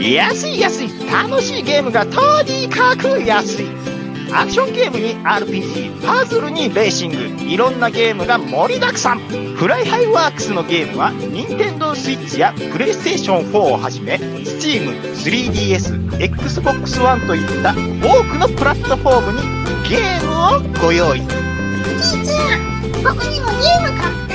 安い安い楽しいゲームがとにかく安いアクションゲームに RPG パズルにレーシングいろんなゲームが盛りだくさんフライハイワークスのゲームは NintendoSwitch や PlayStation4 をはじめ Steam3DSXbox One といった多くのプラットフォームにゲームをご用意兄ちゃん、僕にもゲーム買って。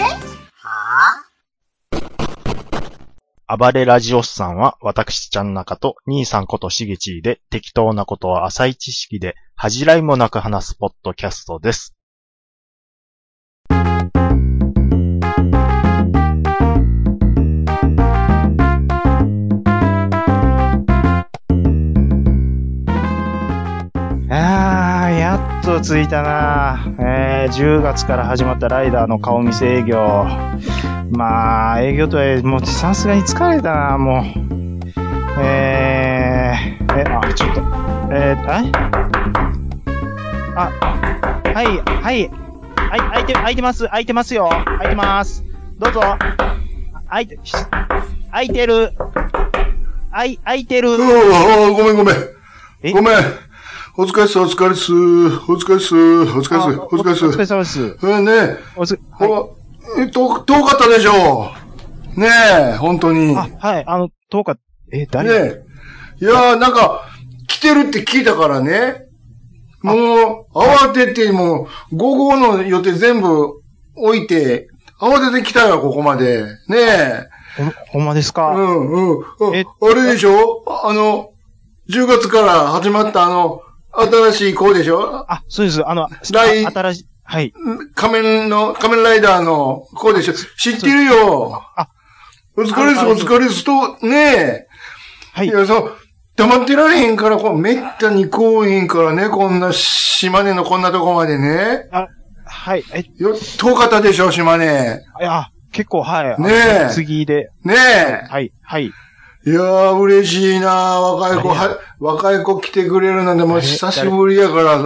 は暴れラジオスさんは、私ちゃん中と、兄さんことしげちいで、適当なことは浅い知識で、恥じらいもなく話すポッドキャストです。あー、やっと着いたなえー、10月から始まったライダーの顔見せ営業。まあ、営業とは、もうさすがに疲れたな、もう。えー、え、あ、ちょっと、えー、ああ、はい、はい、はい、開いて、開いてます、開いてますよ、開いてます。どうぞ。開いて、し開いてる。開い、開いてる。うわあごめんごめんえ。ごめん。お疲れっす、お疲れっす。お疲れっす、お疲れっす、あお疲れっす。お疲れ様です。うんねおつ、え、はい、ほら、えと、遠かったでしょう。ねえ、本当に。あね、はい、あの、どうか、え、誰、え。いやーなんか、来てるって聞いたからね。もう、慌てて、もう、午後の予定全部置いて、慌てて来たよ、ここまで。ねえ。ほんほんまですか、うんうん。あえあれでしょあの、10月から始まったあの、新しい子でしょあ、そうです。あの、来あ新しい、はい。仮面の、仮面ライダーの子でしょ知ってるよあお疲れっす、あお疲れっすと、ねはえ。いい。や、そう、黙ってられへんから、こう、めったに来おへんからね、こんな、島根のこんなとこまでね。あ、はい。え、よ、遠かったでしょ、島根。いや、結構、はい。ねえあ次で。ねえ。はい、はい。いやー、嬉しいなー若い子、ありは、若い子来てくれるなんて、もう誰久しぶりやから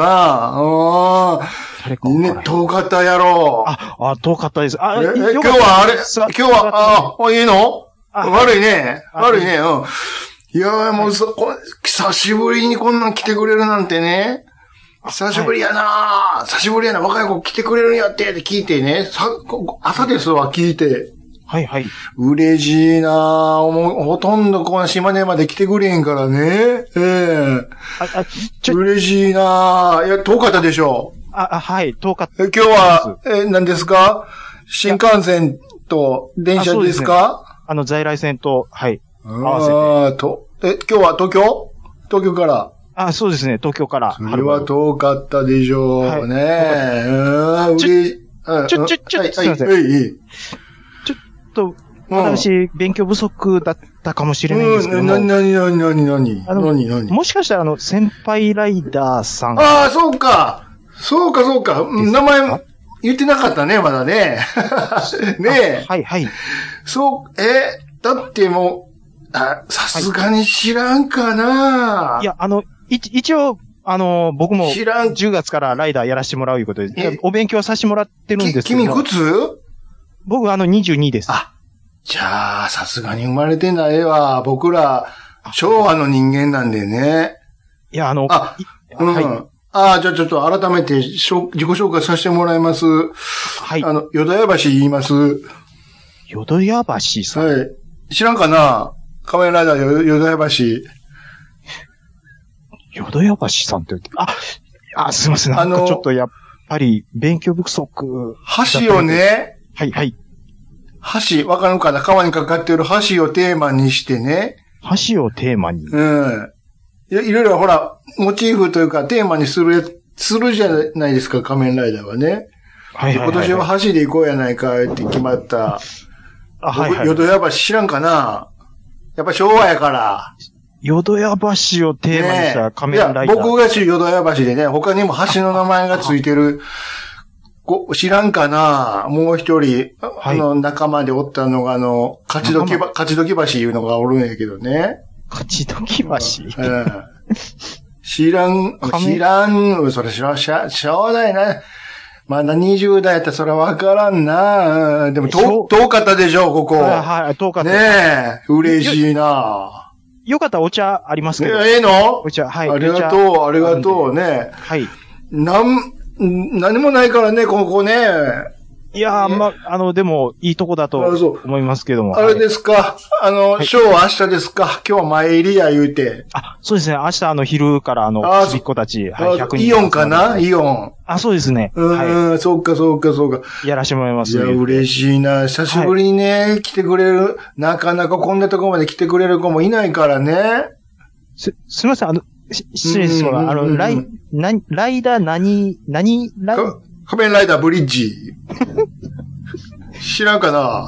な誰かうわん。からねん、遠かったやろ。あ、あ、遠かったです。あ、ええよかった今日はあれ座今日は、ああ、いいのあ悪いね。あ悪いね。うん。いやー、もうそ、こ久しぶりにこんなん来てくれるなんてね。久しぶりやなー久しぶりやな。若い子来てくれるんやってって聞いてね。さ、こ朝ですわ、聞いて。はい、はい。嬉しいなぁ。思うほとんどこの島根まで来てくれへんからね。ええあ、あ、ちょ、嬉しいなぁ。いや、遠かったでしょう。あ、あはい、遠かっえた。今日は、え、何ですか新幹線と電車ですかあの、在来線と、はい。合わせて。ああ、と、え、今日は東京東京から。あ、そうですね、東京から。それは遠かったでしょはいうね。うん、ちょ嬉しい。ちょちょちょはいすいませんはいはいはいちょっと、うん私、勉強不足だったかもしれないんですけどうん、もなになになになになにあのなになにもしかしたら、あの、先輩ライダーさん。ああ、そうか。そうか、そうか。うですん名か前言ってなかったね、ま だね。ねえ。はい、はい。そう、え、だってもう、あさすがに知らんかな。いや、あの、いち一応、あの、僕も、知らん。 10月からライダーやらせてもらういうことでえ、お勉強させてもらってるんですきけど君、、靴僕あの22です。あじゃあ、さすがに生まれてないわ。僕ら、昭和の人間なんでね。いや、あの、あいうん。はい、ああ、じゃあちょっと改めてしょ自己紹介させてもらいます。はいあ。の、よだや橋言います。よどや橋さん。はい。知らんかな仮面ライダーよ、よだや橋。よどや橋さんって言って、あ、あ、すいません。なんあかのちょっとやっぱり勉強不足。橋をね、はい、はい。橋、わかるかな川にかかってる橋をテーマにしてね。橋をテーマに。うん。いやいろいろほら、モチーフというかテーマにするやつ、するじゃないですか、仮面ライダーはね。はい、はい。今年はい、は橋で行こうやないかって決まった。あ、はい、よはどや橋知らんかなやっぱ昭和やから。い。よどや橋をテーマにしねたえ仮面ライダいや僕ー。が知る淀屋橋でね、他にも橋の名前がついてる、こ知らんかなもう一人、あはいあの、仲間でおったのが、あの、勝ちどきば、勝ちどき橋いうのがおるんやけ どね。勝ち時橋。うん知らん、仮面知らん、それ知らん、しゃ、しょうないな。まだ20代やったらそれわからんな。うんでも、そう遠遠かったでしょ、ここ。はい、はい、遠かった。ねえ、嬉しいな。よかったらお茶ありますけど。ええのお茶、はい。ありがおとう、茶ありがとうるんでね。はい。なん、ん何もないからね、ここね。いやー、ま、あの、でも、いいとこだとあそう思いますけども。あれはいですか、あの、いショーは明日ですか今日は前入りや言うて。あ、そうですね。明日、あの、昼から、あのあ、ちびっ子たち、あはい、100人。イオンかなイオン。あ、そうですね。うはん、そうか、そうか、そうか。い。やらしてもらいまいすや、。嬉しいな。久しぶりにね、来てくれる。なかなかこんなとこまで来てくれる子もいないからね。す、すみません、あの、し失礼します。うんうんうんあの、ライ、な、ライダー何、何、ライ、か仮面ライダーブリッジ。 知らんかな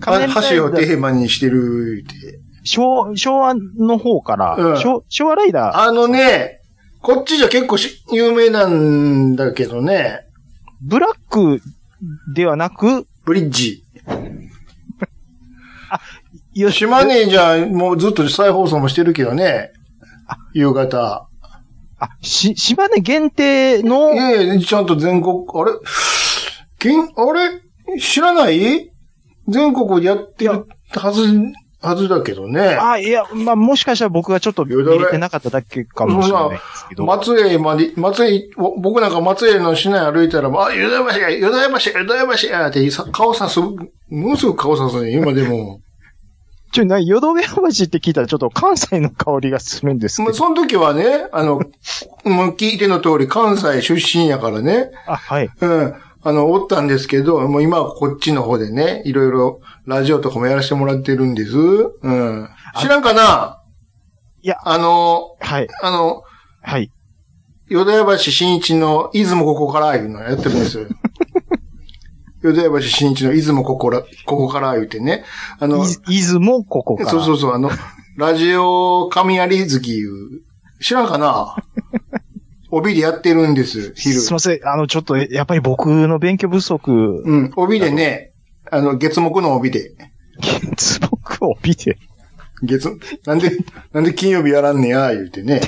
仮面ライダー橋をテーマにしてるって。昭、昭和の方から、うん昭昭和ライダー、あのね、こっちじゃ結構し有名なんだけどね。ブラックではなく、ブリッジ。よ島根じゃもうずっと再放送もしてるけどね。夕方。あ、し、島根限定の、ええちゃんと全国、あれけんあれ知らない全国でやってるはず、はずだけどね。あ、いや、まあ、もしかしたら僕がちょっと見よだれれてなかっただけかもしれないですけど。松江まで、松江、お僕なんか松江の市内歩いたら、あ、よだやましや、よだやましや、よだやましやってさ顔さす、もうすぐ顔さすね、今で も。ちょ、な、よどべ話って聞いたらちょっと関西の香りがするんですけもどう。その時はね、あの、もう聞いての通り関西出身やからね、あ、はい。うん、あの、おったんですけど、もう今はこっちの方でね、いろいろラジオとかもやらせてもらってるんです。うん。知らんかないやあの、はい。あの、はい。よだやばし新一の、出雲ここからいうのやってるん ですよ。よだやばし新一の、出雲ここら、ここから言うてね。あの、そい、いずもここから。うそうそう、あの、ラジオ神有月いう、知らん かな帯でやってるんです、昼。すいません。あの、ちょっと、やっぱり僕の勉強不足、うん、帯でね、あの、月木の帯で。月木を見て、 月、なんで、なんで金曜日やらんねや、言うて ね。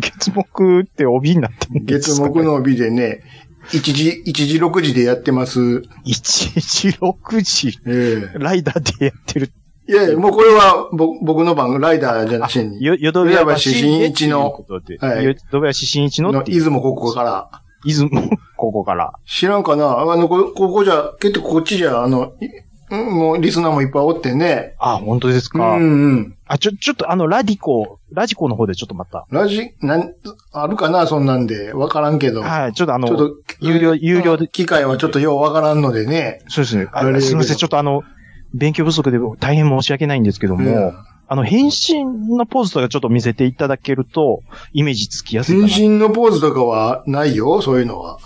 月木って帯になってるんです月か、ね、木の帯でね、1時、一時6時でやってます。 116時、ええライダーでやってる。いやいや、もうこれは、ぼ、僕の番、ライダーじゃなしに。よ、よどべやし新一の、はいよどべやし新一ののっ、てい出う、雲ここから。いずもここから。知らんかなあの、こ、ここじゃ、結構こっちじゃ、あの、いうんもう、リスナーもいっぱいおってね。あ、本当ですうか。んうん。あ、ちょ、ちょっとあの、ラディコ、ラジコの方でちょっとまた。ラジ、なん、あるかなそんなんで。わからんけど。はい、ちょっとあの、ちょっと、有料有料で機会はちょっとようわからんのでね。そうですね。ああれすみません、ちょっとあの、勉強不足で大変申し訳ないんですけども、うんあの、変身のポーズとかちょっと見せていただけると、イメージつきやすい変かな。身のポーズとかはないよ、そういうのは。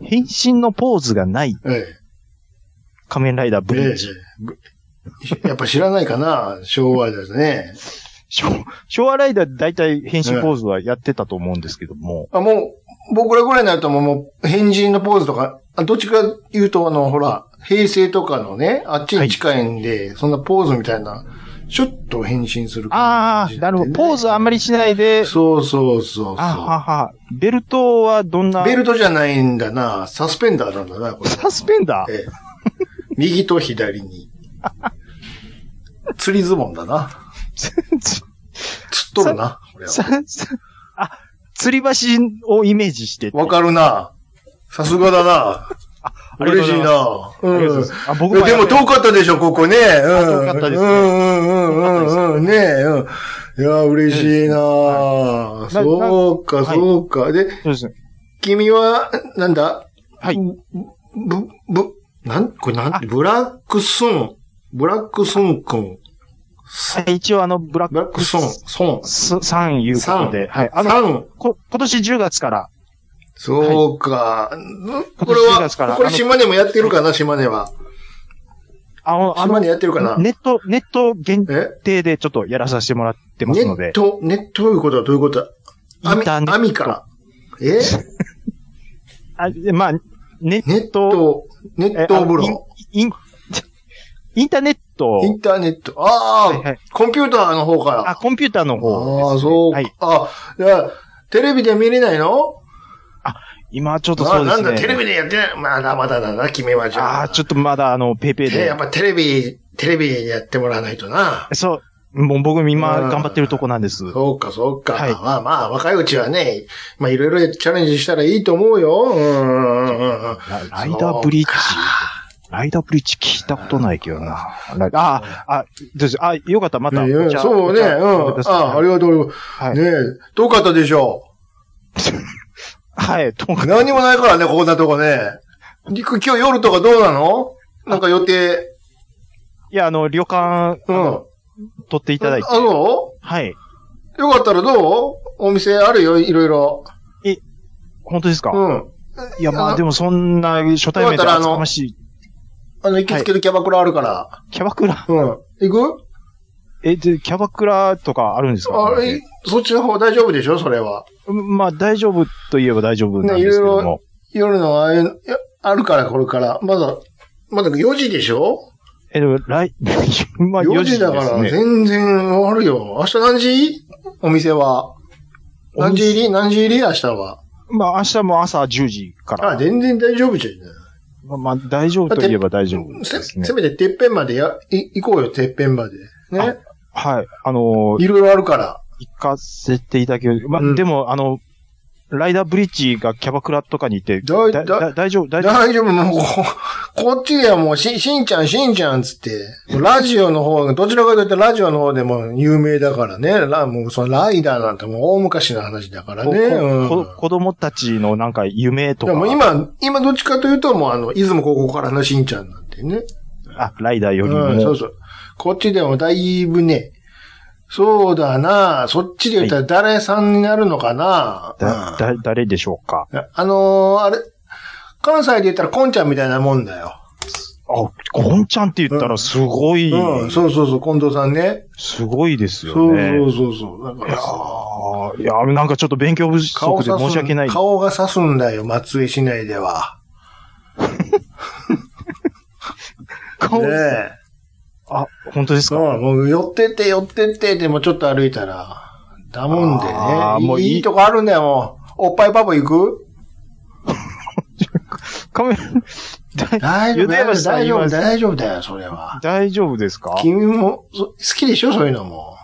変身のポーズがないえ仮面ライダーブえ。リえッジ。え。やっぱ知らないかな昭和ですね。昭昭和ライダー大体変身ポーズはやってたと思うんですけども、あ、もう、僕らぐらいになるともう、もう、変人のポーズとか、あどっちか言うと、あの、ほら、平成とかのね、あっちに近いんで、そんなポーズみたいな、ちょっと変身するあ感あ、じ、なるほど。ポーズあんまりしないで、そうそうそうあそはは、ベルトはどんなう。ベルトじゃないんだな、サスペンダーなんだな、これ。サスペンダー ええ、右と左に。釣りズボンだな。釣っとるな、これはささあ、吊り橋をイメージして。わかるな。さすがだな。ありがとう嬉ごしざいいな。ありがとうございます。あ、僕もでも遠かったでしょ、ここね。うん、遠かったですねうんうんうんうんうん。ねえ、うん。いや、嬉しいなあなそうか、はいそうか。で、そうですね。君は、なんだはい。ぶ、ぶ、なん、これなんて、ブラックスン。ブラックスン君。はい一応あの、ブラブラッッククソン、ソスさんいうン。こサとン。で、はい。あの、サン。こ今年10月から、そうか。これ10月からは、こあれの島根もやってるかな、島根は。あの、あ島の、根やってるかな。ネット、ネット限え定でちょっとやらさせてもらってますのネッで、ト、ネットいうことはどういうことだインターネット網網から。えあでまあ、ネネッット、ト、ネえット風あの呂。イン、イン インターネッイト、ンターネット。ああ、はいはいコンピューターの方から。あ、あコンピューターの方です、あ、そうか。はい。あ、じゃあテレビで見れないの今ちょっとあそうでなすんね。だ、テレビでやってない。まだまだだな、君はじゃああ。あ、ちょっとまだあの、ペイペイねでやっ。ぱテレビ、テレビやってもらわないとな。そう。もう僕今うん頑張ってるとこなんです。そうか、そうか。はいまあまあ、若いうちはね、まあいろいろチャレンジしたらいいと思うよ。うんうんうんうラん。ライダーブリッジそうか。ライダーブリッジ聞いたことないけどな。ライあ、あ、どうしあ、よかった、また。いやお茶そうね、お茶うんくだ。さいあ、ありがとう。はい。ねえ、遠かったでしょはい、ともかう。く何にもないからね、こんなとこね。りく今日夜とかどうなのなんか予定。いや、あの、旅館、うん。あ、取っていただいて。そはい。うよかったらどうお店あるよ、いろいろ。本当ですか、うん。いや、まああでもそんな初対面でよかったらあの厚かましい。あの、行きつけるキャバクラあるから。キャバクラ、うん。行くえ、で、キャバクラとかあるんですかあれ、いそっちの方大丈夫でしょそれは。まあ大丈夫といえば大丈夫なんですけねいろどいも。夜のああいう、いやあるから、これから。まだ、まだ4時でしょえ、でも来、 まあ ?4 4時時だでから、すね。全然終わるよ。明日何時お店は。お店何時入り何時入り明日は。まあ明日も朝10時から。あ、全然大丈夫じゃん。まあまあ大丈夫といえば大丈夫でせ、すねせ。めててっぺんまでや、い、行こうよ、てっぺんまで。ね。はい。あのーいろいろあるから。行かせていただける。まあ、うんでも、あの、ライダーブリッジがキャバクラとかに行って、だいだだだ大丈夫、大丈夫。大丈夫、もうこ、こっちではもう、し、しんちゃん、しんちゃんっつって、ラジオの方が、どちらかというとラジオの方でも有名だからね、ラ、もうそのライダーなんてもう大昔の話だからこね。うんこ子供たちのなんか夢とでか、も今、今どっちかというともうあの、出雲高校からのしんちゃんなんてね。あ、ライダーよりも、うん、そうそう。こっちでもだいぶね、そうだなそっちで言ったら誰さんになるのかな、だだ誰でしょうか。うんあのー、あれ、関西で言ったらこんちゃんみたいなもんだよ。あ、ゴンちゃんって言ったらすごい、うん、そうそうそう、近藤さんね。すごいですよそうね。そうそうそう。だから、あーいや、なんかちょっと勉強不顔足でさす申し訳ない。顔が刺すんだよ、松江市内では。ね顔え。あ、本当ですそうか、もう寄ってって寄ってって、でもちょっと歩いたら、だもんであーね。ももうういいいとこあるんだよ、もう。おっぱいパブ行くカメラ、 大大丈夫、ゆで大やばし丈夫、さん言大い丈夫、ます大丈夫だよ、それは。大丈夫ですか君も、そ好きでしょ、そういうのも。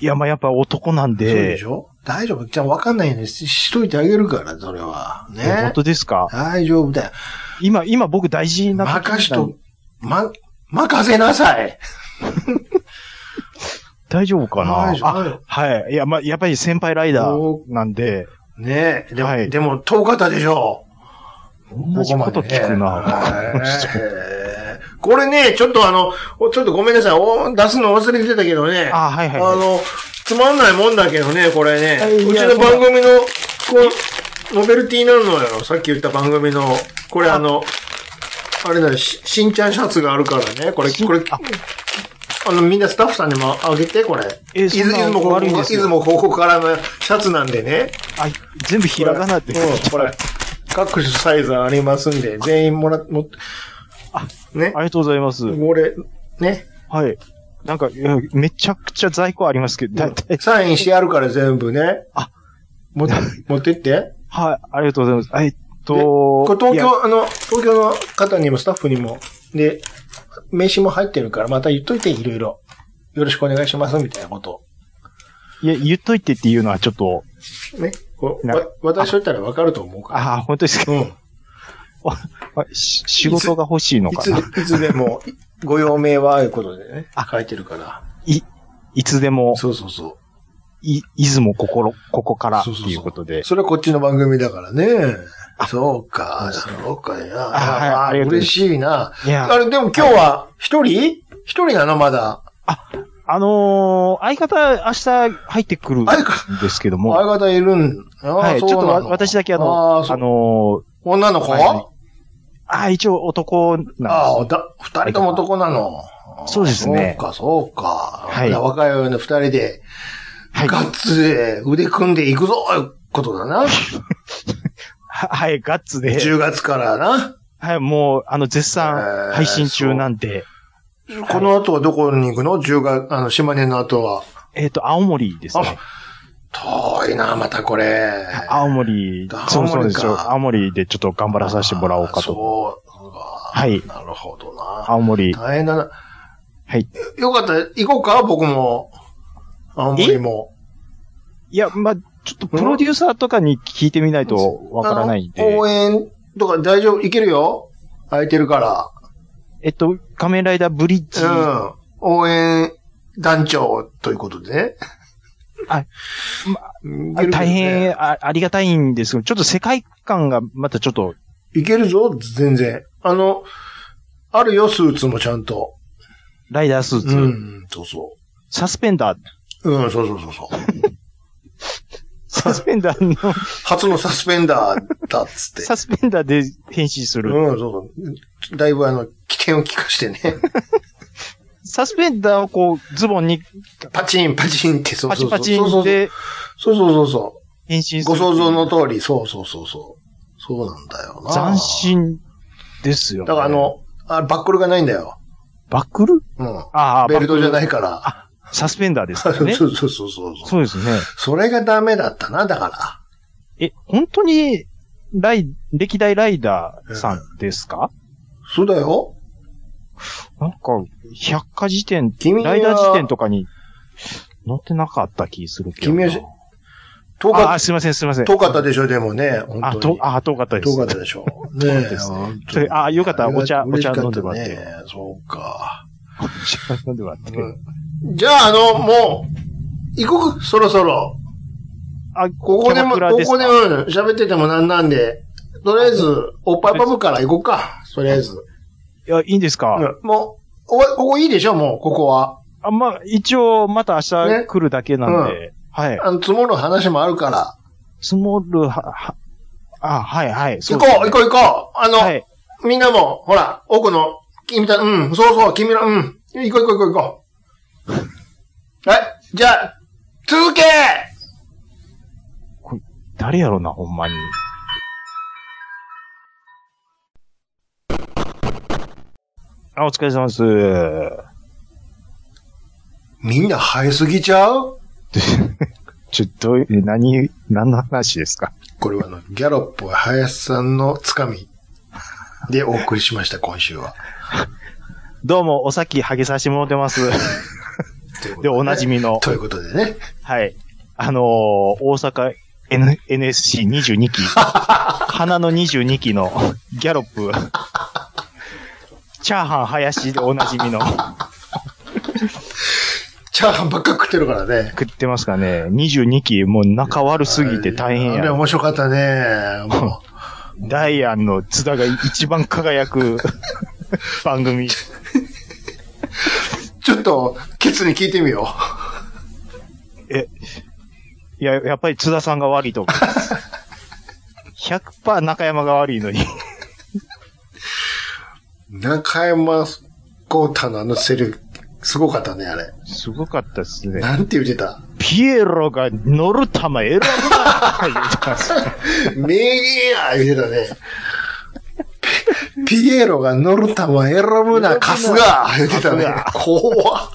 いや、まあ、やっぱ男なんそうででし、ょ大丈夫。じゃあ分かんないようにししといてあげるから、それは。えね本。当ですか大丈夫だよ。今、今僕大事な時任しと、ま、任せなさい。大丈夫か大丈な夫あはい。いや、まあ、やっぱり先輩ライダーなんで、ねえ。でも、はいでも遠かったでしょ同じこと聞くな。へーこれね、ちょっとあの、おちょっとごめんなさい。お出すの忘れてたけどね。あ、はいはいあはい。の、つまんないもんだけどね、これね。はいうちの番組の、こう、ノベルティなのよ。さっき言った番組の。これあの、あれだよ、ししんちゃんシャツがあるからね。これ、しんこれ、ああの、みんなスタッフさんにもあげて、これ。えいずそんなもここ、悪いんいですよずもここからのシャツなんでね。あ、全部ひらがなで。 うん、これ。各種サイズありますんで、全員もら、も、あ、ねあ。りがとうございます。これ、ね。はい。なんか、いやめちゃくちゃ在庫ありますけど、だいたい。サインしてあるから全部ね。あ、も、持ってって。はい。ありがとうございます。えっと、これ東いや京、あの、東京の方にもスタッフにも、で、名刺も入ってるから、また言っといて、いろいろ。よろしくお願いします、みたいなこといや、言っといてっていうのはちょっと、をね。こうなわ渡しといたらわかると思うから。ああ、本当ですか。うん。あし仕事が欲しいのいかつな。で、いつでも、いご用命は、いうことでねあ。書いてるから。い、いつでも、そうそうそう。い、いずも心、ここからっていうことで。それはこっちの番組だからね。そうか、そうかや。はいあありがとうござい嬉ますしいな。いやあれ、でも今日は一人一人なのまだ。あのー、相方、明日入ってくるん相ですけども、相方いるん。ははい、ちょっとわ私だけあの、あ、そうのー、女の子はいはいあー一応男なんです。ああ、だ、二人とも男なの。そうですねそうか、そうか。はい若いような二人で、はい、ガッツで腕組んでいくぞ、いうことだな。ははい、ガッツで、 10月からな。はい、もう、あの、絶え賛ー配信中なんで、この後はどこに行くの ?10 月、あの、島根の後は。えっ、と、青森ですね。遠いな、またこれ。青森、青森かそうそうですよ。青森でちょっと頑張らさせてもらおうかと。そうか。はいなるほどな。青森、大変だな。はい。よかったら行こうか僕も。青森も。いや、まあ、ちょっとプロデューサーとかに聞いてみないとわからないんあので。応援とか大丈夫行けるよ空いてるかえっと、仮面ライダーブリッジ。ら。うん。応援団長ということでね。あうん、あいけるけどね大変あありがたいんですけど、ちょっと世界観がまたちょっと、いけるぞ全然。あの、あるよ、スーツもちゃんと。ライダースーうツ、ん、そうそサスペン ダー、う。うん、そうそうそうそう。サスペンダーの、初のサスペンダーだっつっ て。サスペンダーで変身する。うん、そうそう。だいぶあの、起点を利かして ね。サスペンダーをこう、ズボンにパチン、パチンって、そうパそチうそう。パチそうそンうそうでそうそうそうそ変身すう。る。ご想像の通り、そうそうそうそう。そうなんだよな。斬。新ですよ、だからあ、の、あバックルがないんだよ。バックルうん。ああ、。ベルトじゃないいから。サスペンダーですそかうらね。そうそうそうそう。そうですね。それがダメだったな、だから。え、本当に、ライ、歴代ライダーさんですか、そうだよ。なんか、百科事典、君はライダー辞典とかに載ってなかった気するけどな。君は遠あかあ、っすいません、すいませんた、。遠かったでしょ、でもね。本あ、当とに、。あ、遠かったです。遠かったで しょ。ねですえ。あよかったらお茶嬉しかお茶飲んでもらってね。そうか。飲んでもらってじゃあ、あの、もう、行こう、そろそろ。あ、ここでキャバも、クラこすかこでも喋っててもなんなんで、とりあえず、おっぱいパブから行こうか。とりあえず。いや、いいんですか、うんもう、おここいいでしょ、もう、ここは。あ、まあ、一応、また明ね日来るだけなんで。はい。あの、積もる話もあるから。スモール、は、は、あ、はい、はい。行そこう、行うこう、行こう。あの、はい。みんなも、ほら、奥の、君た、うん、そうそう、君ら、うん。行こう、行こう、行こう、行こう。はい、じゃあ、続け誰やろうな、ほんまに。あ、お疲れ様です。みんな生えすぎちゃうちょ、どういう、え何、何の話ですかこれはあの、ギャロップ林さんのつかみでお送りしました、今週 は。どうも、お先、ハゲさせてもらってます。 で、おなじみの。ということでね。はい。あのー大阪 N NSC22 期、花の22期のギャロップ、チャーハン林でおなじみの、チャーハンばっか食ってるからね。食ってますかね。22期、もう仲悪すぎて大変あれや。面白かったね。もダイアンの津田が一番輝 く番組。う、 ちょっと、ケツに聞いてみよいや、やっぱり津田さんが悪いと思い ます。100%中山が悪いのに。う。中山豪太のあのセリフ、すごかったね、あれ。すごかったですね。なんて言ってたピエロが乗る球選ぶなって言ってます。名言や言ってたね。ピピエロが乗る球選ぶな、カスが言ってたね。怖っ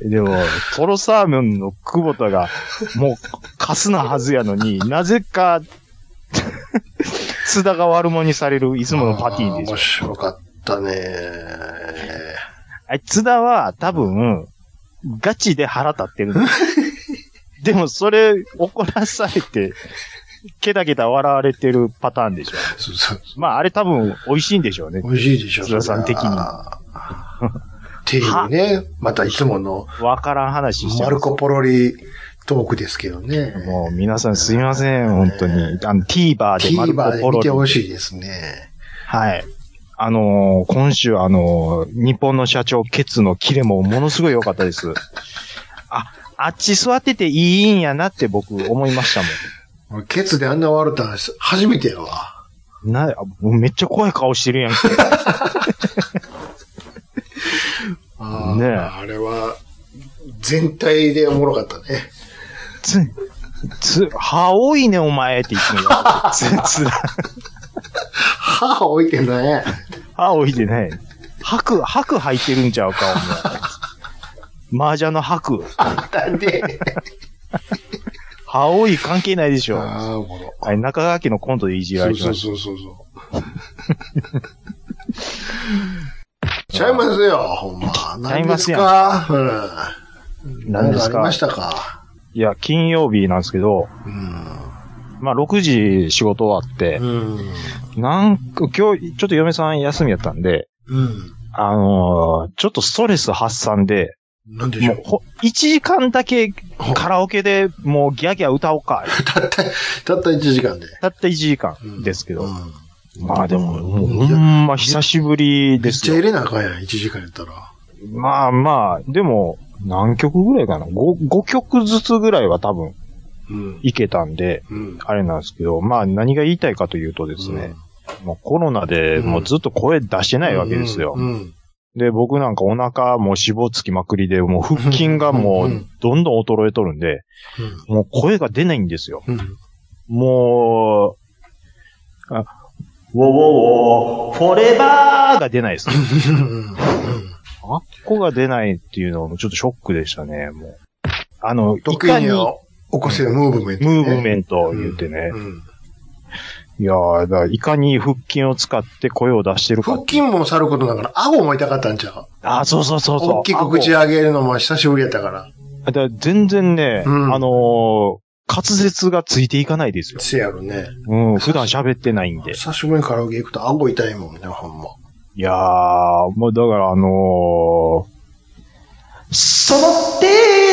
でも、トロサーモンの久保田が、もう、カスなはずやのに、なぜか、 津田が悪者にされるいつものパティーンで面す。白かったね。あい津田は多分、ガチで腹立ってるんです。でも、それ、怒らされて、ケタケタ笑われてるパターンでしょ。そうそうまあ、あれ多分、美味しいんでしょうね。美味しいでしょ、津田さん的にそれは。っていうね、またいつものわからん話してマまルすコポロリトークですけどね。もう、皆さんすいません、本当に。あの、TVer でマル TVer コでポロ見てリほしいですね。はい。あのー今週、あのー日本の社長、ケツのキレもものすごい良かった です。あ、あっち座ってていいんやなって僕思いましたも俺ケツであんな悪い話、初めてやわ。ん。な、あもうめっちゃ怖い顔してるやんけ。あーねえあれは、全体でおもろかったね。つ、つ、歯多いね、お前って言ってみよう。つ、つ、歯置いて ない。歯多いでね。白、白入ってるんちゃうか、お前。麻雀の白。なんで。歯多い関係ないでしょ。あああ、おもろ。れ、中川家のコントでいじらそれうてそまうしそうそうそう。 ちゃいますよ、ほんま。 ゃい何でますすやんかうん。何でかあすりまかしたかいや、金曜日なんですけど、うん。まあ、6時仕事終わって、うん。なんか、今日、ちょっと嫁さん休みやったんで、うん。あのーちょっとストレス発散で、なんでしょもうう。ほ、1時間だけカラオケでもうギャギャ歌おうか、たった、たった1時間で。たった1時間うんですけど。うんまあでも、もういやほんま久しぶりめでっすちゃ入よ。れなあかんやん、1時間やったら。まあまあ、でも、何曲ぐらいかな ?5、5曲ずつぐらいは多分うん。いけたんで、うん。あれなんですけど、まあ何が言いたいかというとですね、もうコロナでもうずっと声出してうん。ないわけですよ。うんうん。で、僕なんかお腹もう脂肪つきまくりで、もう腹筋がもううんどんどん衰えとるんで、もう声が出ないんですよ。うん。もう、あ、ウォウォウォー、フォレバーが出ないですね。うん。あっこが出ないっていうのはもうちょっとショックでしたね、もう。あの、い得か意にに起こせよ、ムーブメントね。ムーブメンントを言うてね。うん。いやー、だからいかに腹筋を使って声を出してるか腹。筋もさることながら、顎も痛かったんちゃうあー、そうそうそうそう。大きく口上げるのも久しぶりやったから。あだから全然ね、うんあのー滑舌がついていかないですよ。せやろね。うん、普段喋ってないんで。久しぶりにカラオケ行くと顎痛いもんね、ほ んま。いやー、もうだからあのー、その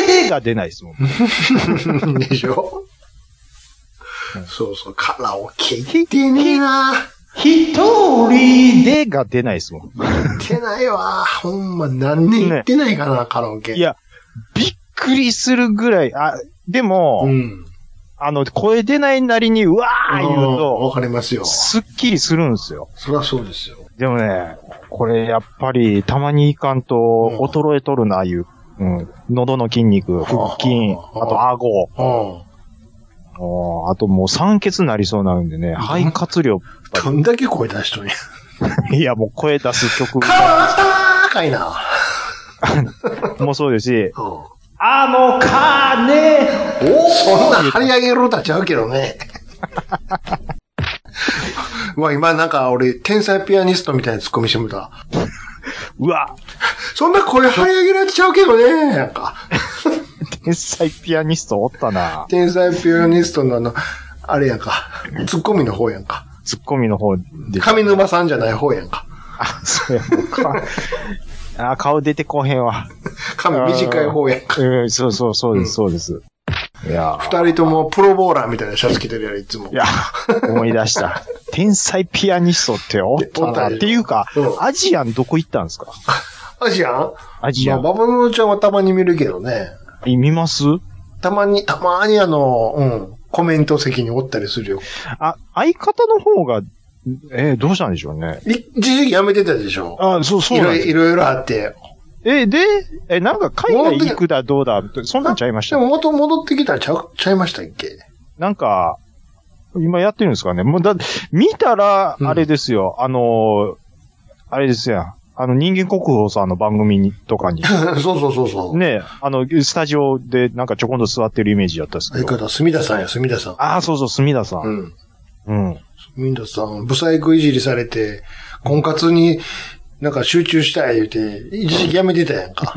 手でが出ないですもん。でしょそうそう、カラオケ行ってねえな一人でが出ないですもん。行ってないわ。ほんま、何年行ってないかな、カラオケ。いやびっくりするぐらい、あ、でも、うん。あの、声出ないなりに、うわー言うんわと、かりますよ。すっきりするんですよ。そりゃそうですよ。でもね、これやっぱり、たまにいかんと、ん衰えとるな、いう。うん。喉の筋肉、腹筋、はああと顎、ううんあともう酸欠になりそうなんでね、肺活量、 ん。どんだけ声出しとんや。いやもう声出す曲カラー高いな。もそうですし、うん。あ、もう金そんな張り上げる歌ちゃうけどね。まあ今なんか俺、天才ピアニストみたいなツッコミしてみた。うわ、そんな声張り上げられちゃうけどね。なんか、天才ピアニストおったな。天才ピアニストのあの、あれやんか。ツッコミの方やんか。ツッコミの方で。上沼さんじゃない方やんか。あ、そうや、もうか。あ、顔出てこへんわ。髪短い方やんか。うん、そうそう、そうです、そうです。いやー二人ともプロボーラーみたいなシャツ着てるやん、いつもい。や、思い出した。天才ピアニストっておったおったな。よっていうかう、んアジアンどこ行ったんですかアジアンアジアン。まあ、ババノちゃんはたまに見るけどね。見ますたまに、たまにあの、うん、コメント席におったりするよ。あ、相方の方が、えーどうしたんでしょうね。い一時期やめてたでしょあ、そう、そいうなろんでいす。ろいろあって。え、で、え、なんか海外行くだどうだ、そんなんちゃいましでたも元戻ってきたらちゃう、ちゃいましたっけ なんか、今やってるんですかね。もうだ、見たら、うんあれですよ、あのー、あれですやん。あの、人間国宝さんの番組に、とかに、そうそうそうそう。ね、あの、スタジオでなんかちょこんと座ってるイメージだったんですけ相ど。方、墨田さんや、墨田さん。ああ、そうそう、墨田さ。うんん。うん。墨田さん、不細工いじりされて、婚活になんか集中したい言うて、一時期やめてたやん か。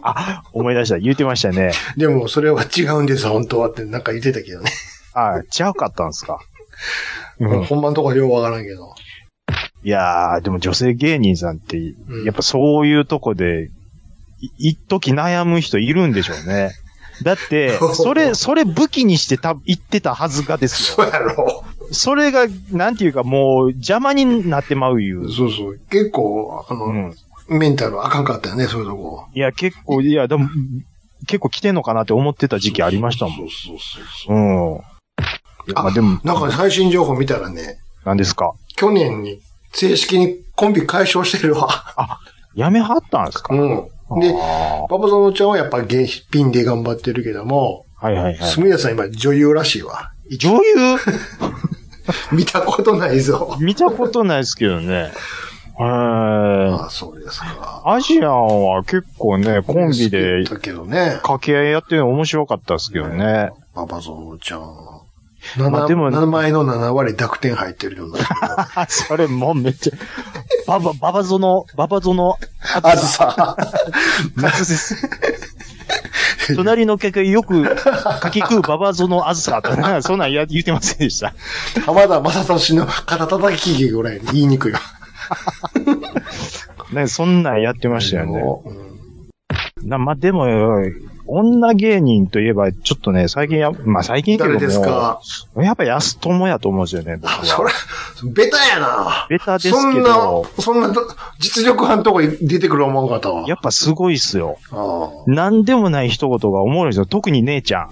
あ、思い出した。言ってましたね。でもそれは違うんです、本当はってなんか言ってたけどね。あちゃうかったんですか。うん、本番とかようわからんけど。いやー、でも女性芸人さんって、うんやっぱそういうとこで、い一時悩む人いるんでしょうね。だ って、それ、それ武器にしてた、言ってたはずがですよ。そうやろ。それが、なんていうかもう、邪魔になってまういう。そうそう。結構、あうの、ん。メンタルあかんかったよね、そういうとこ。いや、結構、いや、でも、結構来てんのかなって思ってた時期ありましたもん。そうそうそうそう。うん。あまあでも、なんか最新情報見たらね、なんですか去年に正式にコンビ解消してるわ。やめはったんですかうん。で、あパパゾノちゃんはやっぱ現ピンで頑張ってるけども、ーはいはいはい。すみやさん今女優らしいわ。女優見たことないぞ。見たことないですけどね。えー、ああ、そうですか。アジアンは結構ね、コンビでだけどね。掛け合いやってるの面白かったですけどね。パパゾノちゃん。まあ七でも名前の7割濁点入ってるような。あ、それもうめっちゃ、ババ、ババゾの、ババゾの、あずさ。あず です。隣の客よく、かき食うババゾのあずさとか、 そんなんや言ってませんでした。浜田正俊の肩叩き芸ぐらいで言いにくいわ。ね、そんなんやってましたよね。うんなまあ、でも、女芸人といえば、ちょっとね、最近や、まあ、最近っていう誰かですかもうやっぱ安友やと思うんですよね、僕あ、そは。れ、ベタやな。ベタですそけんなど、、そんなど、実力派のとこに出てくる思わんかったわ。やっぱすごいっすよ。あなんでもない一言が思うんですよ。特に姉ち ゃん。あ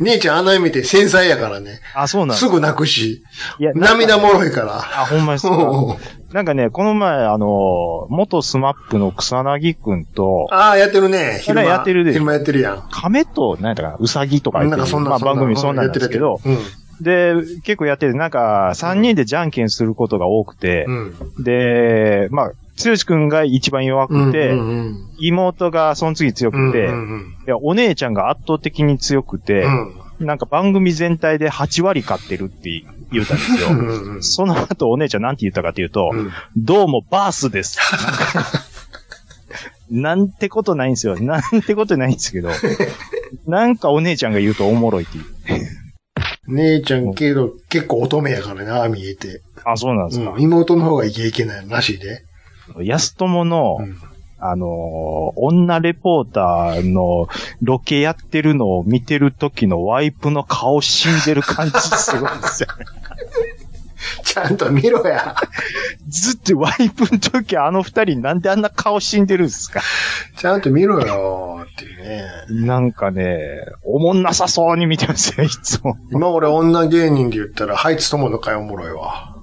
姉ちゃんあんな意味で繊細やからね。あ、そうなんですぐ泣くし、いや涙もろいから。あ、ほんまですか。うんなんかね、この前、あの、元スマップの草薙くんと、ああ、やってるね。昼間。やってるでしょ昼間やってるやん。亀と、なんやったかな、うさぎとかな言んってかるそんな、まあそんな番組そうなんですけど、うんやっで、結構やってて、なんか、3人でじゃんけんすることが多くてて、るやん。うん。で、まあ、つよしくんが一番弱うん。くて、うんうん妹がその次強うん。くて、うんうんいや、お姉ちゃんが圧倒的に強くてう、ん。なんか番組全体で8割勝ってるって言ったんですよ。うんうんうんその後お姉ちゃんなんて言ったかっていうと、うんどうもバースです。なんてことないんですよ。なんてことないんですけど。なんかお姉ちゃんが言うとおもろいっていう。姉ちゃんけど、結構乙女やからな、見えて。あ、そうなんですか。うん。妹の方がいけいけないらしいで。安友の、うんあのー女レポーターのロケやってるのを見てる時のワイプの顔死んでる感じすごいんですよ。ちゃんと見ろや。ずっとワイプの時あの二人なんであんな顔死んでるんですか ちゃんと見ろよっていうね。なんかね、おもんなさそうに見てますよ、いつも。今俺女芸人で言ったら、ハイツ友の会おもろいわ。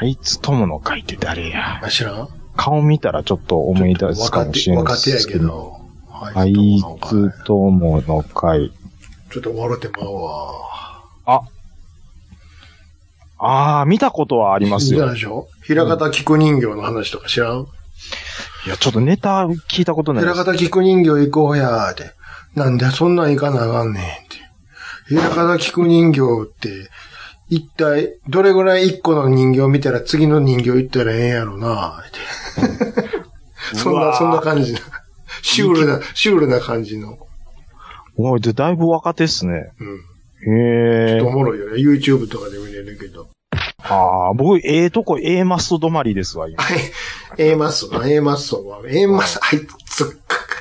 あいつ友の会って誰やあ知らん顔見たらちょっと思い出すかもしれない若で手やすけけど。ど。あハいイツ友つ友のの会会。ちょっと笑ってまうわ。ああ、見たことはありますいいよ。でしょ平方菊人形の話とか知らんいや、ちょっとネタ聞いたことないで平す。方菊人形行こうやーって。なんでそんなん行かなあかんねんって。平方菊人形って、一体、どれぐらい一個の人形見たら次の人形行ったらええんやろなー って。そんうわな、ーそんな感じな。シュールな、シュールな感じの。おい、で、だいぶ若手っすね。うん。へえお。もろいよね。YouTube とかで見れるけど。ああ、僕、ええとこ、ええマスト止まりですわ、今。はい。A マッソな、A マッソは、A マッソ、あいつ、か、か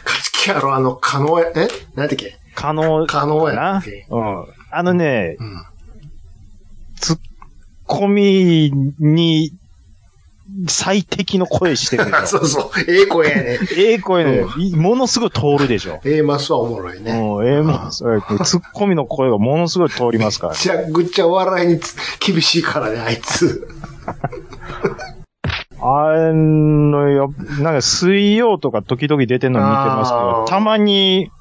勝ちきやろ、あの、可能や、えなんてっけ可能、可能やなっけ。うん。あのね、うん。コミに最適の声してるんだよ そうそう、ええ声やね。ええ声ね、いものすごい通るでしょ。 A マッソはおもろいね。もう、ええもん、それツッコミの声がものすごい通りますから。じゃぐっちゃ笑いにつ厳しいからね、あいつ。 あの、やなんか水曜とか時々出てるの見てますけあど、ーたまに、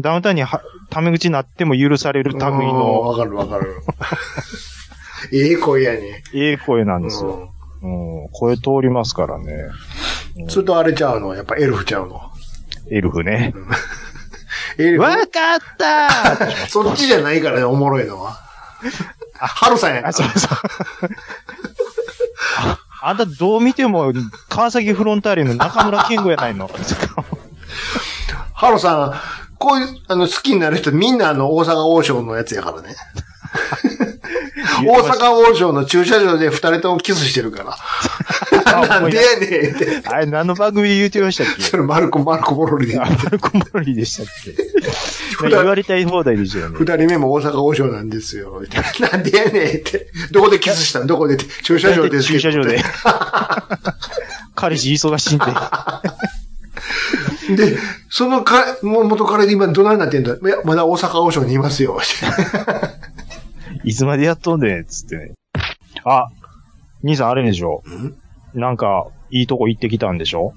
ダウンタウンには、タメ口になっても許される類うんのわかるわかる。ええ声やね。ええ声なんうですよ。ん。うん、声通りますからね。それとあれちゃうのやっぱエルフちゃうの。エルフね。エルフ。わかったーそっちじゃないからね、おもろいのは。ハルさんやからあ、 そうそう。あんたどう見ても、川崎フロンターレの中村健吾やないの。ハロさん、こういう、あの、好きになる人みんなあの、大阪王将のやつやからね。大阪王将の駐車場で二人ともキスして るから。なんでやねんって。あれ、何の番組で言うてましたっそれマルコ、マルコ・ボロリでけ。あ、マルコモロリでしたっけ言われたい放題でしたよね二。人目も大阪王将なんですよ。 みたいななんでやねんって。どこでキスしたんどこでって駐車場ですけ駐ど。車場で。 彼氏忙しいんで。で、そのか、もう元彼で今どないなってんだいや、まだ大阪王将にいますよ。 いつまでやっとんねん、つってね。あ、兄さんあれでしょんなんか、いいとこ行ってきたんでしょ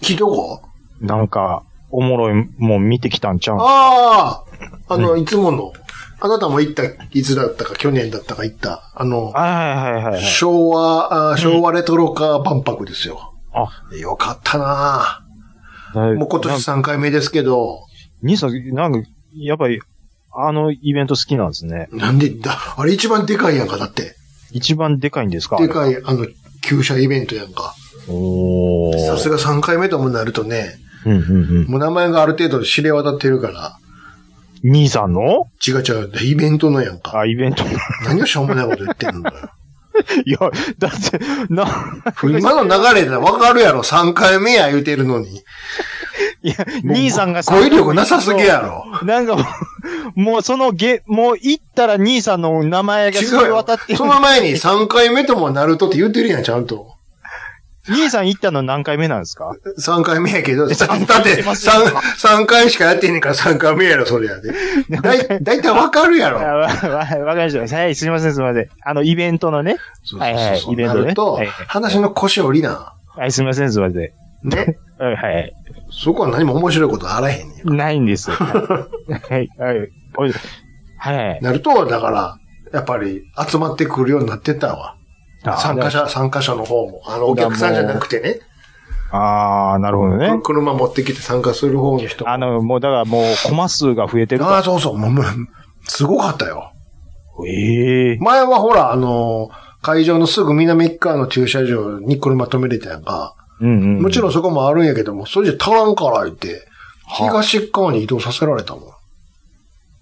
聞いとこうなんか、おもろいもん見てきたんちゃうんああ、あの、いつもの、あなたも行った、いつだったか、去年だったか行った、あの、はいはいはいはいはい。昭和あー、昭和レトロカー万博ですよ。あ、よかったなぁもう今なん年3回目ですけど、兄さん、なんか、やっぱり、あのイベント好きなんですね。なんでだ、あれ一番でかいやんか、だって。一番でかいんですかでかい。い、あの、旧車イベントやんか。おー。さすが3回目ともなるとね、うんうんもう名前がある程度知れ渡ってるから、うん。兄さんの違う違う、イベントのやんか。あ、イベントの。 何をしょうもないこと言ってんのよ。いや、だって、な、今の流れでわかるやろ、3回目や言うてるのに。いや、兄さんが語彙力なさすぎやろ。なんかもう、もうそのげ、もう行ったら兄さんの名前が違澄うみよ渡って。るその前に3回目ともなるとって言ってるやん、ちゃんと。兄さん行ったの何回目なんですか3回目やけど、だって3、三回しかやってんねんから3回目やろ、それ やで。だい、だいたいわかるや あろ。わ、わ、わかりました。はい、すいません、すいません。あの、イベントのね。そうはいはいそうそうイベンなトねるとはいはい、話の腰折りな。はい、すいません、すいません。ね。 はい、はい。そこは何も面白いことあらへんねん。ないん です。はい、はい、はい。おいはい。なると、だから、やっぱり集まってくるようになってったわ。参加者、参加者の方も。あの、お客さんじゃなくてね。あー、なるほどね。車持ってきて参加する方の人も。あの、もうだからもう、コマ数が増えてるあかあ、そうそう、もうもう、すごかったよ。ら。ええ前はほら、あの、会場のすぐ南側の駐車場に車止めれたやんか。うんうん。もちろん。んそこもあるんやけども、それじゃ足らんから言って、東側に移動させられたもん。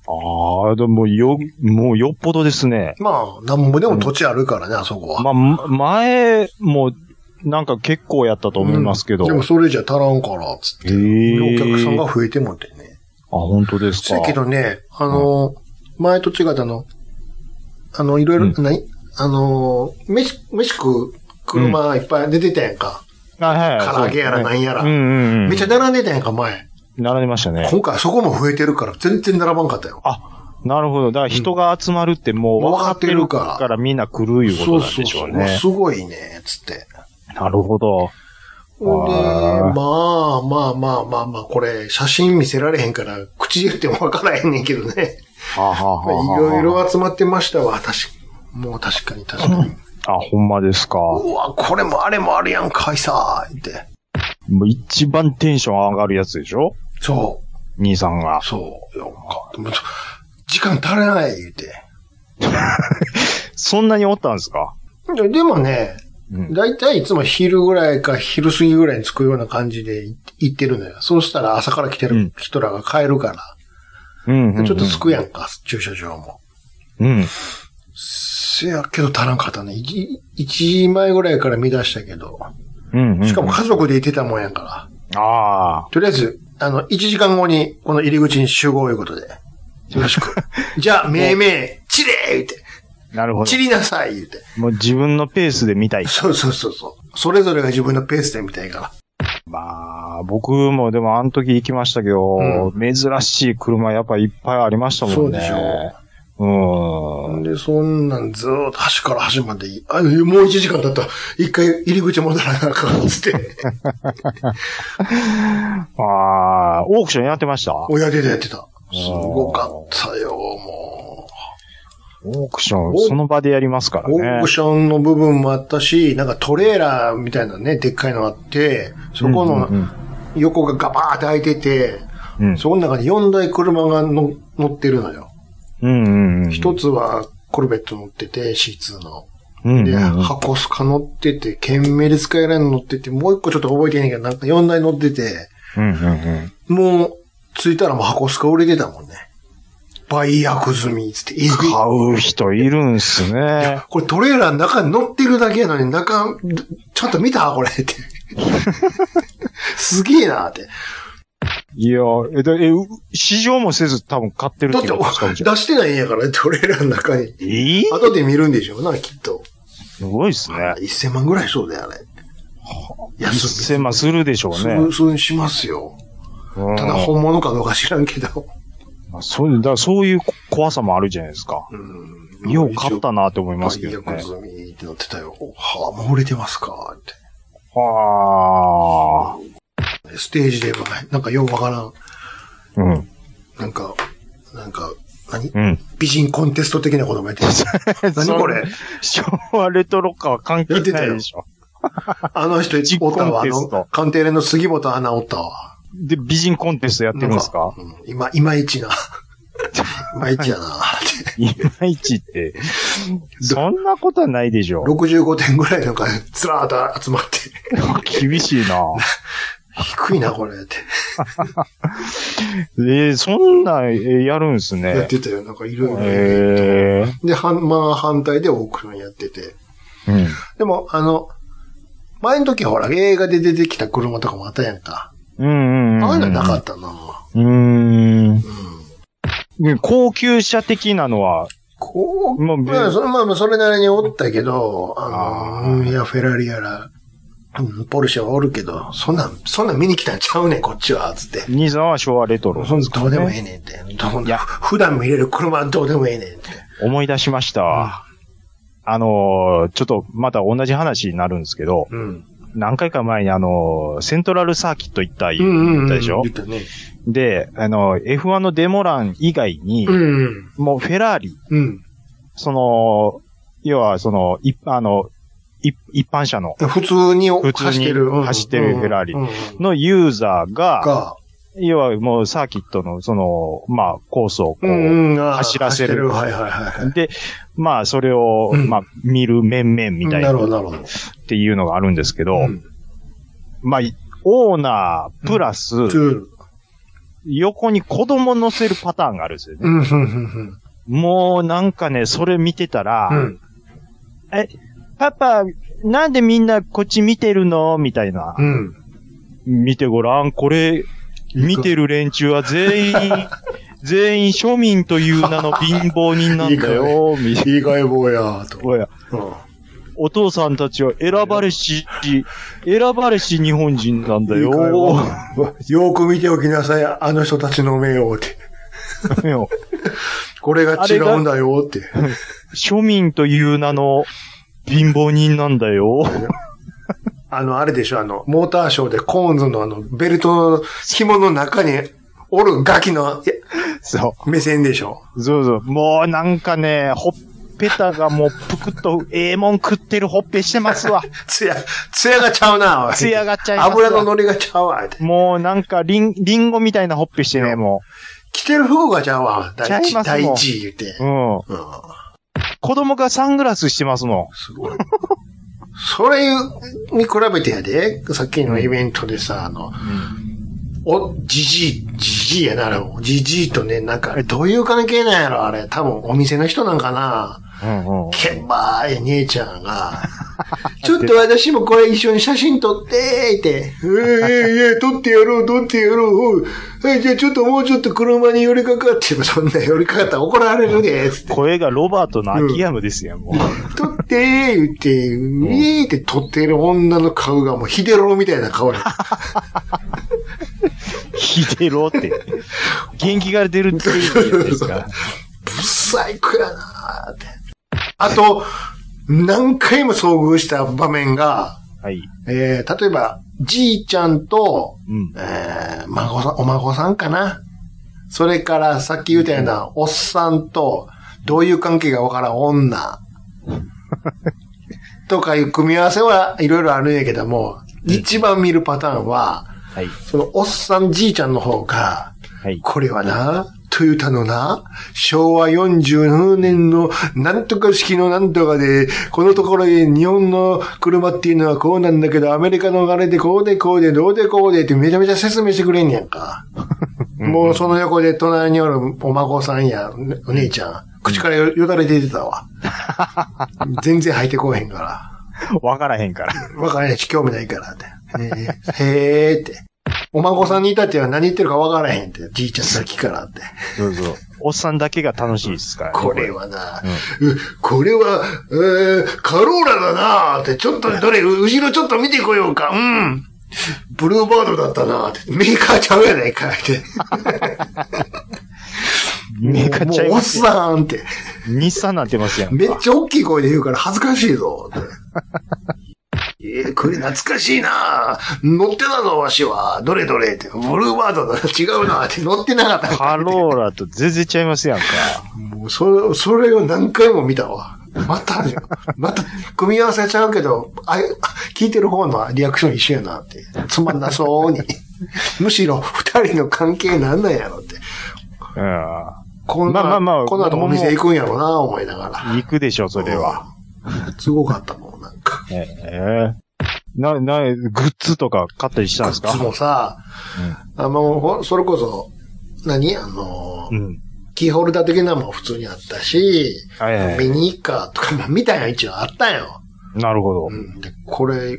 あー、でもよ、もうよっぽどですね。まあ、なんぼでも土地あるからね、あそこは。まあ、ま前も、なんか結構やったと思いますけど。うんでもそれじゃ足らんから、つって。へーお客さんが増えてもってね。あ、本当ですせか。やけどね、あの、前と違ったの、あの、いろいろ、うん何あの、飯、飯食う車いっぱい出てたやんか。あはいはい。唐揚げやらなんやらそうですねうんうんうん。めっちゃ並んでたやんか、前。並んでましたね。今回そこも増えてるから、全然並ばんかったよ。あ、なるほど。だから人が集まるってもううん分かってる分かってるかかららみんな来るいうことなんでしょうわね。すごいね、つって。なるほど。ほんで、あーまあまあまあまあまあ、これ、写真見せられへんから、口で言ってもわからへんねんけどね。はあ、はあまはあはああいろいろ集まってましたわ、確かもう確かに確かに。あ、ほんまですか。もうわ、これもあれもあるやんかいさーって。う一番テンション上がるやつでしょそ兄さんがう、。そう、よっか。でもちょ時間足らない、言うて。そんなにおったんですかででもね、うんだいたいいつも昼ぐらいか昼過ぎぐらいに着くような感じでい行ってるのよ。そうしたら朝から来てうんる人らが帰るから。うんうんうん。でちょっと着くやんか、駐車場も。うん。せやけど足らんかったね。1時前ぐらいから見出したけど。うんうん。しかも家族で行ってたもんやんから。ああ。とりあえず、あの、1時間後に、この入り口に集合いうことで。よろ しく。じゃあ、めいめい、チレー言うて、なるほどチ。リなさい言うて。もう自分のペースで見たい。そうそうそうそう。それぞれが自分のペースでみたいかまあ、僕もでもあの時行きましたけど、珍しい車やっぱいっぱいありましたもんね。そうでしょら。んで、そんなんずーっと端から端までい、あ、もう1時間経った。一回入り口戻らなあかんっ つって。ん。ああ、オークションやってましたオ親出でやってた。すごかったよ、もークション、その場でやりますからう。オーねク。ションの部分もあったし、なんかトレーラーみたいなね、でっかいのあって、そこのうん横がガバーって開いてて、うんうんそこの中に4台車がの乗ってるのよ。うんうんうん。一つはコルベット乗ってて、C2 の。うんうんで、うんハコスカ乗ってて、ケンメリスカイライン乗ってて、もう一個ちょっと覚えてないけど、なんか4台乗ってて、うんうんもう着いたらもうハコスカ売れてたもんね。売約済み、つって。いい買う人いるんすね。これトレーラーの中に乗ってるだけやのに、中、ちゃんと見たこれって。 すげえなって。いや、え、だえ、う試乗もせず多分買ってるだっってていうことですかお、出してないんやから、トレーラーの中に。えー後で見るんでしょうな、きっと。すごいっすね。 1000万ぐらいそうだよ、あれ。安1000万するでしょうい。ね。そう、そうしますよ。うんただ本物かどうか知らんけど。まあそういう、だからそういう怖さもあるじゃないですか。うんよう勝ったなって思い一応ますけどね売。約済みってなってたよ。はあ、もう売れてますかって。はあ。ステージでは、なんかようわからん。うん。なんか、なんか、何 うん。美人コンテスト的なこともやってた。何これ昭和レトロ化は関係ないでしょ。あの人実おったコンわ。あテストの、官邸連の杉本アナおったわ。で、美人コンテストやってるんですか うん、いま、いまいちな。いまいちやな。いまいちって、そんなことはないでしょ。 65点ぐらいのがずらーっと集まって、厳しい な。低いな、これって。えー、そんなんえーやるんすやっね。てたよ、なんかいろいろ。えー、で、反、まあ反対でオークションやってて。うん。でも、あの、前の時ほら、映画で出てきた車とかもあったやんか。うんうんうん。ああいうのなかったな。うーん。うん。ね高級車的なのは、こう、まあまあ、そまあまあ、それなりにおったけど、あの、あーうんいや、フェラリやら、うん、ポルシェはおるけど、そんなん、そんなん見に来たんちゃうねん、こっちは、つって。兄さんは昭和レトロ。そんなんどうでもええねんって。どういや普段見れる車はどうでもええねんって。思い出しましたわ。あのーちょっとまた同じ話になるんですけど、うん。何回か前にあのーセントラルサーキット行った、うんう言ん、ったでしょ言ったね。で、あのー F1 のデモ欄以外に、うんうん。もうフェラーリ、うん。その、要はその、一あの、一一般車の、普通に普通に走ってる。うん走ってるフェラーリうんうんのユーザーが、が、要はもうサーキットの、その、まあ、コースをこう、んあー走らせる走ってはいはいはいはい。で、まあ、それを、うんまあ、見る面々みたいななるほっど、なるほど。ていうのがあるんですけど、うんまあ、オーナープラス、ツール横に子供乗せるパターンがあるんですようね。ん、うん、うん、もうなんかね、それ見てたら、うん。うんパパ、なんでみんなこっち見てるのみたいな。うん。見てごらん、これ、見てる連中は全員、全員庶民という名の貧乏人なんだよ、みたいないい解剖や、と。おやうんお父さんたちは選ばれし、選ばれし日本人なんだよ。よく見ておきなさい、あの人たちの目をって。これが違うんだよって。 庶民という名の貧乏人なんだよ。あの、あれでしょ、あの、モーターショーでコーンズのあの、ベルトの紐の中におるガキのいやそ目線でしょ。う。そうそう。もうなんかね、ほっぺたがもうぷくっと、ええもん食ってるほっぺしてます わ。つや、つやがちゃうな、おいつやがちゃいますわ油の乗りがちゃうわ、って。もうなんかリン、リンゴみたいなほっぺしてね、も着てる服がちゃうわ、ちゃ第い一、ますもん第一言ってう。。うん。うん。子供がサングラスしてますもすごい。それに比べてやで、さっきのイベントでさ、あの、ん。お、じじい、じじいやな、あれも。じじいとね、なんか、あれどういう関係なんやろ、あれ。多分、お店の人なんかな。うんうん。けんばーい、姉ちゃん が。ちょっと私もこれ一緒に写真撮ってーって。ええええ、撮ってやろう、撮ってやろう。おいはい、じゃあちょっともうちょっと車に寄りかかって、そんな寄りかかったら怒られるで、つって。声がロバートの秋山ですよ、もう。撮ってー言って、見ーって撮ってる女の顔がもうヒデロみたいな顔や。ひでろ って。元気が出るっていう意味ですから。ブサイクやなーって。あと、何回も遭遇した場面が、はい。えー、例えば、じいちゃんと、うん。えー、孫さん、お孫さんかな。それから、さっき言ったような、おっさんと、どういう関係がわからん 女。とかいう組み合わせはいろいろあるんやけども、一番見るパターンは、はい。そのおっさんじいちゃんの方が、はい。これはな、トヨタのな、昭和47年のなんとか式のなんとかで、このところで日本の車っていうのはこうなんだけど、アメリカのあれでこうでこうで、どうでこうでってめちゃめちゃ説明してくれんねやんか。もうその横で隣におるお孫さんやお姉ちゃん、口からよよだれ出てたわ。全然入ってこうへんから。わからへんから。わからないし、興味ないからって。へえーって。お孫さんにいたっては何言ってるかわからへんって。じいちゃんさっきからって。そうそう。おっさんだけが楽しいですからね、これはな、うこれは、えー、カローラだなーって、ちょっとどれ、う後ろちょっと見てこようか。うん。ブルーバードだったなーって。メーカーちゃうやないかいって。めかちゃいもうおまっすよ。さんって。日産なってますやん。めっちゃ大きい声で言うから恥ずかしいぞ。 えー、これ懐かしいな乗ってたぞ、わしは。どれどれって。ブルーバードだ。違うなって。乗ってなかった。カローラと全然ちゃいますやんか。もう、それ、それを何回も見たわ。またあ るよ、また、組み合わせちゃうけど、あ、聞いてる方のリアクション一緒やなって。つまんな そうに。むしろ、二人の関係なんなんやろって。うん。こんな、まあまあまあこの後お店行くんやろうな、思いながら。行くでしょ、それは。すごかったもん、なんか。ええな、な、グッズとか買ったりしたんですか靴もさ、あの、ほそれこそ、何あの、うん。キーホルダー的なのも普通にあったし、はいはいはミい。ニカーとか、まあ、みたいな一応あったんよ。なるほどう。ん。で、これ、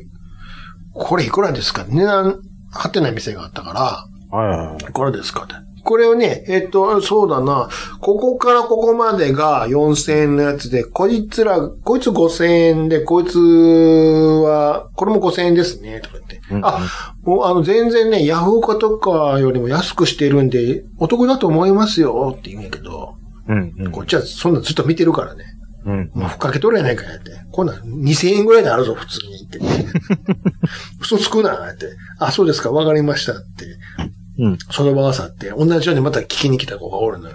これいくらですか値段、張ってない店があったから、はいはいはい。これですかって。これをね、えっと、そうだな、ここからここまでが4000円のやつで、こいつら、こいつ5000円で、こいつは、これも5000円ですね、とか言って。うんあ、もうあの、全然ね、ヤフオカとかよりも安くしてるんで、お得だと思いますよ、って言うんやけど、うん、うんこっちはそんなずっと見てるからね。うん。もうふっかけ取れないからやって。こんなん2000円ぐらいであるぞ、普通に って。嘘つくな、って。あ、そうですか、わかりましたって。うん。その場は去って、同じようにまた聞きに来た子がおるのよ。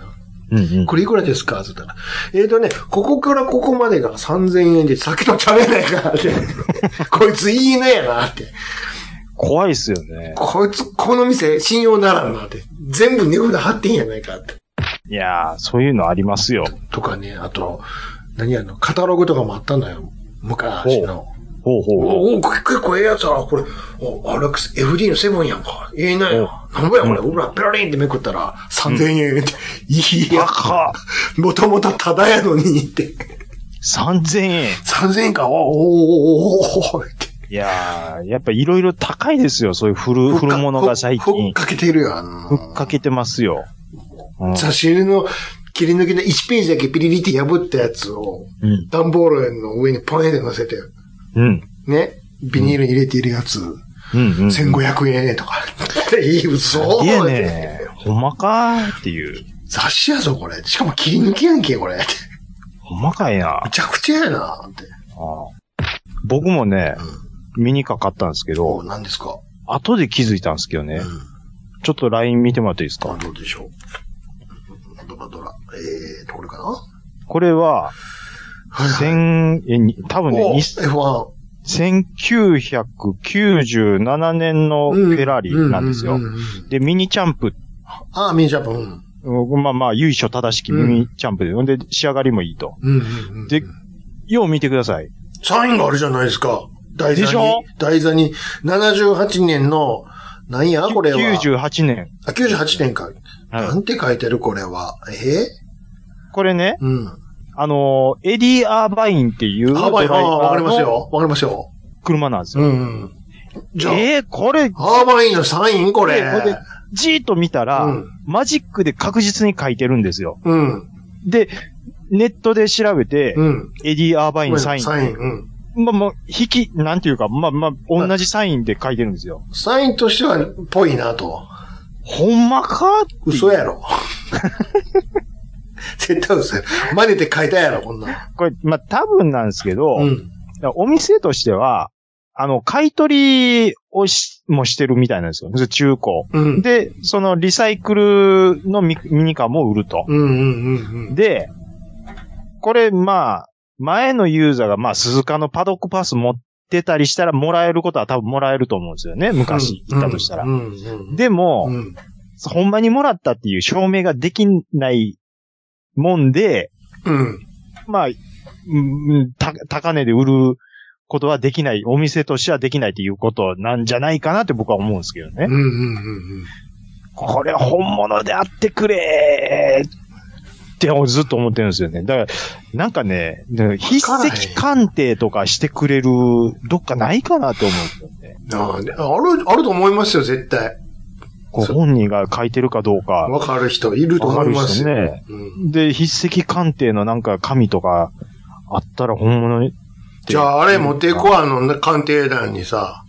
うん、うん。これいくらですかって言ったら。えーとね、ここからここまでが3000円で、さっきのちゃべないからって。 こいついいねやなって。怖いっすよね。こいつ、この店信用ならんなって。全部値札貼ってんやないかって。いやー、そういうのありますよ。とかね、あと、何やの、カタログとかもあったのよ。昔の。ほうほうほう。おお、結構ええやつだなこれ、お、アレックス、FD のセブンやんか。ええなや。なんぼやこれ、うん僕らペロリンってめくったら、3000円って。いや、高っもともとタダやのにって。 !3000 円。 3000円か、おおおおおおおって。いやー、やっぱいろいろ高いですよ。そういう古、古物が最ふっ近。かけてるよ、あのふっかけてますよ。うん雑誌の切り抜きの1ページだけピリリって破ったやつを、うん。段ボールの上にポインで乗せて、うん。ね、ビニールに入れているやつ、うん。うん。 1500円とか。いい、嘘いやね、ほんまかーっていう。雑誌やぞ、これ。しかも切り抜きやんけ、これ。めほんまかいな。ちゃくちゃやな、って。ああ僕もね、ミニカー買ったんですけおど、う何ですか後で気づいたんですけどうねん。、ちょっと LINE 見てもらっていいですあかどうでしょう。ドラドラ。えーと、これかなこれは、はいはい。千、え、に多分ね、おに F1。 1997年のフェラーリなんですうよう。うんうんで、ミニチャンプ、あー、ミニチャップ。うん。うんまあまあ、由緒正しきミニチャンプで、ほんで、仕上がりもいいと。うんうんうん。で、よう見てください。サインがあるじゃないですか。台座でしにょ。台座に、78年の、なんや、これは。 98年。あ、98年か。はいなんて書いてる、これは。えこれね、ーうん。あのーエディ・アーバインっていうドあ、ライわかりわバかりますーのよ。わかりますよ。車なんですうよ。ん。じゃあ、えー、これ、アーバインのサインこれ。でほんでじーっと見たら、うんマジックで確実に書いてるんですよ。うん。で、ネットで調べて、うん。エディ・アーバインサイン。サイン。うん。まあまあ、引き、なんていうか、まあまあ、同じサインで書いてるんですよ。サインとしては、ぽいなと。ほんまかっていう嘘やろ。絶対嘘や。真似て書いたやろ、こんなん。これ、まあ多分なんですけど、うん。お店としては、あの、買い取りをし、もしてるみたいなんですよ。中古。うん。で、そのリサイクルのミミニカーも売ると。うんうんうんうん。で、これ、まあ、前のユーザーが、まあ、鈴鹿のパドックパス持ってたりしたら、もらえることは多分もらえると思うんですよね。昔行ったとしたら。うんうん。でも、うん、ほんまにもらったっていう証明ができないもんで、うん。まあ、うんうんた高値で売ることはできない、お店としてはできないっていうことなんじゃないかなって僕は思うんですけどね。うんうんうんこれ本物であってくれーってずっと思ってるんですよね。だから、なんかね、筆跡鑑定とかしてくれる、どっかないかなって思うんですよね。うん。あある、あると思いますよ、絶対。こうそう本人が書いてるかどうか。わかる人いると思いますよ。わかる人ねうん、で、筆跡鑑定のなんか紙とかあったら本物にって。じゃあ、あれ持っていこう、あの、鑑定団にさ。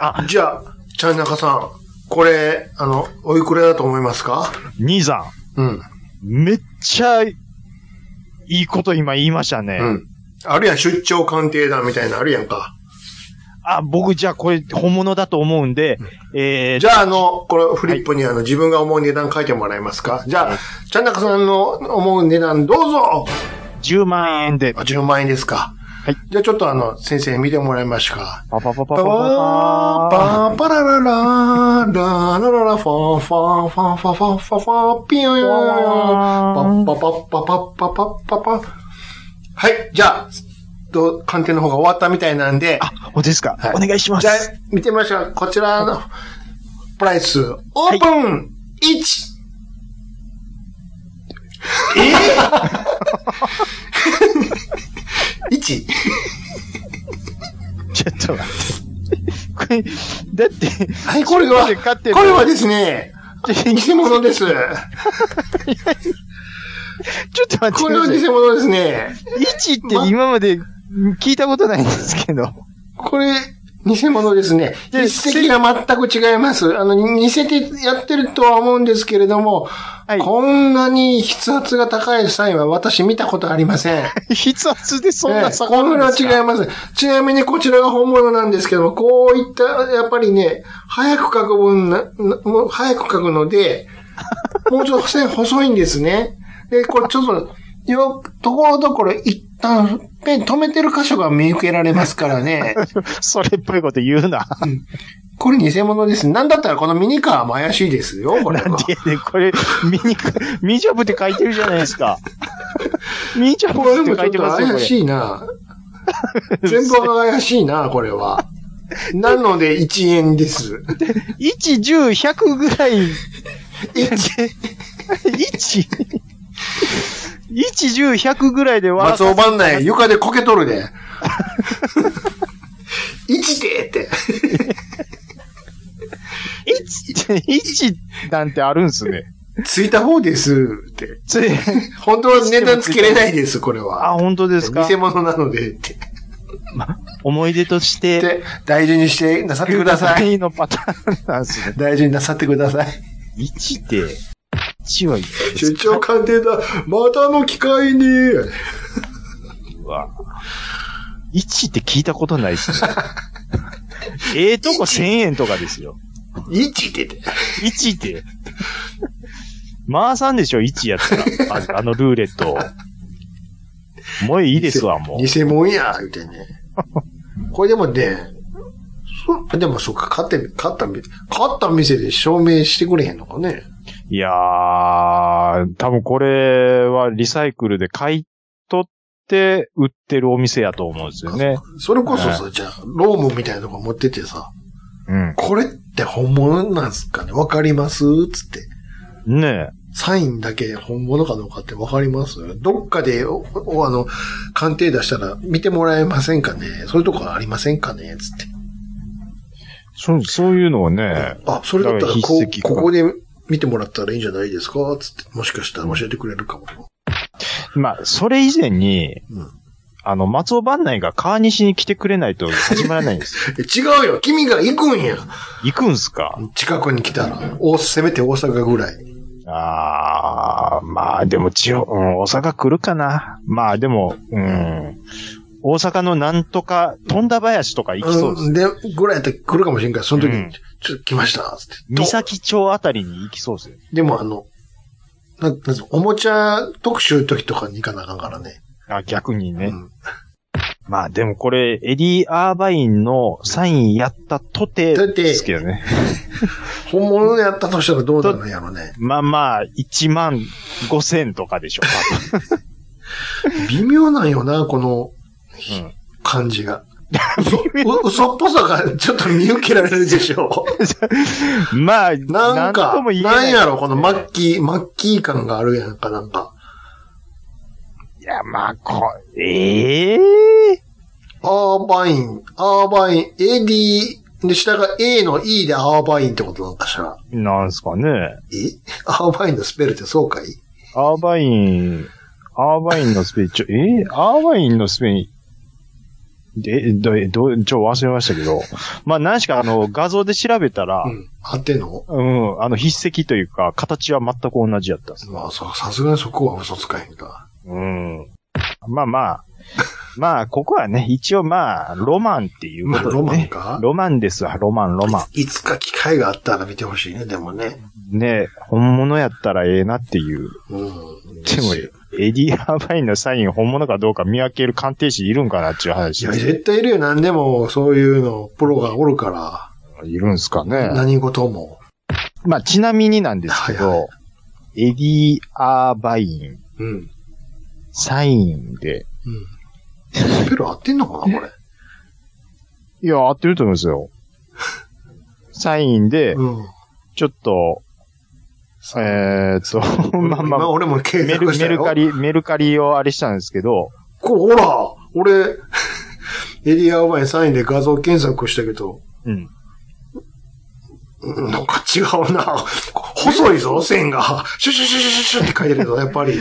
あ、じゃあ、ちゃんなかさん、これ、あの、おいくらだと思いますか兄さん、うん。めっちゃいいこと今言いましたね。うん。あるやん、出張鑑定団みたいなのあるやんか。あ、僕じゃあこれ本物だと思うんで、えー、じゃあ、あの、これフリップにあの、自分が思う値段書いてもらえますかじゃあ、ちゃんなかさんの思う値段どうぞ10万円で、あ !10 万円ですか。はい。じゃあ、ちょっとあの、先生見てもらえますかパパパパパパパワーパーパーパラララララララファンファンファンファンファンファンファンピヨヨンパッパパッパパッパパッパパ。はい、じゃあ、と鑑定の方が終わったみたいなんで、あ、おですか、お願いします。じゃあ、見てみましょう。こちらのプライス、オープン !1! え ?1! ちょっと待って。これ、だって、はい、これは、中古で買ってるこれはですね、偽物です。ちょっと待ってこくれだはさい。偽物ですね。 1って今まで聞いたことないんですけど。これ、偽物ですね。で一石が全く違います。あの、偽でやってるとは思うんですけれども、いこんなに筆圧が高いサインは私見たことありません。筆圧でそんな下がええこるんんなですか、違います。ちなみにこちらが本物なんですけども、こういった、やっぱりね、早く書く分な、なもう早く書く ので、もうちょっと線細いんですね。で、これちょっと、よく、ところどころ一旦、ペン止めてる箇所が見受けられますから ね。それっぽいこと言うな。これ偽物です。なんだったらこのミニカーも怪しいですよ、これなんは。でやねんこれ、ミニ、ミジョブって書いてるじゃないです か。ミジョこれブってもちょ書っいてとますよ、こ怪れ。しいな。全部が怪しいな、こ れは。なので、1円です。 1、10、100ぐらい、 1 1、1、10、100ぐらいで笑っ松尾番内、床でこけとる で。1でって。 1って、1なんてあるんすね。ついた方ですって。つい、本当は値段つけれないです、これあ、は。本当ですか偽物なのでって。思い出として、で大事にしてなさってくださ い。い。のパターンなんですね。大事になさってください。 1って、1はいい出張鑑定だ。またの機会に。わ。1って聞いたことないですね。ええとこ1000円とかですよ。 1でて。 1って。回さんでしょ、1やったら。ああのルーレットを。もういいですわ、もう。偽物や、言うて ね。これでもね、そでもそっか、勝って、勝ったみ、勝った店で証明してくれへんのかね。いやー、多分これはリサイクルで買い取って売ってるお店やと思うんですよね。それこそはさ、じゃあ、ロームみたいなとこ持っててさ、うこれって本物なんすかねわかりますつって。ん。ねサインだけ本物かどうかってわかりますどっかでお、おあの、鑑定出したら見てもらえませんかねそういうとこありませんかねつって。え。そう、そういうのをね、あ、それだっただらからこ筆う、跡ここで見てもらったらいいんじゃないですかつって、もしかしたら教えてくれるかも。まあ、それ以前に、うんあの、松尾番内が川西に来てくれないと始まらないん ですよ。え違うよ君が行くんや行くんすか近くに来たら。おせめて大阪ぐらい。ああ、まあでも地方、うん、大阪来るかな。まあでも、うん。大阪のなんとか、富田林とか行きそうです。んで、ぐらいやったら来るかもしれんから、その時に、うんちょっと来ました、つって。ど三う崎町あたりに行きそうですよ。でもあの、ななんつうのおもちゃ特集の時とかに行かなあかんからね。あ、逆にね。うんまあでもこれ、エディ・アーバインのサインやったとて、とてですけどね。本物でやったとしたらどうなるんやろね。まあまあ、1万5千とかでしょう微妙なんよな、この多分、感 じが。う嘘っぽさがちょっと見受けられるでしょうん。まあ、 う。なんなんか、とも言えなないんい。やろ、このマッキー、マッキー感があるやんか、なんか。いや、まあ、こ、ええアーバイン、アーバイン、AD、で、下が A の E でアーバインってことなのかしら。なんすかね。え アーバインのスペルってそうかいアーバイン、アーバインのスペイン、ちょ、えーアーバインのスペイン、で、ど、ど、ちょ、忘れましたけど、まあ、何しかあの、画像で調べたらう、ん。合ってんのうん、あの、筆跡というか、形は全く同じやったんです。まあ、そうさすがにそこは嘘つかへんか。うん。まあまあ、まあ、ここはね、一応まあ、ロマンっていうこまあ、とで、ね。ロマンかロマンですわ、ロマン、ロマいつか機会があったら見てほしいね、でもね。ン。ね、本物やったらええなっていう。うん。でも、いエディ・アーバインのサイン本物かどうか見分ける鑑定士いるんかなっていう話。や、絶対いるよ、何でも、そういうの、プロがおるか、いるんすからね。何事も。まあ、ちなみになんですけど、エディ・アーバイン、うん。うん。サインで。スペル合ってんのかなこれ。いや、合ってると思いますよ。サインで、うん。ちょっと、えー、っと、まあま今あ、俺も検 メル索したメよ。ルカリ、メルカリをあれしたんですけど、こほら、俺、 エリアワインサインで画像検索したけど、うん。うんなんか違うな。細いぞ、線が。シュシュシュシュシュシュって書いてるけど、やっぱり、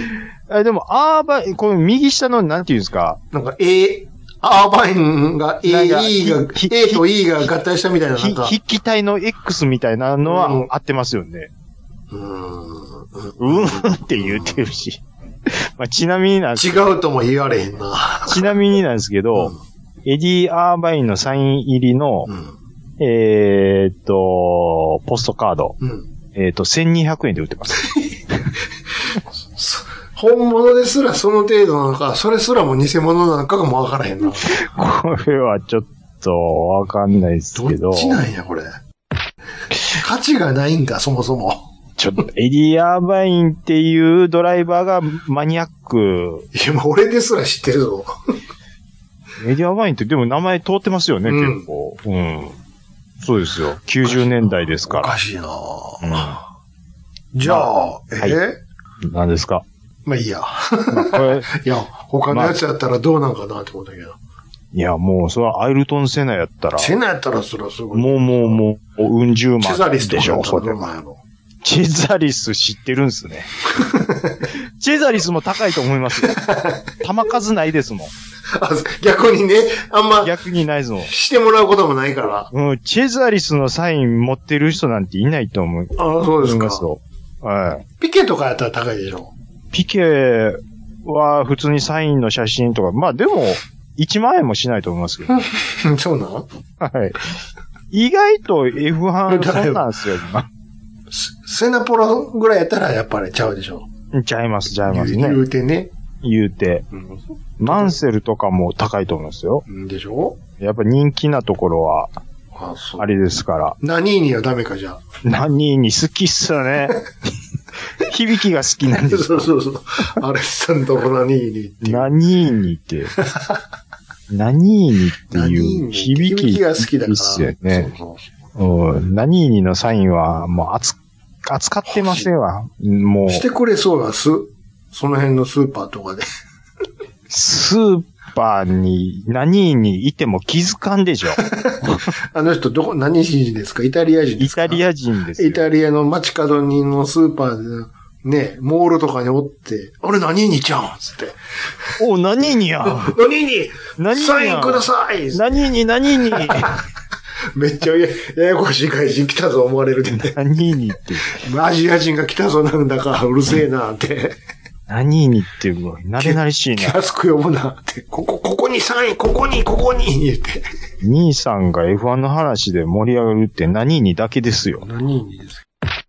え、でも、アーバイン、この右下の、なんていうんですか、なんか A、アーバインが A、なんか E がひ、 A と E が合体したみたいな、なひんか。筆記体の X みたいなのうんは合ってますよね。うーうんん、って言ってるし。まあ、ちなみになんです、違うとも言われへんな。ちなみになんですけど、エディ・アーバインのサイン入りの、うん。えーっと、ポストカード、うん。えーっと、1200円で売って ます。本物ですらその程度なのか、それすらも偽物なのかがもわからへんな。これはちょっと、わかんないですけど。どっちなんや、これ。価値がないんか、そもそも。ちょっと、エディ・アーバインっていうドライバーがマニアック。いや、もう俺ですら知ってるぞ。エディ・アーバインってでも名前通ってますよね、うん結構。うん。そうですよ。90年代ですおかかしいなぁら。じゃあ、え、いうん。何ですかまあいいや。まあこれ、いや、他のやつやったらどうなんかなって思ったけど。いや、もう、それはアイルトン・セナやったら、セナやったらそらすごい。もうもうもう、うん十万チザリスとでかしやょ、ったそられどうなんやろ。チザリス知ってるん すね。チェザリスも高いと思いますよ。玉数ないですもん。あ逆にね、あんま、逆にないですもん。してもらうこともないから。うん、チェザリスのサイン持ってる人なんていないと思う。あそうです思いかます。よ。はい。ピケとかやったら高いでし ょ。ピケは普通にサインの写真とか、まあでも、1万円もしないと思いますけど。うんそうなんはい。意外と F1 そうなんですよ、セセナポラぐらいやったらやっぱりちゃうでしょ。今。ちゃいます、ちゃい言まうす言ね。うてね。言うて。うんマンセルとかも高いと思いますよ。うんでしょやっぱ人気なところは、あ、そうあ。れですから。何にはダメかじゃあ。何に好きっすよ ね。響きが好きなんでそう す。そうそう。アレッサンドロ何にって いう。何にって。何にってい何うに響きが好きだから。いいっすよね。そううん何にのサインはもう扱扱ってませんわ。もそうう。し、てくれそうなす。その辺のスーパーとかで。スーパーに何にいても気づかん でしょ。あの人どこ、何人ですかイタリア人でイすタかリア人ですイよ。タリアの街角にのスーパーで、ね、モールとかにおって、あれ何にちゃうんつって。お、何に や何に何にやサインください何に何にめっちゃやややこしい外人来たぞ思われるでね。何にって。アジア人が来たぞなんだか、うるせえなって。何にって、うわなれなれしい気 な。安く呼ぶなって。ここ、ここにサイン、ここに、ここに言って。兄さんが F1 の話で盛り上がるって何にだけですよ。何にです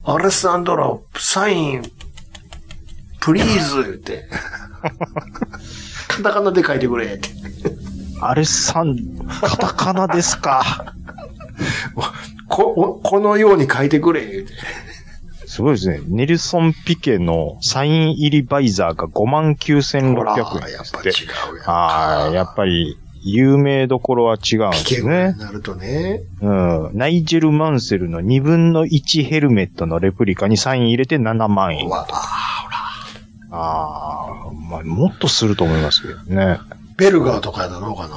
かアレスアンドロ、サイン、プリーズって。 カタカナで書いてくれって。アレッサン、カタカナです か。こ、おこのように書いてくれって。すごいですね。ネルソン・ピケのサイン入りバイザーがほら、 59,600円やでっすぱっ違て。うやん。はい。やっぱり、有名どころは違うんで危険すにね。なるとね。うん。ナイジェル・マンセルの2分の1ヘルメットのレプリカにサイン入れて7万円う。わあああ、まあ、もっとすると思いますけどね。ベルガーとかやだろうかな。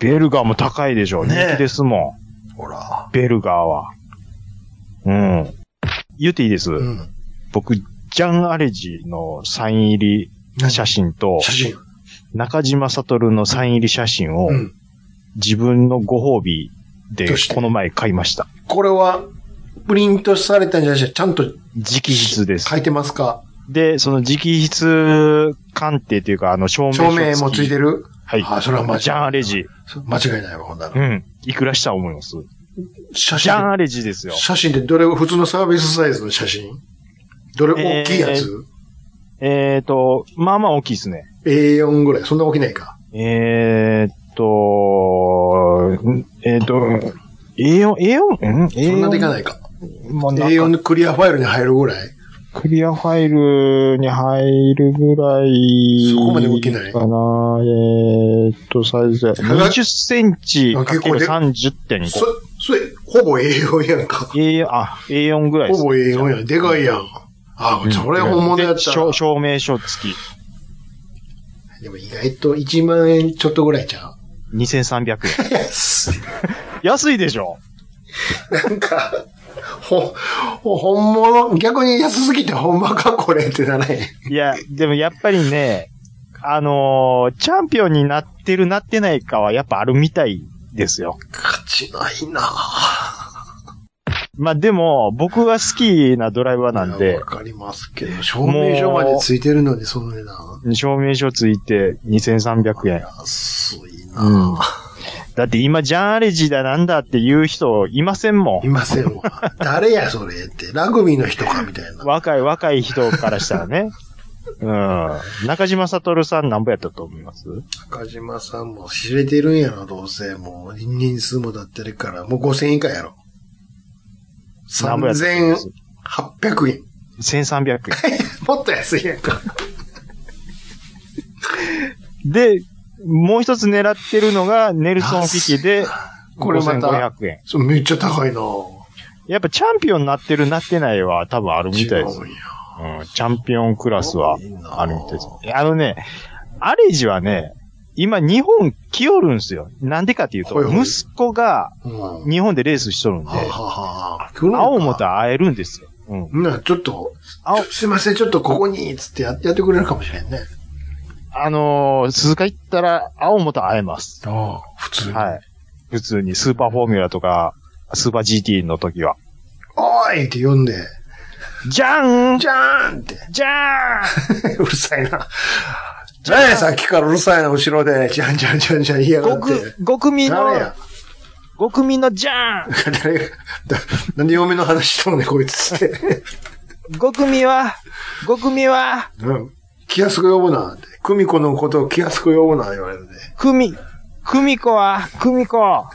ベルガーも高いでしょう。ねえ人気ですもん。ほら。ベルガーは。うん。言っていいです。うん。僕、ジャン・アレジのサイン入り写真と、写真。中島悟のサイン入り写真を、うん。自分のご褒美でどうし、てこの前買いました。これは、プリントされたんじゃなくて、ちゃんと直筆です書。いてますかで、その直筆鑑定というか、あの、証明書照明もついてる。るはい。あ、それは間違いジャン・アレジ。間違いないわ、ほんならう。ん。いくらしたと思います写ジャン・真アレジですよ。写真ってどれ、普通のサービスサイズの写真どれ、えー大きいやつ、えーと、まあまあ大きいですね。 ?A4 ぐらい。そんな大きないか。えー、っと、んえー、っと、A4、A4? うん ?A4? そんなでかないか。もうなんか A4 のクリアファイルに入るぐらい。クリアファイルに入るぐらい。そこまで大きないかな。えー、っと、サイズで。はが20センチあかけ結構るで30点そ、それ、ほぼ A4 やんか。 A4、あ、A4 ぐらいですほぼ A4 やん。でかいやん。あ、それ本物やったらで証証明書付き。でも意外と1万円ちょっとぐら いちゃう。 2300円。安いでしょなんか、ほ、ほ本物、逆に安すぎてほんまかこれってならへん。いや、でもやっぱりね、あのーチャンピオンになってるなってないかはやっぱあるみたいですよ。勝ちないなまあでも、僕が好きなドライバーなんでわ、かりますけど、証明書までついてるのにその値段。証明書ついて2300円。安いな、うんだって今、ジャンアレジだなんだって言う人いませんもいませんわ。誰やそれって。ラグビーの人かみたいん。な。若い、若い人からしたら ね。うん。中島悟さん何ぼやったと思います中島さんも知れてるんやろ、どうせ。もう、人数もだってるから、もう5000以下やろ。何ぼやったと思います3800円。 ?1300 円。 もっと安いやんか。で、もう一つ狙ってるのが、ネルソン・フィキで、 これまた、 5500円。そうめっちゃ高いなやっぱチャンピオンになってる、なってないは多分あるみたいです。違ううんやん、チャンピオンクラスはすごいなあるみたいです。あのね、アレジはね、今日本来よるんですよ。なんでかっていうとほい、ほい息子がうん。日本でレースしとるんでは、はは青もた。と会えるんですよ。うん。な、ちょっと、青、すいません、ちょっとここに、つってややってくれるかもしれんね。あのー鈴鹿行ったら青もと会えます。ああ、普通に。はい。普通にスーパーフォーミュラとか、スーパー GT の時は。おーいって呼んで、じゃーんじゃーんって。じゃーん うるさいな。じゃあねさっきからうるさいな、後ろで、じゃんじゃんじゃんじゃん嫌がごっくて。、ご組の誰、や ご組のじゃーん誰が、だなんで嫁の話しとんねん、こいつって。 ご組は、ご組は、うん。気安く呼ぶな、って。久美子のことを気安く呼ぶな、言われるで。くみ、くみこは、くみこ。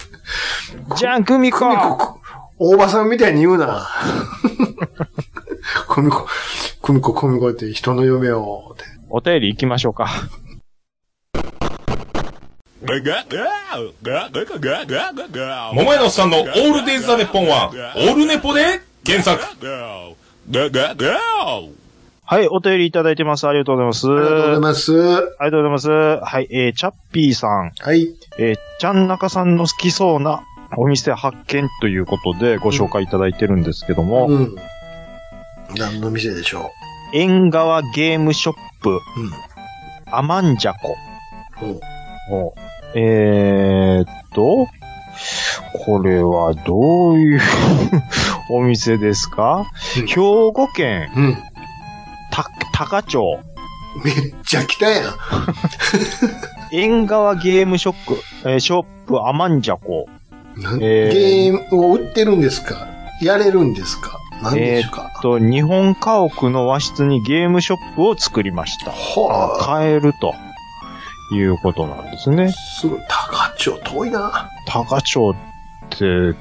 じゃん、くみこ久。美子、く大場さんみたいに言うな。 久美子、久美子、久美子って人の嫁を、って。お便り行きましょうか。桃屋のおっさんのオールデイズ・ザ・ネッポンは、オールネポで原作。はい、お便りいただいてます。ありがとうございます。ありがとうございます。はありがとうございます。はい、えー、チャッピーさん、い。えー、ちゃんなかさんの好きそうなお店発見ということでご紹介いただいてるんですけども、うん。何の店でしょ縁側ゲームショップ、う。うん。アマンジャコ。ほうおえー、っと、これはどういう お店ですかうん兵庫県うん。た高町めっちゃ来たやん。縁側ゲームショップ、えーショップアマンジャコ。なんえーゲームを売ってるんですかやれるんですか何でえしょうーかっ、と、日本家屋の和室にゲームショップを作りました。はあ、買えるということなんですね。すごい、高千穂遠いな。高町ってちょっ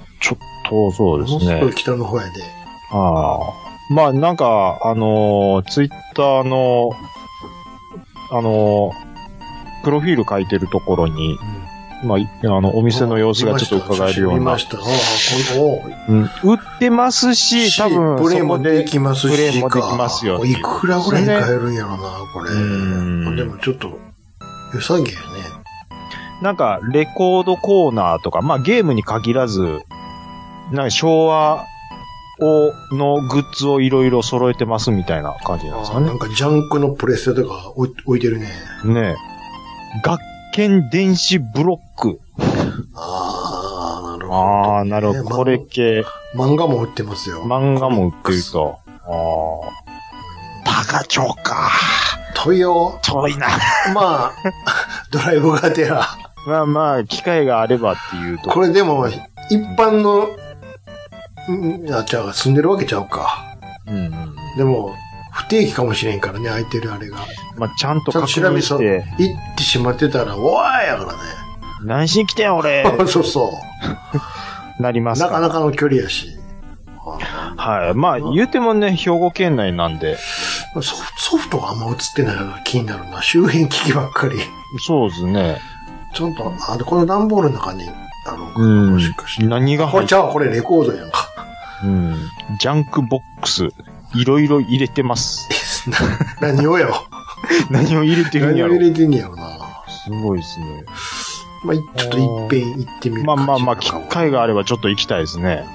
とそうですねものすご。い北の方やで。ああ。まあ、なんか、あのーツイッターの、あのープロフィール書いてるところに、まあい、あの、お店の様子がちょっと伺えるよう見なま。した。ああ、この、うん、売ってますし、多分、プレイもそこできますしか。プレイもできますよっていいうくらぐらいに買えるんやろな、これ。うんでもちょっと、良さげやね。なんか、レコードコーナーとか、まあ、ゲームに限らず、なんか、昭和を、のグッズをいろいろ揃えてますみたいな感じなんですあかあねな。んかジャンクのプレステとか置い置いてるね。ねえ。学研電子ブロック。ああ、なるほど。ああ、なるほど。これ系。漫画も売ってますよ。漫画も売ってると。ああ。高町か。遠いよ。遠いな。まあ、ドライブがてら。まあまあ、機会があればっていうと。これでも、一般の、んあ、ちゃう住んでるわけちゃうか。うんうん。でも、不定期かもしれんからね、空いてるあれが。まあ、ちゃんとちゃん確と調べ認そしう。行て、ってしまってたら、おーいやからね。何しに来て ん俺、そうそう。なりますなか。からなかの距離やし。あはい。まあ、言うてもね、兵庫県内なんで。ソフソフトがあんま映ってないのが気になるな。周辺機器ばっかり。そうですね。ちゃんと、あ、で、この段ボールの中に、あの、うんもしかして。何がこ入れ、っじゃあこれレコードやんか。 うん。ジャンクボックス、いろいろ入れてます。 な何をやろ。何を入れてるん何やをろ入。れてんねやろな。すごいですね。まあ、いちょっと一遍行ってみるまあまあまあ、機感じなのかも会があればちょっと行きたいですね。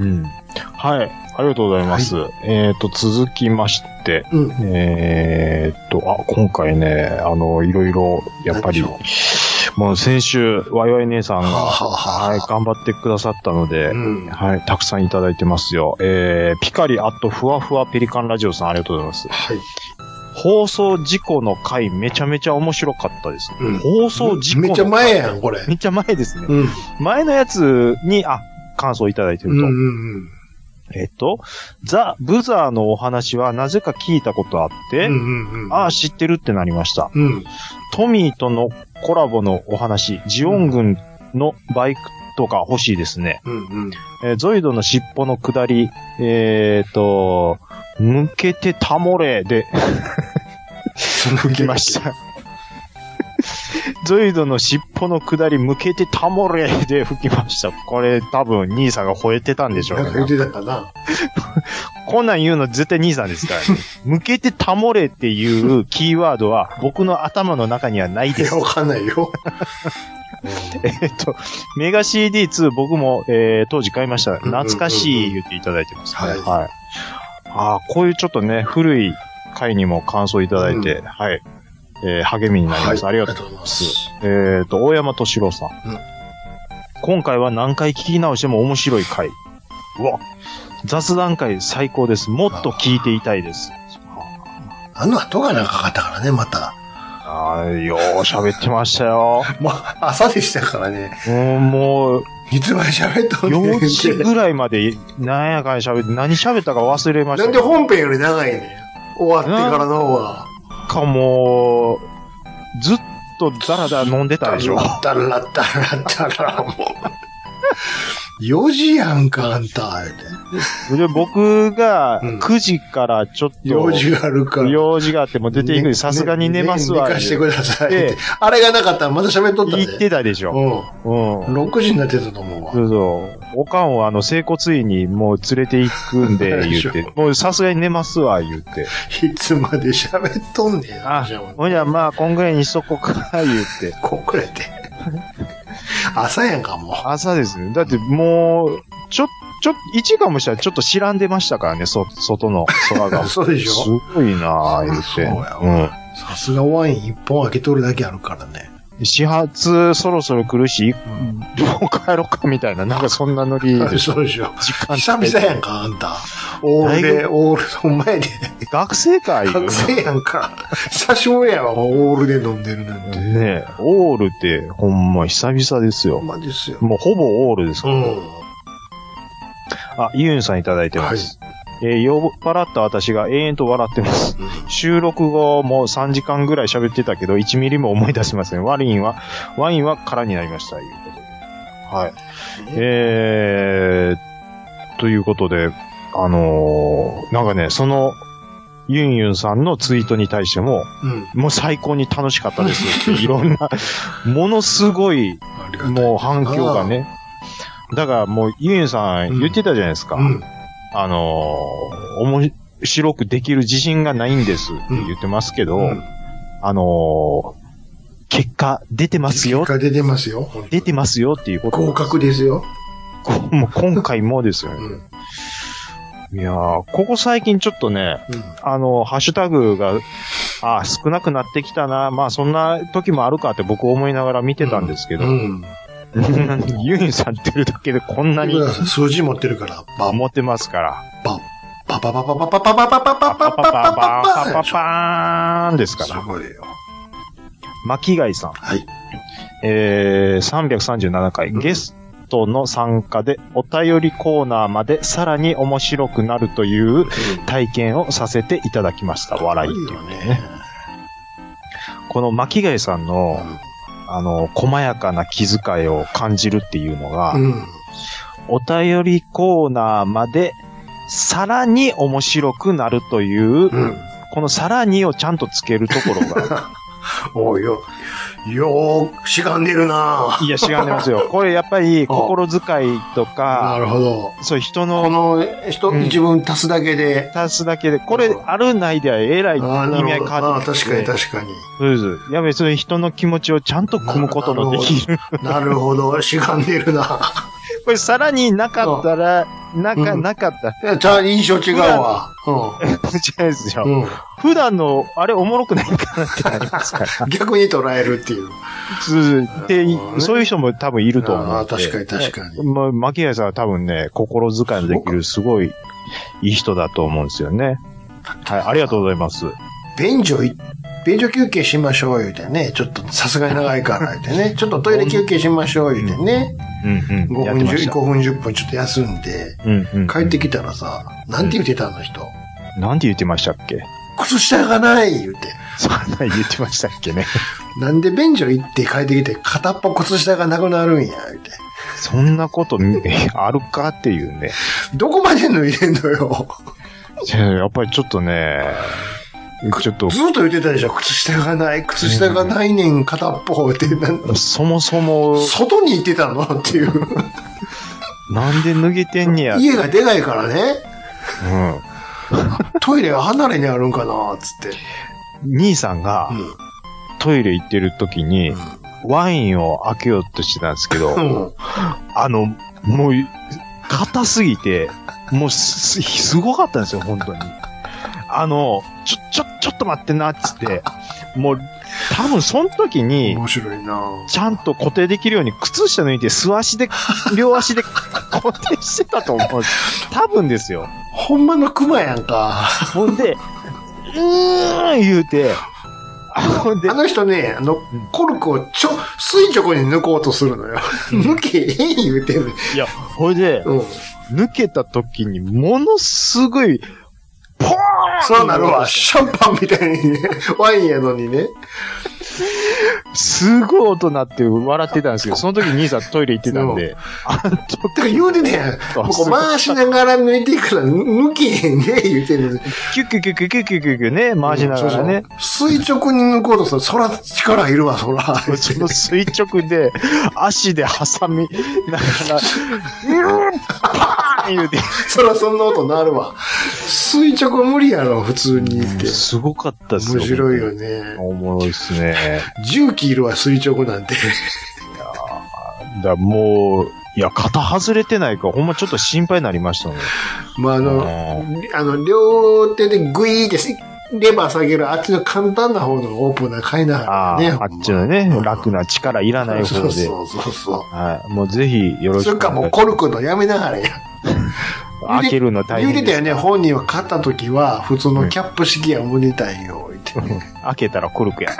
うん。はい。ありがとうございます。えっ、と、続きまして、うんえっ、と、あ、今回ね、あの、いろいろ、やっぱり何、もう先週、ワイワイ姉さんが、はあはあはい、は頑張ってくださったので、あ。うん。はい、たくさんいただいてますよ。えー、ピカリアットふわふわペリカンラジオさん、ありがとうございます。はい。放送事故の回、めちゃめちゃ面白かったです。うん放送事故のめ回っちゃ前やん、これ。めっちゃ前ですね。うん。前のやつに、あ、感想いただいてうんるうと。んうん。えっと、ザ・ブザーのお話はなぜか聞いたことあって、うんうんうん。ああ、知ってるってなりました。うん。トミーとのコラボのお話、ジオン軍のバイクとか欲しいですね。うんうん。えーゾイドの尻尾の下り、えっ、と、抜けてたもれで、吹来まし。 た。ゾイドの尻尾の下り、向けてたもれで吹きました。これ多分兄さんが吠えてたんでしょうなんねか言ってたかな。こんなん言うの絶対兄さんです からね。向けてたもれっていうキーワードは僕の頭の中にはないいですや、。わかんないよ。えっと、メガ CD2 僕も、えー当時買いました。んうんうん懐かしい言っていただいてますね。はいはい。ああ、こういうちょっとね、古い回にも感想いただいて、はい。えー励みになります。ありがとううございまます。えっ、と、大山敏郎さん,、うん今回は何回聞き直しても面白い回。うわ雑談会最高です。もっと聞いていたいです。あの後が長かったからね、また。ああ、よう喋ってましたよ。まあ、 朝でしたからね。もう、もう、いつまで喋ったの4時ぐらいまで、なんやかんや喋って、何喋ったか忘れましたなんけでど。本編より長いねん終わってからの方が。なんかもう、ずっとダラダラ飲んでたでしょ。だらだらだら、もう。4時やんか、あんた、言うてで、僕がうん9時からちょっと、用事あるから。用事があってもう出ていくんで、さすがに寝ますわ。ねね寝かして言ください。であれがなかったらまた喋っとったで。ってたでしょ。ううん。ん。6時になってたと思うわ。そうそう。おかんをあの、整骨院にもう連れて行くん で、言って。もうさすがに寝ますわ、言って。いつまで喋っとんねん。あじゃあ、ほんじゃ、まあ、こんぐらいにしとこうか、言って。こんくらいで。朝やんか、もう。朝ですね。だってもう、ちょ、ちょ、1時間もしたらちょっと知らんでましたからね、そ、外の空が。 そうでしすょごいなぁ、言って。そうやわさすがワイン一本開けとるだけあるからね。うん。始発そろそろ来るし、もう帰ろうかみたいな、なんかそんなノリ でしょ。そうでしょ。時間久々やんか、あんた。オールだいで、オールの前で。学生か、言う。学生やんか。久しぶりやわ、オールで飲んでるなんて。ねえ、オールって、ほんま久々ですほんよ。まですよ。もうほぼオールですうからん。あ、ユンさんいただいてます。えー酔っ払った私が永遠と笑ってます。収録後も3時間ぐらい喋ってたけど、1ミリも思い出しません。ワインは、ワインは空になりました。いうことで。はい。えー、ということで、あのーなんかね、その、ユンユンさんのツイートに対しても、うん。もう最高に楽しかったですって、いろんな、ものすごい、ありがとう。もう反響がね。だからもう、ユンユンさん言ってたじゃないですか。うん。あのー面白くできる自信がないんですって言ってますけど、うんあのー結果出てますよ結、果出てますよ。出てますよっていうこと。合格ですよ。こもう今回もですようね。ん。いやー、ここ最近ちょっとね、あのーハッシュタグが、あー少なくなってきたな、まあそんな時もあるかって僕思いながら見てたんですけうど、ん。うん。 ユンさん出るだけでこんなに見てください数字持ってるから、バン持ってますから。パパパパパパパパパパパパパパパパパパパパパーンですかすら。ごいよ。巻貝さん。はい。えー、337回、んゲストの参加でお便りコーナーまでさらに面白くなるという体験をさせていただきました。笑いっていう。ね。この巻貝さんの、あの、細やかな気遣いを感じるっていうのが、うん。お便りコーナーまでさらに面白くなるという、うん。このさらにをちゃんとつけるところ が、おうよ、よーくしがんでるないや、違うんですよ。これやっぱり心遣いとなか、るほど。そう人このの人、うん一文足すだけで、足すだけで、これあるないではえらい意ああ、な味合い変るほど。あわあ、ってくる確かんにで確かに。そうです。やべ、それ人の気持ちをちゃんと組むことのできる。なるほど、 しがんでるな。 これさらになかったら、なか、うんなかったら、いやちゃん印象違うわ。じゃないですよ。うん。うん。普段の、あれおもろくないかなってなります から。逆に捉えるっていう。そうそうでなるほどねそういう人も多分いると思う。ああ、確かに確かに。まあ、巻貝さんは多分ね、心遣いのできる、すごい、いい人だと思うんですよね。はい、ありがとうございます。便所い、便所休憩しましょう言うてね。ちょっとさすがに長いから言うて ね。ちょっとトイレ休憩しましょう言うてね。うんうん。や5って分ま10、した5分10分ちょっと休んで、うんうん。帰ってきたらさ、なんて言ってたの人。なんて言ってましたっけ靴下がない言うて。そんな言ってましたっけね。 なんで便所行って帰ってきて片っぽ靴下がなくなるんや言うて。そんなこと、えあるかっていうね。どこまで脱いでんのよ。じゃあやっぱりちょっとね、ちょっと、ずっと言ってたでしょ。靴下がない、靴下がないねん、片っぽって。なんそもそも、外に行ってたのっていう。なんで脱げてんねや。家がでかいからね。うん。トイレが離れにあるんかな、つって。兄さんがうんトイレ行ってる時に、ワインを開けようとしてたんですけど、うん。あの、もう、硬すぎて、もうす、すすごかったんですよ、本当に。あの、ちょ、ちょ、ちょっと待ってな、っつって、もう、多分その時に、面白いなちゃんと固定できるように、靴下抜いて、素足で、両足で固定してたと思うんです。多分ですよ。ほんまの熊やんか。ほんで、うーん言うて、あほんであ、の人ね、あの、コルクをちょ、垂直に抜こうとするのよ。抜けへん言うてる。いや、ほいで、うん。抜けた時に、ものすごい、ポーンそうなるわ。シャンパンみたいにね、ワインやのにね。すごい音鳴って笑ってたんですけど、その時兄さんトイレ行ってたんで、あのだから言うてね、こう回しながら抜いていくから、抜けへんね、言うてる。キュッキュッキュッキュッキュッキュッキュッキュッね、回しながらね。そうそう。垂直に抜こうとする。そら、力いるわ、そら。その垂直で、足で挟みながら、うんパーン言うて、そら、そんな音なるわ。垂直無理やろ、普通にって。すごかったですよ。面白いよ。ね。おもろいっすね。重機いるわ、垂直なんて。 だもう、いや、肩外れてないか、ほんまちょっと心配になりましたね。まあ、あうの、んあの、両手でグイーってレバー下げる、あっちの簡単な方のオープンな買いなあがらあ、ね。あっちのね、楽な力いらないそ方うで。そうそうそはい。もうぜひ、よろう。しくそおれか願もいうコルクのやめながらや。開けるの大言う変てでたすよね、本人は買った時は、普通のキャップ式や無理たんよ、言って。開けたらコルクや。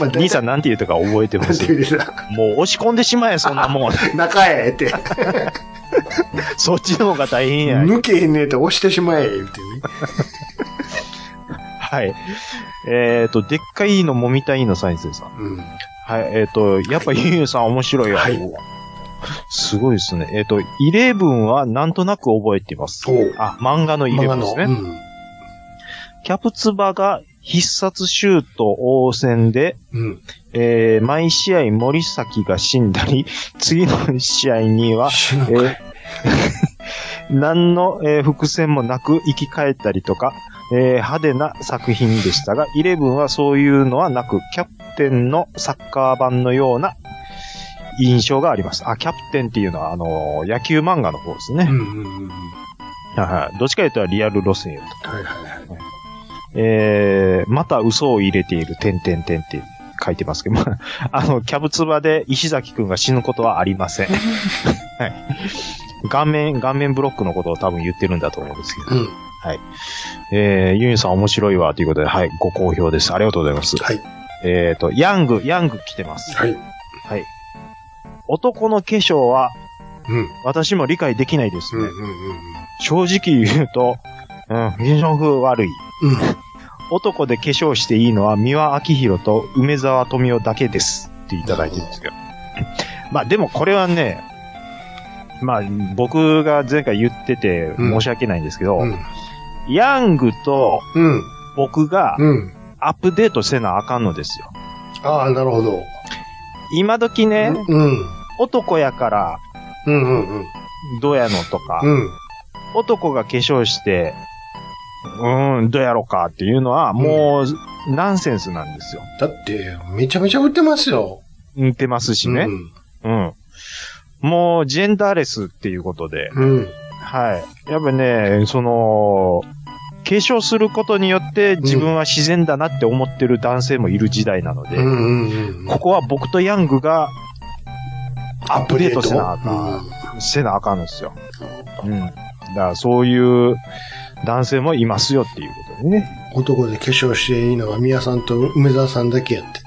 まあ兄さん、んなんて言うとか覚えてまなんすてよ言うて た。もう押し込んでしまえ、そんな もん。中へって、そっちの方が大変や。抜けへんねえって押してしまえ、言うてね。はい。えっと、でっかいの、もみたいのサイズでさ。うん。はい。えっと、やっぱゆうゆうさん面白いよはい。すごいですね。えっと、イレブンはなんとなく覚えてますおう。あ、漫画のイレブンですね。うん。キャプツバが必殺シュート応戦で、うん。えー毎試合森崎が死んだり、次の試合には、死ぬえー何の、えー伏線もなく生き返ったりとか、えー派手な作品でしたが、イレブンはそういうのはなく、キャプテンのサッカー版のような印象があります。あ、キャプテンっていうのは、あのー野球漫画の方ですうね。んうんうん。はいはいどっちかというとリアル路線よと。はいはいはい。えー、また嘘を入れている、てんてんてんって書いてますけど、 まあ、あの、キャブツバで石崎くんが死ぬことはありません。 はい。顔面、顔面ブロックのことを多分言ってるんだと思うんですけど。うん。えー、ユンさん面白いわ、ということで、はい、ご好評です。ありがとうございます。はい。えーと、ヤング、ヤング来てます。はい。はい。男の化粧はうん。私も理解できないです、うんねうんうん正直言うと、うん、非常に悪い。うん。うん。男で化粧していいのは三輪明宏と梅沢富美男だけですっていただいてるんですよ。まあでもこれはね、まあ、僕が前回言っててうん申し訳ないんですけど、うん。ヤングとうん。僕がうん。アップデートせなあかんのですよ。ああ、なるほど。今時ね、うん。男やからうんうんうん。どうやのとか、うん。男が化粧して、うーん、どうやろかっていうのは、もう、ナンセンスなんですよ。だって、めちゃめちゃ売ってますよ。似てますしね。うん。もう、ジェンダーレスっていうことで、うん。うん。はい。やっぱね、その、化粧することによって自分は自然だなって思ってる男性もいる時代なので、うんうんうん。ここは僕とヤングがアップデートせなあかん。うんせなあかんのですよ。うん。だからそういう男性もいますよっていうことでね。 男で化粧していいのは宮さんと梅沢さんだけやって。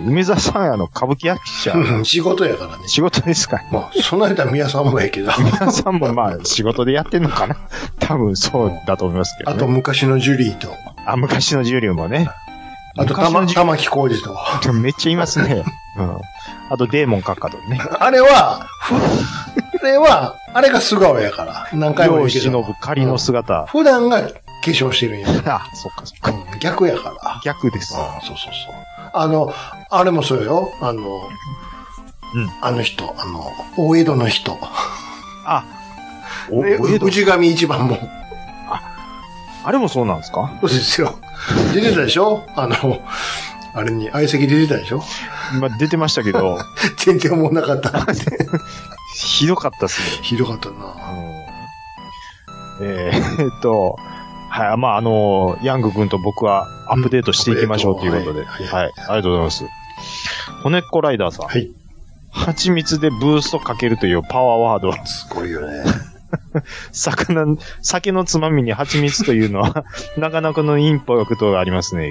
梅沢さんやの歌舞伎役者、うん仕事やからね。仕事ですかまあ、その間宮さんも やけど。梅沢さんもまあ仕事でやってんのかな多分そうだと思いますけど、あね。と昔のジュリーと。あ、昔の重流もね。あと昔の玉、ジュ玉木浩二と。めっちゃいます ね。うん。あと、デーモン閣下とね。あれは、ふあれは、あれが素顔やから。何回も世言をうけ忍どぶ。仮の姿。普段が化粧してるんや。あ、そっかそっうか。ん逆やから。逆です。ああそうそうそう。あの、あれもそうよ。あの、うんあの人、あの、大江戸の人。あ、おえ大江戸内神一番も。あれもそうなんですかそうですよ。出てたでしょあの、あれに相席出てたでしょまあ、出てましたけど、全然思わなかった。ひどかったっすね。ひどかったな。えー えっと、はい、まあ、あの、ヤング君と僕はアップデートしていきましょうということで、うんアッはプデいートはい、ありがとうございます。骨っこライダーさん。はい。蜂蜜でブーストかけるというパワーワード。 すごいよね。魚、酒のつまみに蜂蜜というのは、 なかなかのインパクトがありますね。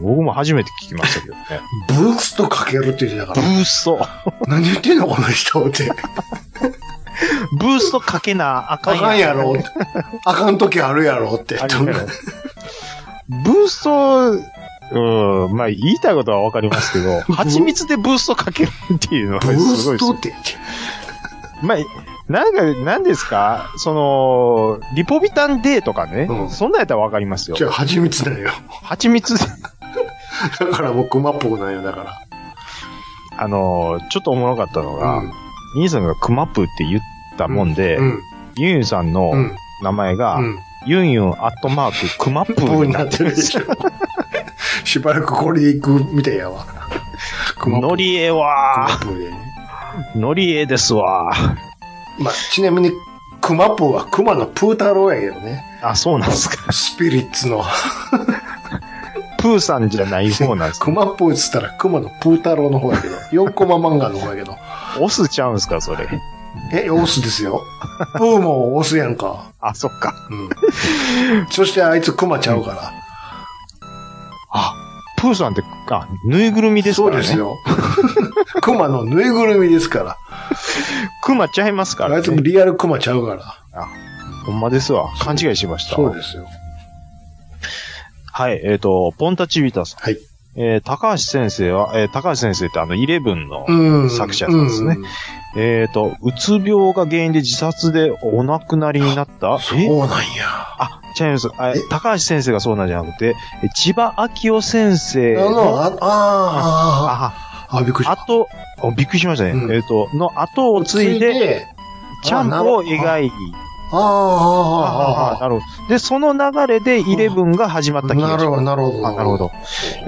僕も初めて聞きましたけどね。ブーストかけるって言ってたブから。ースト。何言ってんのこの人って。ブーストかけなあかあんかんやろって。あかん時あるやろって。あれだよブースト、うん、まあ言いたいことはわかりますけど、 蜂蜜でブーストかけるっていうのはブねーすごいスでトすっ。て言って。まあ、なんか、なんですかその、リポビタン D とかね、うんそんなんやったらわかりますよじ。ゃあ、蜂蜜だよ。蜂蜜で、 だからもう熊っぽくないよ、だから。あのーちょっとおもろかったのが、うん兄さんがクマプーって言ったもんで、うん。ユンユンさんのうん。名前が、うん。ユンユンアットマーククマププーーににななっっててるん るでですしよ。ょ。しばらくこれで行くみたいやわ。熊っぽノいリエは、熊っぽいでね。ノリエですわ。まあ、ちなみに、熊プーは熊のプー太郎やけどね。あ、そうなんですか。スピリッツの。プーさんじゃない方なんですか。熊プーっつったら熊のプー太郎の方やけど。4コマ漫画の方やけど。オスちゃうんすか、それ。え、オスですよ。プーもオスやんか。あ、そっか。うん。そしてあいつ熊ちゃうから。あ、プーさんって、あ、ぬいぐるみですそかうらね。ですよ。熊のぬいぐるみですから。クマちゃいますかあらいつね、もリアル熊ちゃうから。ほんまですわ。勘違いしました。そうですよ。はい、えっ、と、ポンタチビタさん。はい。えー高橋先生は、えー高橋先生ってあの、イレブンの、うん作者さんですね。えっ、と、うつ病が原因で自殺でお亡くなりになった、そうえなんや。あ、違います。あえ高橋先生がそうなんじゃなくて、え千葉明夫先あ生の、の、あ、ああ、あ、あ、びっくりした。後、あびっくりしましたね。うんえっ、と、の後を継いで、、キャンプを描いああ、ああ、あなるほど。で、その流れでイレブンが始まっあ。た気ながしるまほすど、なるほど。あなるほど。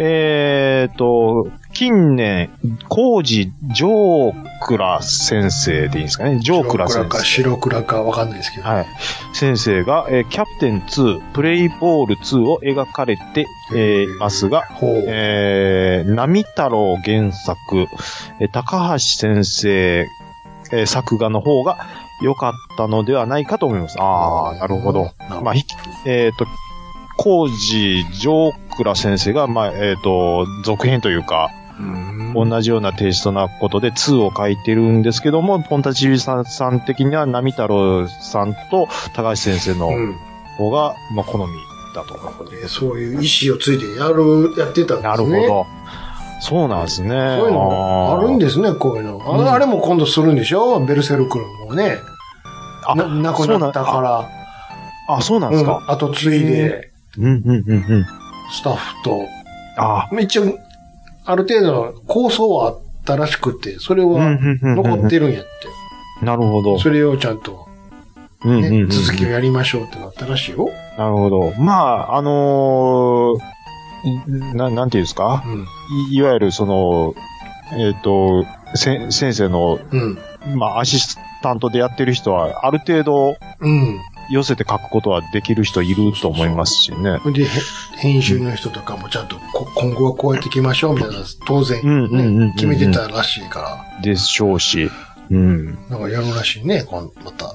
えっ、と、近年、工事ジョークラ先生でいいんですかね。ジョークラ白先生倉か。白倉かわかんないですけど。はい。先生が、えーキャプテン2、プレイボール2を描かれて、えーいますが、ほう。えー、波太郎原作、えー高橋先生、えー作画の方が良かったのではないかと思います。ああ、なるほど。まあ、ひえっ、と、工事ジョークラ先生が、まあ、えっ、と、続編というか、うん同じようなテイストなことで2を書いてるんですけども、ポンタチビさんさん的には、波太郎さんと高橋先生うのん方が、まあ、好みだと思います。でそういう意思をついてやる、やってたんですね。なるほど。そうなんですね。そうそういうのもあるんですね、こういうの。あうんあれも今度するんでしょベルセルクのもね。あ、ななくなったかあ、そうなら。んですうか。ん後継いで、うん、うん、うん、うん。スタッフと。あまあ一応、ある程度の構想はあったらしくて、それうんはうんうんうんうん残ってるんやって。なるほど。それをちゃんと、うんうんうんうね、ん続きをやりましょうってなったらしいよ。なるほど。まあ、あのーな、なんていうんですかうん。いいわゆるその、えっ、と、せ、先生の、うん。まあ、アシスタントでやってる人は、ある程度、うん。寄せて書くことはできる人いると思いますしね。で、へ編集の人とかもちゃんとこ今後はこうやっていきましょうみたいな、当然、うんうんうんうんうんね、決めてたらしいかでしょうし。うん。ら、なんかやるらしいね、こんまた。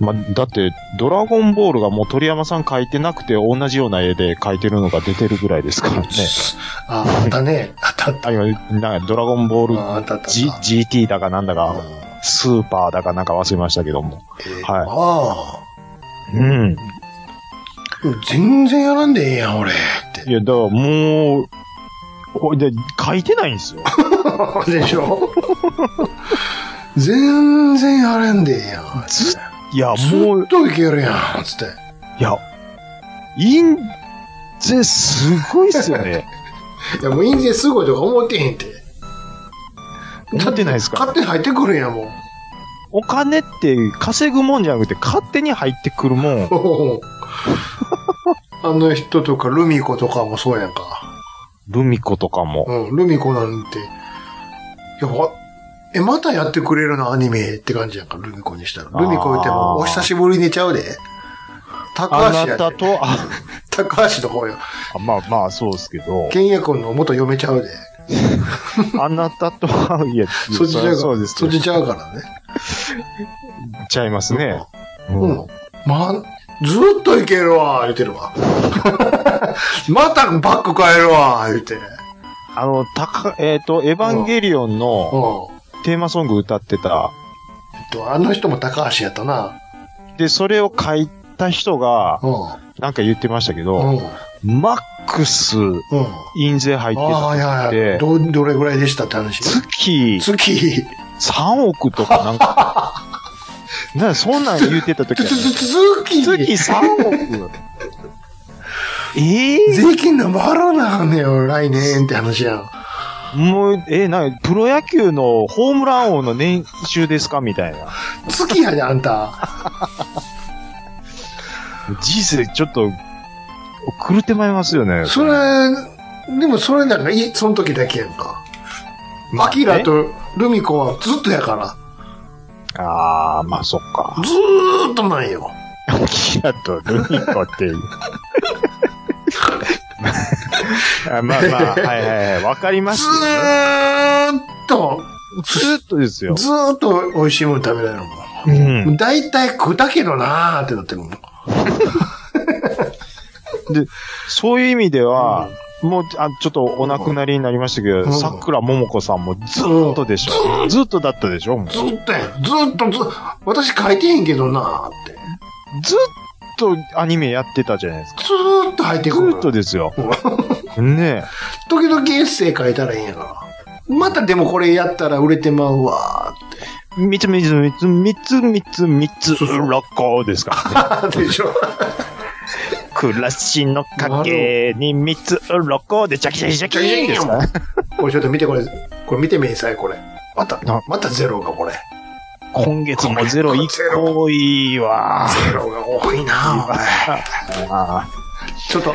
まあ、だって、ドラゴンボールがもう鳥山さん書いてなくて、同じような絵で描いてるのが出てるぐらいですからね。ああ、あっ たね。あったあった。あ、今、なんかドラゴンボールああったあった。 G、GT だかなんだうんか、スーパーだかなんか忘れましたけども。えーはいあうん。あ。全然やらんでええやん、俺。って。いや、だからもう、これで書いてないんですよ。でしょ 全然やれんでええやん。ず いや、もずうっ、といけるやん、つって。いや、インゼすごいっすよね。いや、もう印税すごいとか思ってへんて。思ってないですか勝手に入ってくるんやもん。 お金って稼ぐもんじゃなくて勝手に入ってくるもん。おうあの人とか、ルミ子とかもそうやんか。ルミ子とかも。うん、ルミ子なんて。いやば、え、またやってくれるのアニメって感じやんか、ルミ子にしたら。ルミ子言ってあーも、お久しぶりにちゃうで。高あ橋なやたで。と、あ、高橋の方よ。あまあまあそうですけど、ケンヤ君の元嫁ちゃうで。あなたとは、いや、そっちちゃうから。そうですけそっどちちゃうからね。ちゃいますね。ううんん。まあ、ずっといけるわ、言うてるわ。 またバック変えるわ、言うて。うあの、たか、えっ、と、エヴァンゲリオンのん。テーマソング歌ってた。あの人も高橋やったな。で、それを書いた人が、うん。なんか言ってましたけうん。ど、うん。マックス、あ印税入ってあ、いたっやいや、て、ど、どれぐらいでしたって話。月月、 3億とかなんか、なんかそんなん言ってた時つはつつ月つ月、 3億ええ税金なまらなあんねよ、来年って話やん。もう、えなんか、プロ野球のホームラン王の年収ですかみたいな。月やで、あんた。人生ちょっと、狂ってまいりますよね。それ、でもそれなんか、い、その時だけやんか。アキラとルミ子はずっとやから。ああ、まあそっか。ずーっとなんよ。アキラとルミコっていう。 あまあまあ、はいはいはい。わかりますずよ、ね。ーっと、ずーっとですよ。ずーっと美味しいもの食べられるもん。うん。大体食ったけどなーってなってるもん。そういう意味では、もう、あ、ちょっとお亡くなりになりましたけうど、んさくらももこさんもずーっとでしょ。ずーっとだったでしょもうずっとやん。ずっとず、私書いてへんけどなーって。ずーっとアニメやってたじゃないですか。ずーっと入ってずくる。ーっとですよ。ね時々エッセイ書いたらいいんやから。またでもこれやったら売れてまうわえ。みつみつみつみつみつみつ、六個ですからね。ーって。でし ょ。暮らしの家計に三つ六個でジャキジャキジャキですからねこれちょっと見てこれ。これ見てみんさい、これ。またあ、またゼロがこれ。今月もゼロ一個多いわ。ゼロが多いなお前あちょっと、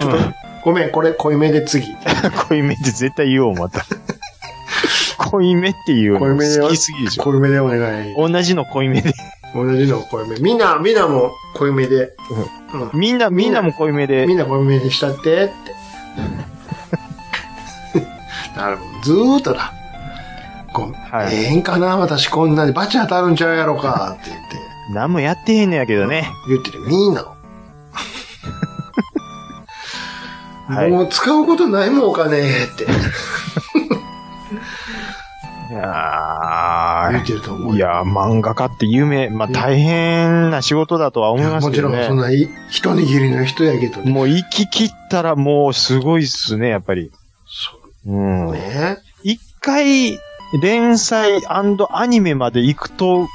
ちょっと、ごめん、これ濃いめで次。ー濃いめって絶対言おう、また。濃いめっていうの濃いめで好きすぎでしょ。濃いめでお願い。同じの濃いめで。同じの濃いめ。みんな、みんなも濃いめで。うんみんな、みんなも濃いめでみ。んなこういう目にした ってって。なるほど。ずーっとだ。ごめん、はいええんかな私こんなにバチ当たるんちゃうやろかって言って、何もやってへんねやけどね。言ってるみんな を。はいもう使うことないもんお金っていや言っーてると思う。いやー、漫画家って夢、まあうん大変な仕事だとは思いますもけちどろんねそん。ない一握りの人やけどね。もう行き切ったらもうすごいっすね、やっぱり。そううん。ね。一回、連載アニメまで行くと、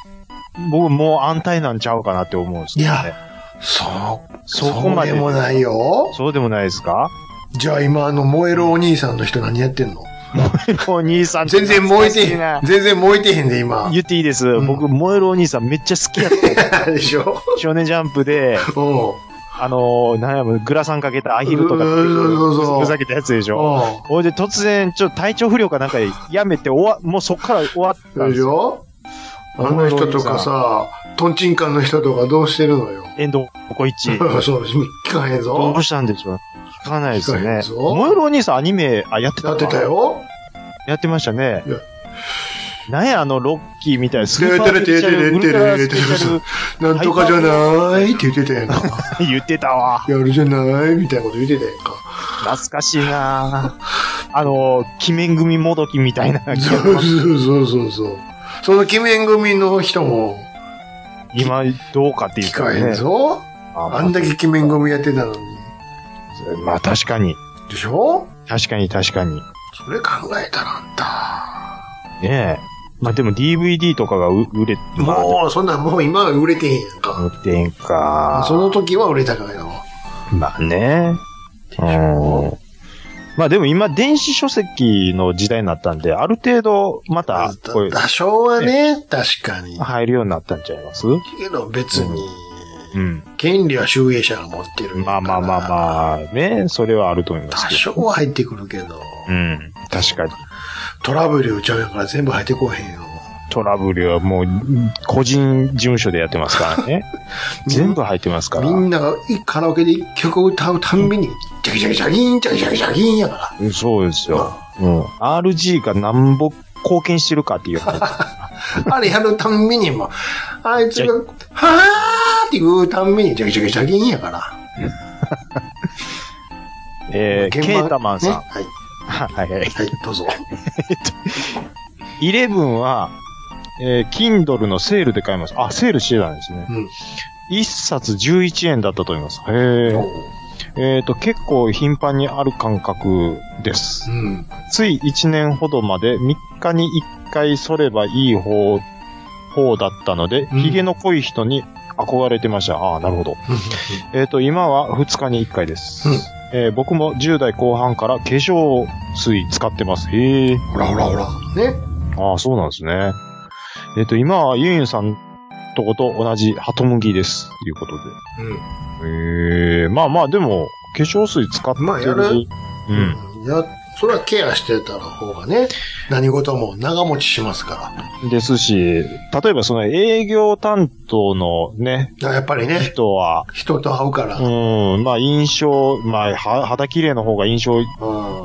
僕もう安泰なんちゃうかなって思うんですけどいね。そう、そこまで。そうでもないよ。そうでもないです かじゃあ今、あの、燃えるお兄さんの人何やってんのお兄さん全然燃えてへ懐かんしい。全然燃えてへんで、今。言っていいです。ん僕、燃えるお兄さんめっちゃ好きやった。たでしょ少年ジャンプで、 うん。あのー、なんやもん、グラサンかけたアヒルとかうんそうそうそうふざけたやつでしょ。うほいで突然、ちょっと体調不良かなんかでやめて、終わ、もうそっから終わったんん。でですしよ。ょあの人とかさ、トンチンカンの人とかどうしてるのよ。遠藤こいち。 そう、聞かへどんぞう。したんでしょう聞かないです聞かないねで。すよ燃えるお兄さんアニメ、あ、やってたやかってた。よ。やってましたねいや。なんや、あの、ロッキーみたいな、スーパースペシャル、ウルトラスペシャなんとかじゃないって言ってたやんか。ル、言ってたわ。やるじゃないみたいなこと言ってたやんか。懐かしいなぁあの、鬼面組もどきみたいな、そうそうそうそうそう。その鬼面組の人も今、どうかっていう聞かへんね。ぞ。まあまああんだけ鬼面組やってたのに。まあ確かに。でしょ確かに確かに。それ考えたらあんた。ねえ。まあでも DVD とかがう売れ、まあ、もう、そんなんもう今は売れてへんやんか。売ってんか。その時は売れたからよ。まあね。うん。まあでも今、電子書籍の時代になったんで、ある程度、また、こういう、多少はね、確かに。入るようになったんちゃいますけど別に、うん。権利は集英社が持ってるんまやからあまあまあまあ、ね、それはあると思います多けど。少は入ってくるけど、うん。確かに。トラブル打ちゃうやから全部入ってこへんよ。トラブルはもう、個人事務所でやってますから ね。全部入ってますからみ。んながいカラオケで一曲歌うたんびに、ジャキジャキジャキン、ジャキジャキジャキンやかそうですよ。ら。うん。RG がなんぼ貢献してるかっていう 話。あれやるたんびにも、あいつが、はーって言うたんびに、ジャキジャキジャキンやから。えー、現ケ場ータマンさん。ねはい。 はいはい。はい、どうぞ。イレブンは、えー、Kindle のセールで買います。あ、セールしてたんですね。うん一冊11円だったと思います。へえ。えっ、と、結構頻繁にある感覚ですう。ん。つい1年ほどまで3日に1回剃ればいい方、方だったので、ん髭の濃い人に憧れてました。ああ、なるほど。えっ、と、今は2日に1回です。うんえー僕も10代後半から化粧水使ってます。へえ。ほらほらほら。ね。ああ、そうなんですね。えっ、と、今はユンユンさんとこと同じハトムギです。ということで。ええまあまあ、でも、化粧水使ってる。まあやるうん。いや、それはケアしてた方がね、何事も長持ちしますかですし、例えばその営業担当のね、ら。やっぱりね、人は、人と会うから。うん、まあ印象、まあは肌綺麗の方が印象、うん。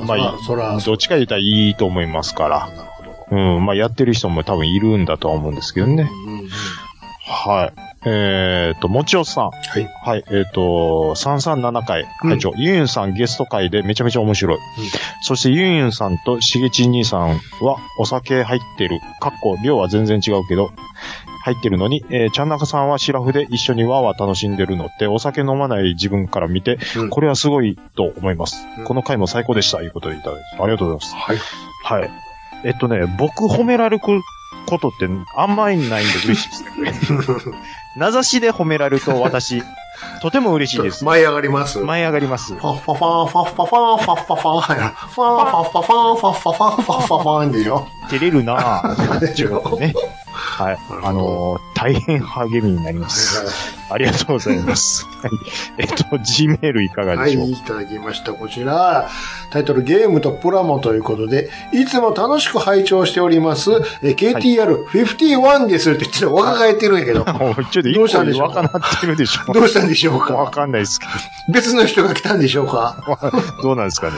まあまあ、そら、そどっちか言ったらいいと思いますからら、。なるほど。うん、まあやってる人も多分いるんだとは思うんですけどね。うんうん。はい。えっ、と、もちおさん。はいはい。えっ、と、337回うん会長、ユンユンさんゲスト会でめちゃめちゃ面白い。そしてユンユンさんとしげち兄さんはお酒入ってる。かっこ、量は全然違うけど、入ってるのに、えー、ちゃんなかさんはシラフで一緒にわーわー楽しんでるのって、お酒飲まない自分から見て、うんこれはすごいと思います。うんこの回も最高でした。ということでいただきます。ありがとうございます。はい。はい。えっとね、僕褒められることってあんまりないんで嬉しいですね。名指しで褒められると 私、とても嬉しいです。舞い上がります。ファ舞い上がります。ファファン、ファファファン、ファファファンや。ファン、ファファファン、ファファファン、ファファファンでしょ。照れるなぁ。 でしょ。はいね。はい。あのー大変励みになります。ありがとうございます。はい。えっと、G メールいかがはでい、しょういただきました。こちら、タイトルゲームとプラモということで、いつも楽しく拝聴しております、えー KTR51 ですって、ちょっと若返ってるんやけど、か。もうちょっとどうしたんで一し個ょう若なってるでしょどうしたんでしょうわかかんないですけ別の人が来たんでしょうかど、どうなんですかね。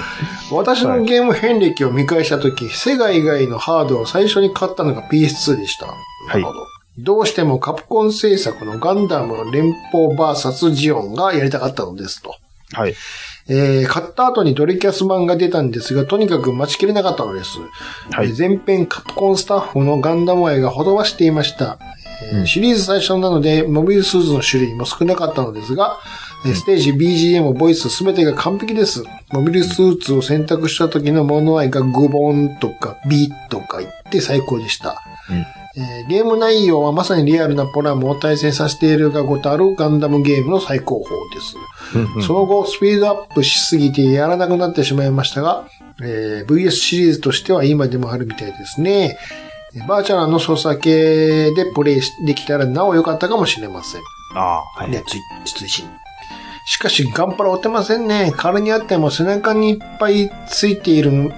私のゲーム遍歴を見返したとき、セガ以外のハードを最初に買ったのが PS2 でした。いなるほど。どうしてもカプコン制作のガンダム連邦 VS ジオンがやりたかったのですと。はい。えー買った後にドリキャス版が出たんですが、とにかく待ちきれなかったのです。はいえー前編カプコンスタッフのガンダム愛がほとばしていました。えーシリーズ最初なので、モビルスーツの種類も少なかったのですが、えーステージ、BGM、ボイス、すべてが完璧です。モビルスーツを選択した時の物愛がグボンとかビーとか言って最高でした。えーゲーム内容はまさにリアルなポラムを対戦させているがごたるガンダムゲームの最高峰です。その後、スピードアップしすぎてやらなくなってしまいましたが、えー VS シリーズとしては今でもあるみたいですね。えーバーチャルの操作系でプレイできたらなお良かったかもしれません。ああー、はい。ね、つい、追伸。しかし、ガンパラ追ってませんね。彼にあっても背中にいっぱいついている、ん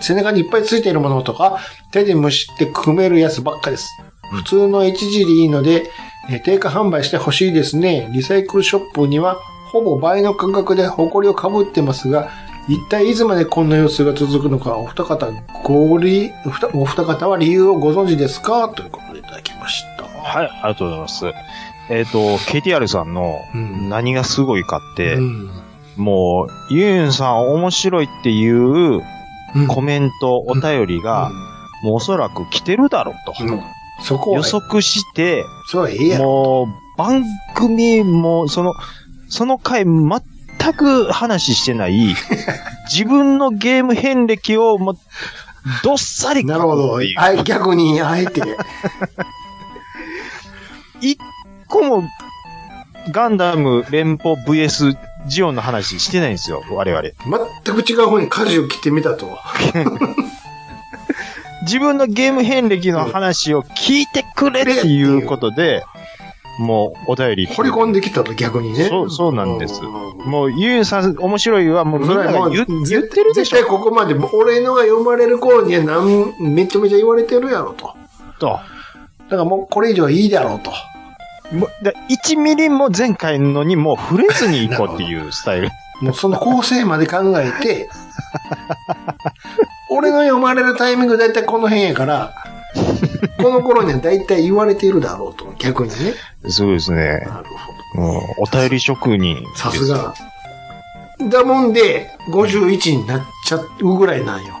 背中にいっぱいついているものとか、手で蒸して組めるやつばっかです。普通の一時でいいので、え定価販売してほしいですね。リサイクルショップには、ほぼ倍の価格で誇りをかぶってますが、一体いつまでこんな様子が続くのか、お二方、ご理、お二お二方は理由をご存知ですかということでいただきました。はい、ありがとうございます。えっ、と、KTR さんのうん何がすごいかって、うんもう、ユーンさん面白いっていううんコメント、お便りが、もうおそらく来てるだろうと。うんそこは、予測して、それはええやろ。もう、番組も、その、その回全く話して ない、自分のゲーム遍歴をもう、どっさり書くなるほど。っはていうい、逆に、あえて。一個も、ガンダム連邦 VS ジオンの話してないんですよ、我々。全く違う方に舵を切ってみたと。自分のゲーム遍歴の話を聞いてくれっていうことで、もうお便り。掘り込んできたと、逆にね。そうそうなんですももう、ユンさん面白いはもうみんそなれはもがう、言っ言絶ってるでしょ絶対ここまで、俺のが読まれる頃にはなん、めちゃめちゃ言われてるやろと。と。だからもう、これ以上いいだろうと。もうだ1ミリも前回のにもう触れずに行こうっていうスタイル。もう、その構成まで考えて、俺の読まれるタイミングだいたいこの辺やから、この頃にはだいたい言われているだろうと、逆にね。 そうですね。なるほど。うん、お便り職人。さす。が。だもんで、51になっちゃうぐらいなんよ。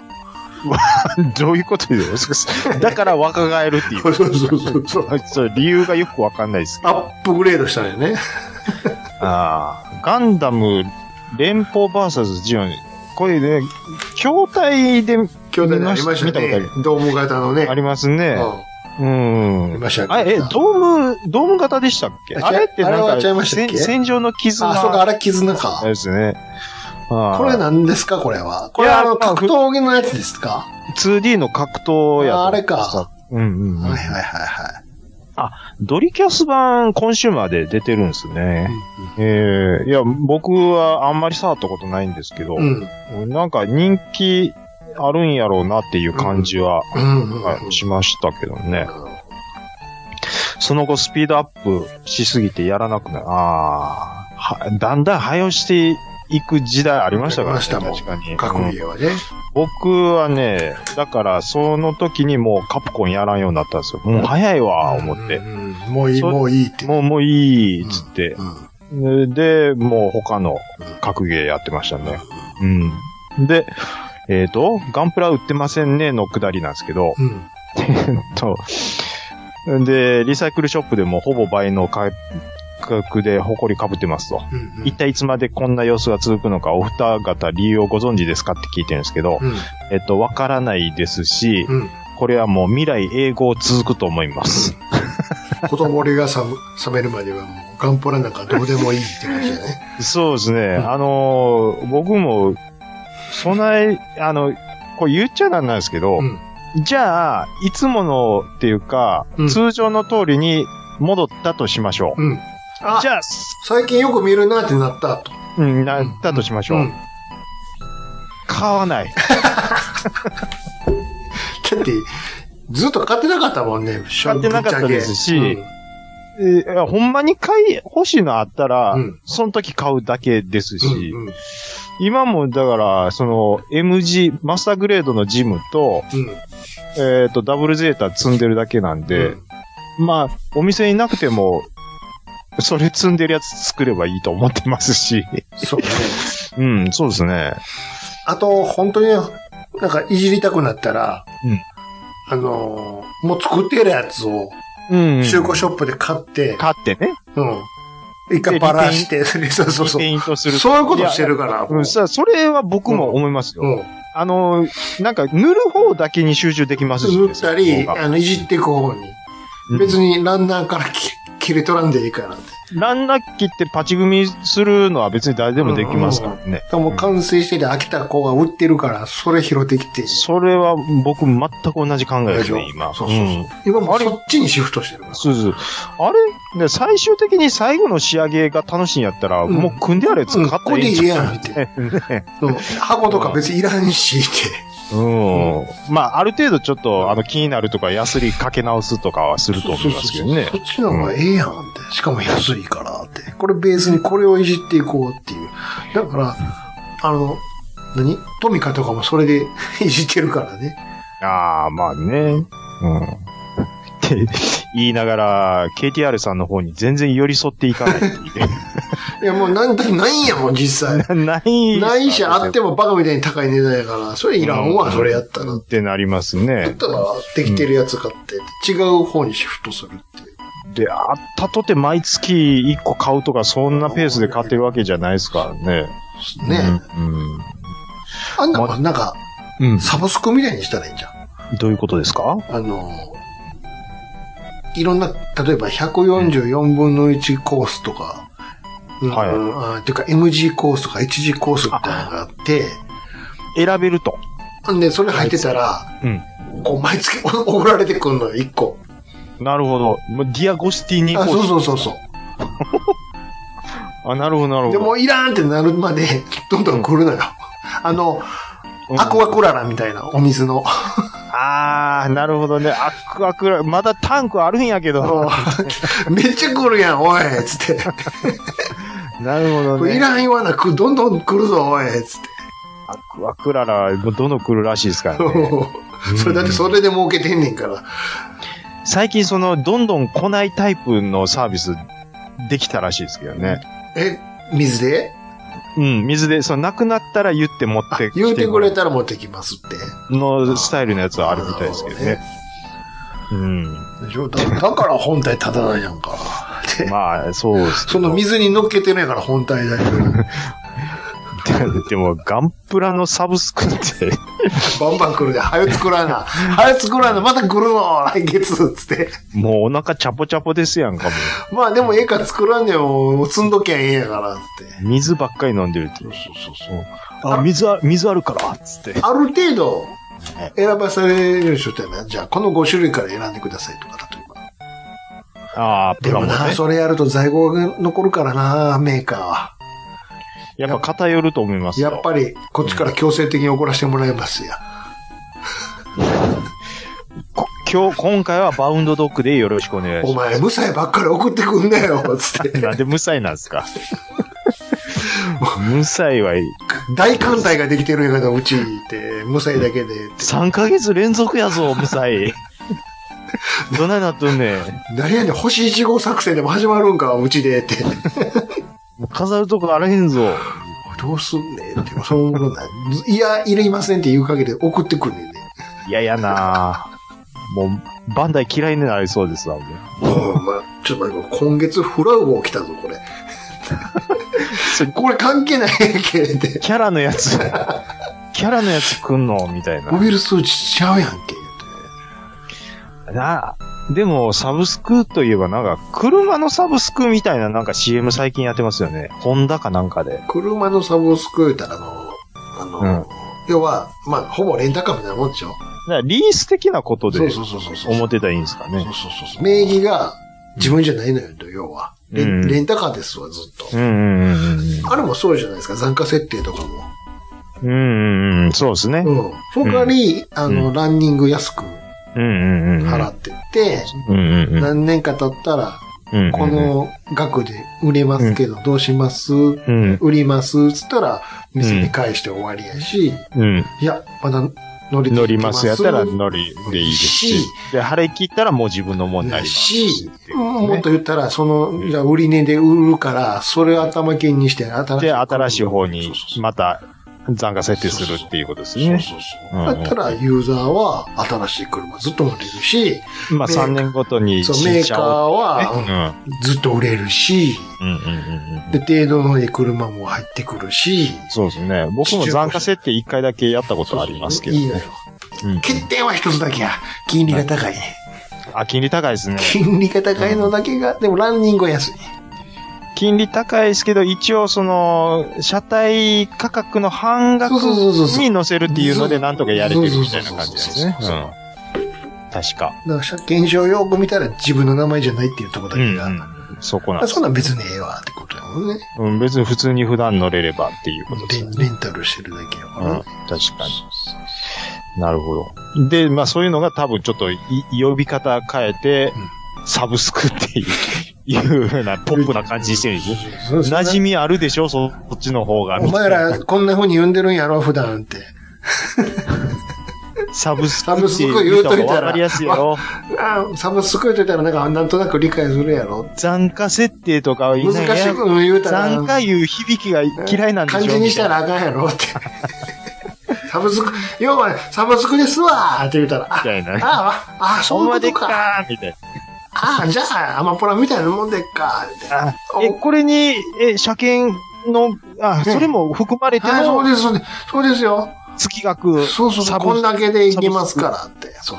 どういうことですかだから若返るっていう。そうそうそうそう。 そう、理由がよくわかんないですけど。アップグレードしたのよね。ああ、ガンダム連邦バーサスジオン。これね、筐体で兄弟でありました見たねこ。ドーム型のね。ありますね。ううんありん。ましたあれ、え、ドーム、ドーム型でしたっけああれってあれはなんちゃいまか、したせっけん戦場の絆。あ、そうか、あれ絆かあれ。ですね。ああこれ何ですかこれは。これいやあの、まあ格闘技のやつですか 2D の格闘やとああれか。うんうんはうん。いはいはいはい。ドリキャス版コンシューマーで出てるんですね。ええいや、僕はあんまり触ったことないんですけど、うん。なんか人気あるんやろうなっていう感じは、うんうんはいしましたけどね。その後スピードアップしすぎてやらなくなる。ああ、はだんだん早押していく時代ありましたからね。ありましたもん確かに。格うんゲーはね。僕はね、だからその時にもうカプコンやらんようになったんですよ。もう早いわ、思って。うんもういい、そもういいって。もう、もういい、つってう。んで、もう他の格ゲーやってましたね。うん。で、えっ、と、ガンプラ売ってませんねのくだりなんですけど、うん。と、で、リサイクルショップでもほぼ倍の価格で誇り被ってますと。うん一体いつまでこんな様子が続くのか、お二方理由をご存知ですかって聞いてるんですけど、うん。えっと、わからないですし、うん。これはもう未来英語続くと思います。ほとぼりが冷む冷めるまではもう、ガンプラなんかどうでもいいって感じだ ね。そうですね。んあのー僕も、備え、あの、これ言っちゃなんなんですけど、うんじゃあ、いつものっていうか、うん通常の通りに戻ったとしましょう。うん。あじゃあ、最近よく見るなってなったと。うん、なったとしましょう。うん買わない。だって、ずっと買ってなかったもんね、買ってなかったですしぶっちえーいやほんまに買い、欲しいのあったら、うんその時買うだけですゃけうんし、うんうん今もだから、その MG、マスターグレードのジムと、えっ、と、ダブルゼータ積んでるだけなんで、うんまあ、お店になくても、それ積んでるやつ作ればいいと思ってますし。 そうね。うん、そうですね。あと、本当に、なんか、いじりたくなったら、うんあのーもう作ってるやつを、うん。中古ショップで買って、買ってね。うん。一回バラして、 そうそうそうペ。イントする。そういうことしてるから、うん、さそれは僕も思いますよ。うん。あの、なんか、塗る方だけに集中できますしね、塗ったり、その方があの、いじっていく方に。別にランナーからき切り取らんでいいから。ランナッキってパチ組みするのは別に誰でもできますからね。もう完成してて飽きた子が売ってるから、それ拾ってきて。それは僕全く同じ考えですね、今。そうそうそううん今もあれそっちにシフトしてるから。そうそうあれ、ね、最終的に最後の仕上げが楽しいんやったら、んもう組んであれ使うん、っこてこでいいいじいゃん。やんって。 そう箱とか別にいらんし、って。うん。まあ、ある程度ちょっと、あの、気になるとか、ヤスリかけ直すとかはすると思いますけどねそ。っちの方がええやんって。しかも安いからって。これベースにこれをいじっていこうっていう。だから、あの、何トミカとかもそれで いじってるからね。ああ、まあね。うん。って言いながら、KTR さんの方に全然寄り添っていかないっていいやもうなんだ、ないんやもん、実際。う ない。ないし、あっても。もバカみたいに高い値段やから、それいらんわ、うんそれやったら。だってなりますねっ。たら、できてるやつ買って、違う方にシフトするっていう。で、あったとて毎月1個買うとか、そんなペースで買ってるわけじゃないですからね。ね、うん。あんなもん、なんか、うん。サブスクみたいにしたらいいんじゃん。どういうことですかあの、いろんな、例えば144分の1コースとか、うんはいあていうか MG コースとか 1G コースみたいなのがあって、選べると。んで、それ入ってたら、うん。こう、毎月お 送られてくるのよ、1個。なるほど。もうディアゴシティに行あこうそうそうそうそあ、なるほど、なるう。ほでど。も、いらんってなるまで、 どんどん来るのよ。あの、うんアクアクララみたいな、お水の。あー、なるほどね。アクアクラ、まだタンクあるんやけど。 めっちゃ来るやん、おいつって。 なるほどこれいね。らん言わなく、どんどん来るぞ、おいつって。アクアクララ、もうどの来るらしいですからね。 それだってそれで儲けてんねんから。最近その、どんどん来ないタイプのサービス、できたらしいですけどね。え、水でうん、水で、その、なくなったら言って持ってきて。言うてくれたら持ってきますって。のスタイルのやつはあるみたいですけどね。うん。でしょだだから本体立たないやんか。でまあ、そうですけど。その水に乗っけてないから本体だけ。でも、ガンプラのサブスクって、バンバン来るで、早作らな。早作らな、また来るぞ、来月つって。もうお腹チャポチャポですやんか、もまあでもええから作らんでも、もう積んどきゃええんやからって。う。水ばっかり飲んでるって。そうそうそう。あ、水あ、水あるから、つって。ある程度、選ばされる人ってのはじゃあこの5種類から選んでくださいとか、例えば。ああ、プでラもモねな、。それやると在庫が残るからな、メーカーは。やっぱ偏ると思いますよ。やっぱり、こっちから強制的に怒らせてもらいますや。こ今日、今回はバウンドドッグでよろしくお願いおしま前、無才ばっかり送ってくんなよ、つって す。。なんで無才なんですか 無才はいい。大艦隊ができてるんやから、うちって、無才だけで。 3ヶ月連続やぞ、無才。どないなっとんねん。何やねん、星1号作戦でも始まるんか、うちで、って。もう飾るとこあらへんぞ。どうすんねん、って。そう思うな。いや、いりませんって言う限り送ってくんねんね。いや、やなぁもう、バンダイ嫌いになりそうですわ、もうお前、ちょっと待って、今月フラウボー来たぞ、これ。 これ関係ないやんけ、って。キャラのやつ、キャラのやつ来んのみたいモな。ビル数値ちゃうやんけ、って。なでも、サブスクといえばなんか、車のサブスクみたいななんか CM 最近やってますよね。ホンダかなんかで。車のサブスク言ったら、あの、あの、うん要は、まあ、ほぼレンタカーみたいなもんでしょだからリース的なことでそうそうそうそうそう。思ってたらいいんですかそうそねう。そうそう。名義が自分じゃないのよ、要は。レン,、うんレンタカーですわ、ずっとう。んうんうんうんあれもそうじゃないですか、残価設定とかも。うん。うんうんうん。そうですねう。ん。その代わり、あの、ランニング安くうんうんうん。払ってって、うんうんうん。何年か経ったら、うんうんこ、の額で売れますけど、どうしますうん売りますつったら、店に返して終わりやし、うん。いや、まだ乗り乗続けりますやったら乗りでいいですしし。で、晴れ切ったらもう自分のもんになりますしっていうことねもっと言ったら、その、じゃあ売り値で売るから、それを頭金にして、新しい。で、新しい方にそうそうそうまた残価設定するっていうことですね。そうそううんそう。だったら、ユーザーは新しい車ずっと乗れるし、まあメーカー3年ごとにそうメ新ーカー車を。はうんずっと売れるし、うんうんうんうんで、程度のいい車も入ってくるし、そうですね。僕も残価設定1回だけやったことありますけどいいのねよ。うん欠点は一つだけや。金利が高いね。あ、金利高いですね。金利が高いのだけが、でもランニングは安い。金利高いですけど、一応その、車体価格の半額そうそうそうそうそうに乗せるっていうので、なんとかやれてるみたいな感じですね。そうそうそううん確か。だから、借金証よく見たら自分の名前じゃないっていうところだうん、うけが。ん。そこなんあですそんなん別にええわってことやもんね。うん、別に普通に普段乗れればっていうことでレすよンね。レンタルしてるだけやかうらん、ね。確かに。なるほど。で、まあそういうのが多分ちょっとい呼び方変えて、サブスクっていう、いうふうなポップな感じにしてるんですよ。そうそう馴染みあるでしょそそっちの方が。お前みたいらこんな風に呼んでるんやろ、普段って。なサブスクサブっスてク言言ううといたらとわかりやすいやろ。ああ、サブスク言ってたらなんかなんとなく理解するやろ。残価設定とかはい難ないしやいこと言うたら。残価いう響きが嫌いなんでしょ漢字にしたらあかんやろって。 サブスク、要はサブスクですわーって言うたら、あ、みたいなああ、あ、ほそんういまうでことか。かーみたいな。ああ、じゃあ、アマプラみたいなもんでっかって。あおえ、これに、え、車検の、あ、それも含まれてはい、そうのです、そうです。そうですよ。月額。そうそうそサう。ブこんだけでいきますからって。そうそうそう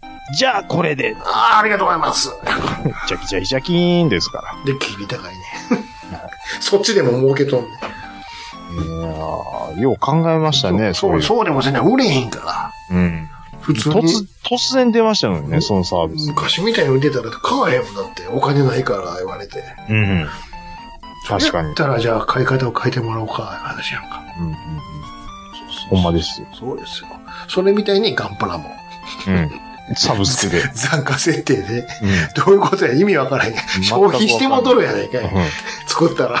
そう。じゃあ、これで。ああ、ありがとうございます。ジャキジャキジャキーンですから。で、切り高いね。 そっちでも儲けとんね。いやーよう考えましたね、そういう。そうでもせな、売れへんかうん。ら。普通に。突、突然出ましたもんね、そのサービス。昔みたいに売ってたら買わへんもんだって。お金ないから言われて。うん。確かやっに。たらじゃあ買い方を変えてもらおうか、いう話やんか。うんうんうんほんまですよ。そうですよ。それみたいにガンプラも。うん。サブスクで。残価設定で。うんどういうことや意味わからへん。消費して戻るやないかい。う作ったら。ん。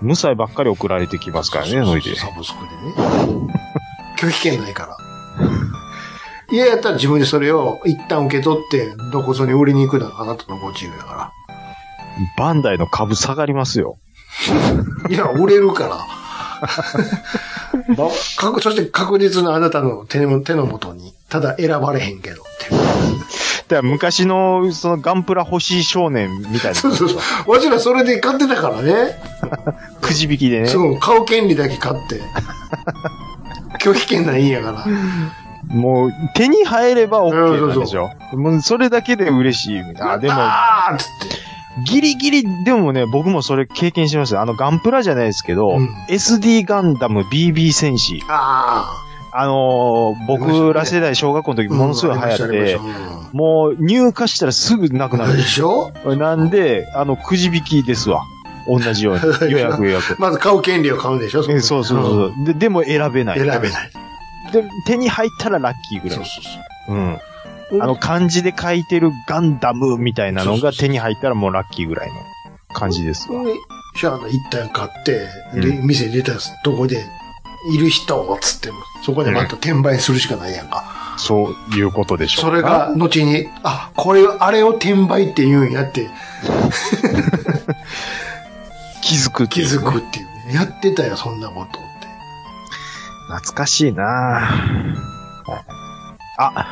無罪ばっかり送られてきますからね、ノイで。サブスクでね。拒否権ないから。いや、やったら自分でそれを一旦受け取って、どこぞに売りに行くのはあなたのご自由やかバンダイの株下がりますよ。ら。いや、売れる から。かくそして確実なあなたの手の手の元に、ただ選ばれへん けどっていう。だから昔の、そのガンプラ欲しい少年みたいな。そうそうそう。わしらそれで買ってたからね。くじ引きでね。そう、買う権利だけ買って。拒否権ないんやから。もう、手に入れば OK なんでしそょ。もう、それだけで嬉しいみたいな。あでも、あーっつって。ギリギリ、でもね、僕もそれ経験しました。あの、ガンプラじゃないですけど、うん SD ガンダム BB 戦士。ああのー僕ら世代小学校の時あ。ものすごい流行っうんありましたありて、ましたうんもう入荷したらすぐなくなるで。しょなんで、あの、くじ引きですわ。同じよう に。予約予約。まず買う権利を買うんでしょえそうそううそう。で、でも選べない。ん。選べない。で、手に入ったらラッキーぐらい。うん。うんあの、漢字で書いてるガンダムみたいなのが手に入ったらもうラッキーぐらいの感じですわ。でじゃあ、一旦買って、でう店に出たらどこで、いる人をつっても、そこでまた転売するしかないやんか。そういうことでしょそうか。れが、後に、あ、これ、あれを転売って言うんやって気づくって気いうづくっていうね。やってたよ、そんなことって。懐かしいなぁはいあ、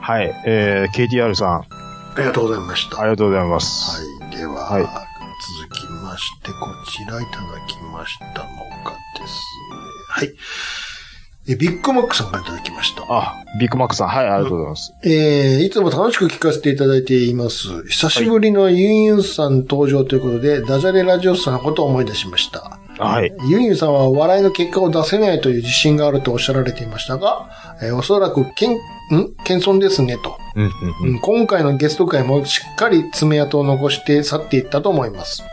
はい、えー、KTR さん、あありがとうございましりた。はがとうございます。い。では、はい続きまして、こちらいただきましたのがですね。はい。えビッグマックさんからいただきました。あ、ビッグマックさん、はい、ありがとうございます。えー、いつも楽しく聞かせていただいています。久しぶりのユンユンさん登場ということで、ダジャレラジオさんのことを思い出しました。はい。ユンユンさんは笑いの結果を出せないという自信があるとおっしゃられていましたが、えーおそらくけん、ん謙遜ですねと、うん、うん、うん。うん今回のゲスト会もしっかり爪痕を残して去っていったと思います。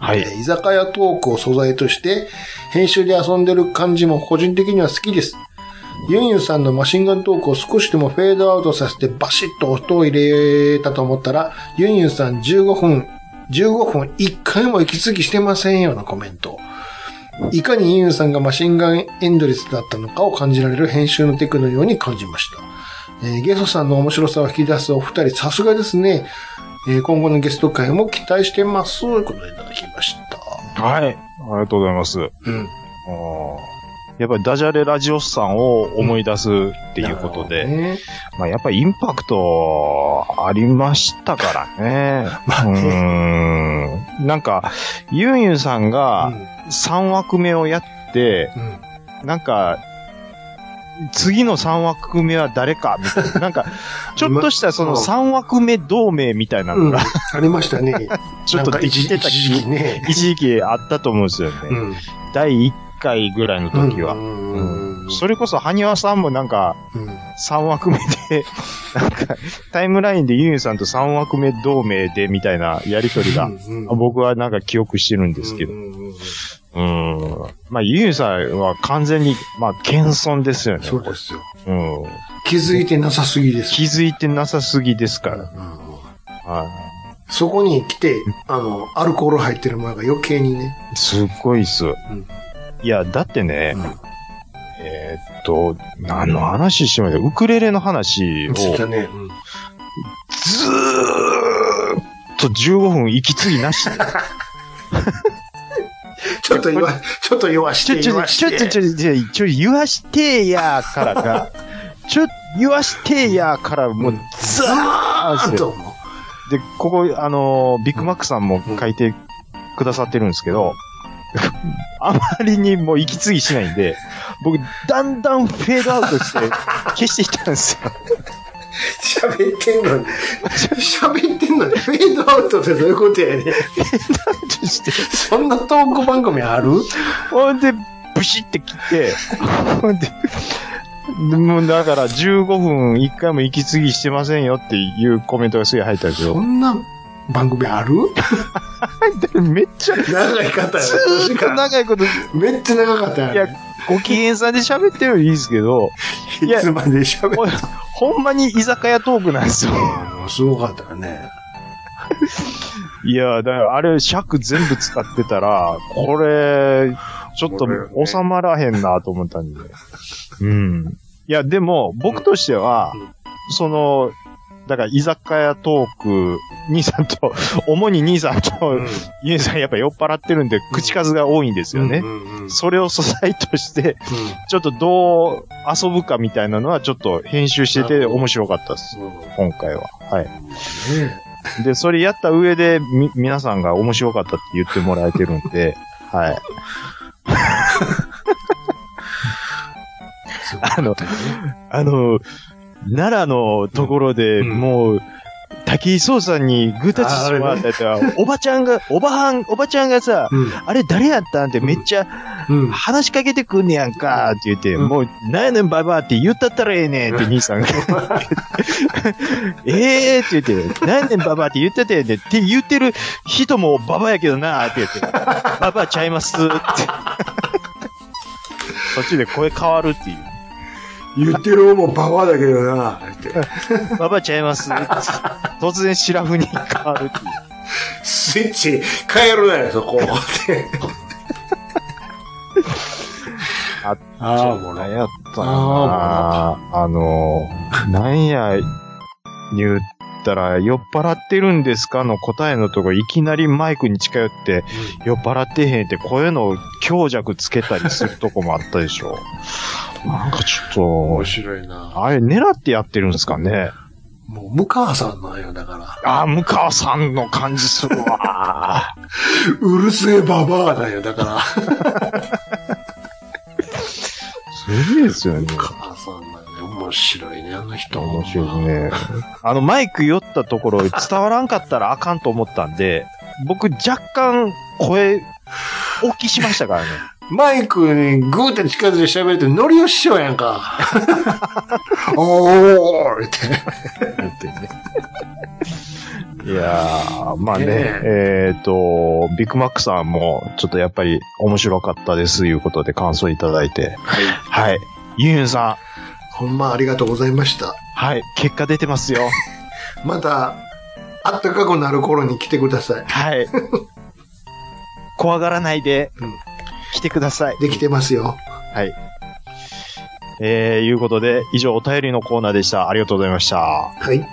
はえい。ー居酒屋トークを素材として、編集で遊んでる感じも個人的には好きです。ユンユンさんのマシンガントークを少しでもフェードアウトさせてバシッと音を入れたと思ったら、ユンユンさん15分、15分1回も息継ぎしてませんよのコメント。いかにユンユンさんがマシンガンエンドレスだったのかを感じられる編集のテクのように感じました。えーゲストさんの面白さを引き出すお二人、さすがですね。えー今後のゲスト会も期待してます。ということでいただきました。はい。ありがとうございます。あうん。ーやっぱりダジャレラジオスさんを思い出すっていうことで、ねまあやっぱりインパクトありましたからね。まあ ね。うーん。なんか、ユンユンさんが3枠目をやって、うん。うん。なんか、次の3枠目は誰かみたい な。なんか、ちょっとしたそのま3枠目同盟みたいなうのん。が、ありましたね。ちょっなとんかでき一てた一時期ね。一時期あったと思うんですよね。うん。第1回ぐらいの時は。うん。それこそ、埴輪さんもなんか、うん3枠目で、 なんか、タイムラインでユンユンさんと3枠目同盟でみたいなやりとりが、うんうん僕はなんか記憶してるんですけど。うんうんうんうん。まあ、ユンユンさんは完全に、まあ、謙遜ですよね。そうですよ。うん。気づいてなさすぎです気よ。づいてなさすぎですから。うんはそこに来て、あの、アルコール入ってるものが余計にね。い。すっごいっす。んいや、だってね、うんえーっと、何の話してましたウクレレの話を、そうだね。うんずーっと15分息継ぎなしで。ちょっと言わ、ちょっと言わしちょ、て、ち言ょ、わちしょ、ちょ、て。ちょ、ちょ、ちょ、言わしてやーからが、ちょ、言わしてやーから、もう、ずーあっとと。思で、ここ、あのービッグマックさんも書いてくださってるんですけど、あまりにも息継ぎしないんで、僕、だんだんフェードアウトして、消していったんですよ。う。喋ってんのに。喋ってんのに。フェードアウトってどういうことやねん。そして、そんなトーク番組あるほんで、ブシって切って、ほんで、もうだから15分一回も息継ぎしてませんよっていうコメントがすぐ入ったんですそよ。んな番組あるめっちゃ、ず長い方や。ーっと長いこと、いめっちゃ長かったやや。、ご機嫌さんで喋ってるよりいいですけど、いいやつまで喋っほほんまに居酒屋トークなんですよ。てすごかったね。いや、だからあれ尺全部使ってたら、これ、ちょっと収まらへんなと思ったんで。うん。いや、でも、僕としてはうん、その、だから居酒屋トーク、兄さんと、 主に兄さんと、ゆうさんやっぱ酔っ払ってるんで、口数が多いんですよねう。んうんうんそれを素材として、ちょっとどう遊ぶかみたいなのはちょっと編集してなてるほど面白かったです。うん今回は。はい。ねで、それやった上で、み、皆さんが面白かったって言ってもらえてるん で、はい。あの、あの、奈良のところで、うんもう、滝井壮さんにグータッチしてもらったやつは、おばちゃんが、おばはん、おばちゃんがさ、うんあれ誰やったんってめっちゃうん話しかけてくんねやんか、って言って、うんもう、なんやねんババアって言ったったらええねんって兄さんが。 ええって言って、なんやねんババアって言ったったらええねんって言ってる人もババアやけどな、って言って、ババアちゃいますって。そっちで声変わるっていう。言ってる方もババアだけどな、って。ババアちゃいますって突然シラフに変わるっていう。スイッチ変えるなよ、そこ。ああな。んやったかなあの、なんや、言ったら、酔っ払ってるんですかの答えのとこ、いきなりマイクに近寄って、酔っ払ってへんって声の強弱つけたりするとこもあったでしょ。 なんかちょ面っ白いな。と、あれ狙ってやってるんですかねもう、向川さんなんよ、だから。あー、向川さんの感じするわ。うるせえババアだよ、だから。 すげえですよね。母さんなんで面白いね、あの人も。面白いね。あの、マイク酔ったところ伝わらんかったらあかんと思ったんで、僕若干声、大きしましたからね。マイクにグーって近づいて喋るとノリをしようやん か。おーって。いやー、まあね、ねえっ、と、ビッグマックさんも、ちょっとやっぱり面白かったです、いうことで感想いただいて。はい。はい。ユンユンさん、ほんまありがとうございました。はい、結果出てますよ。また、あったかくなる頃に来てください。 はい。怖がらないでうん、来てください。できてますよ。はい。えー、いうことで、以上お便りのコーナーでした。ありがとうございました。はい。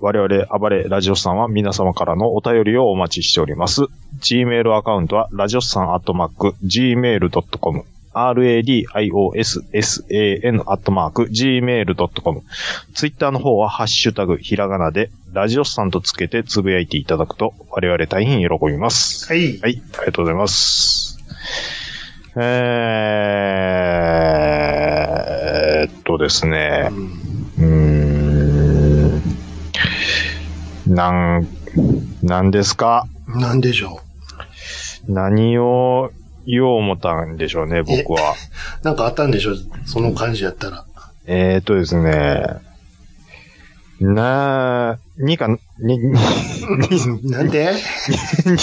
我々、暴れラジオスさんは皆様からのお便りをお待ちしております。Gmail アカウントは、ラジオスさんアットマーク、gmail.com、 radiossan アットマーク gmail.com。ツイッターの方はハッシュタグひらがなで、ラジオスさんとつけてつぶやいていただくと、我々大変喜びます。はい。はい、ありがとうございます。えーっとですね、うーん、なん、なんですかなんでしょ何を言おう思ったんでしょうね、僕は。う。なんかあったんでしょその感じ やったら。えーっとですね、な、にか、に、に、に、なんで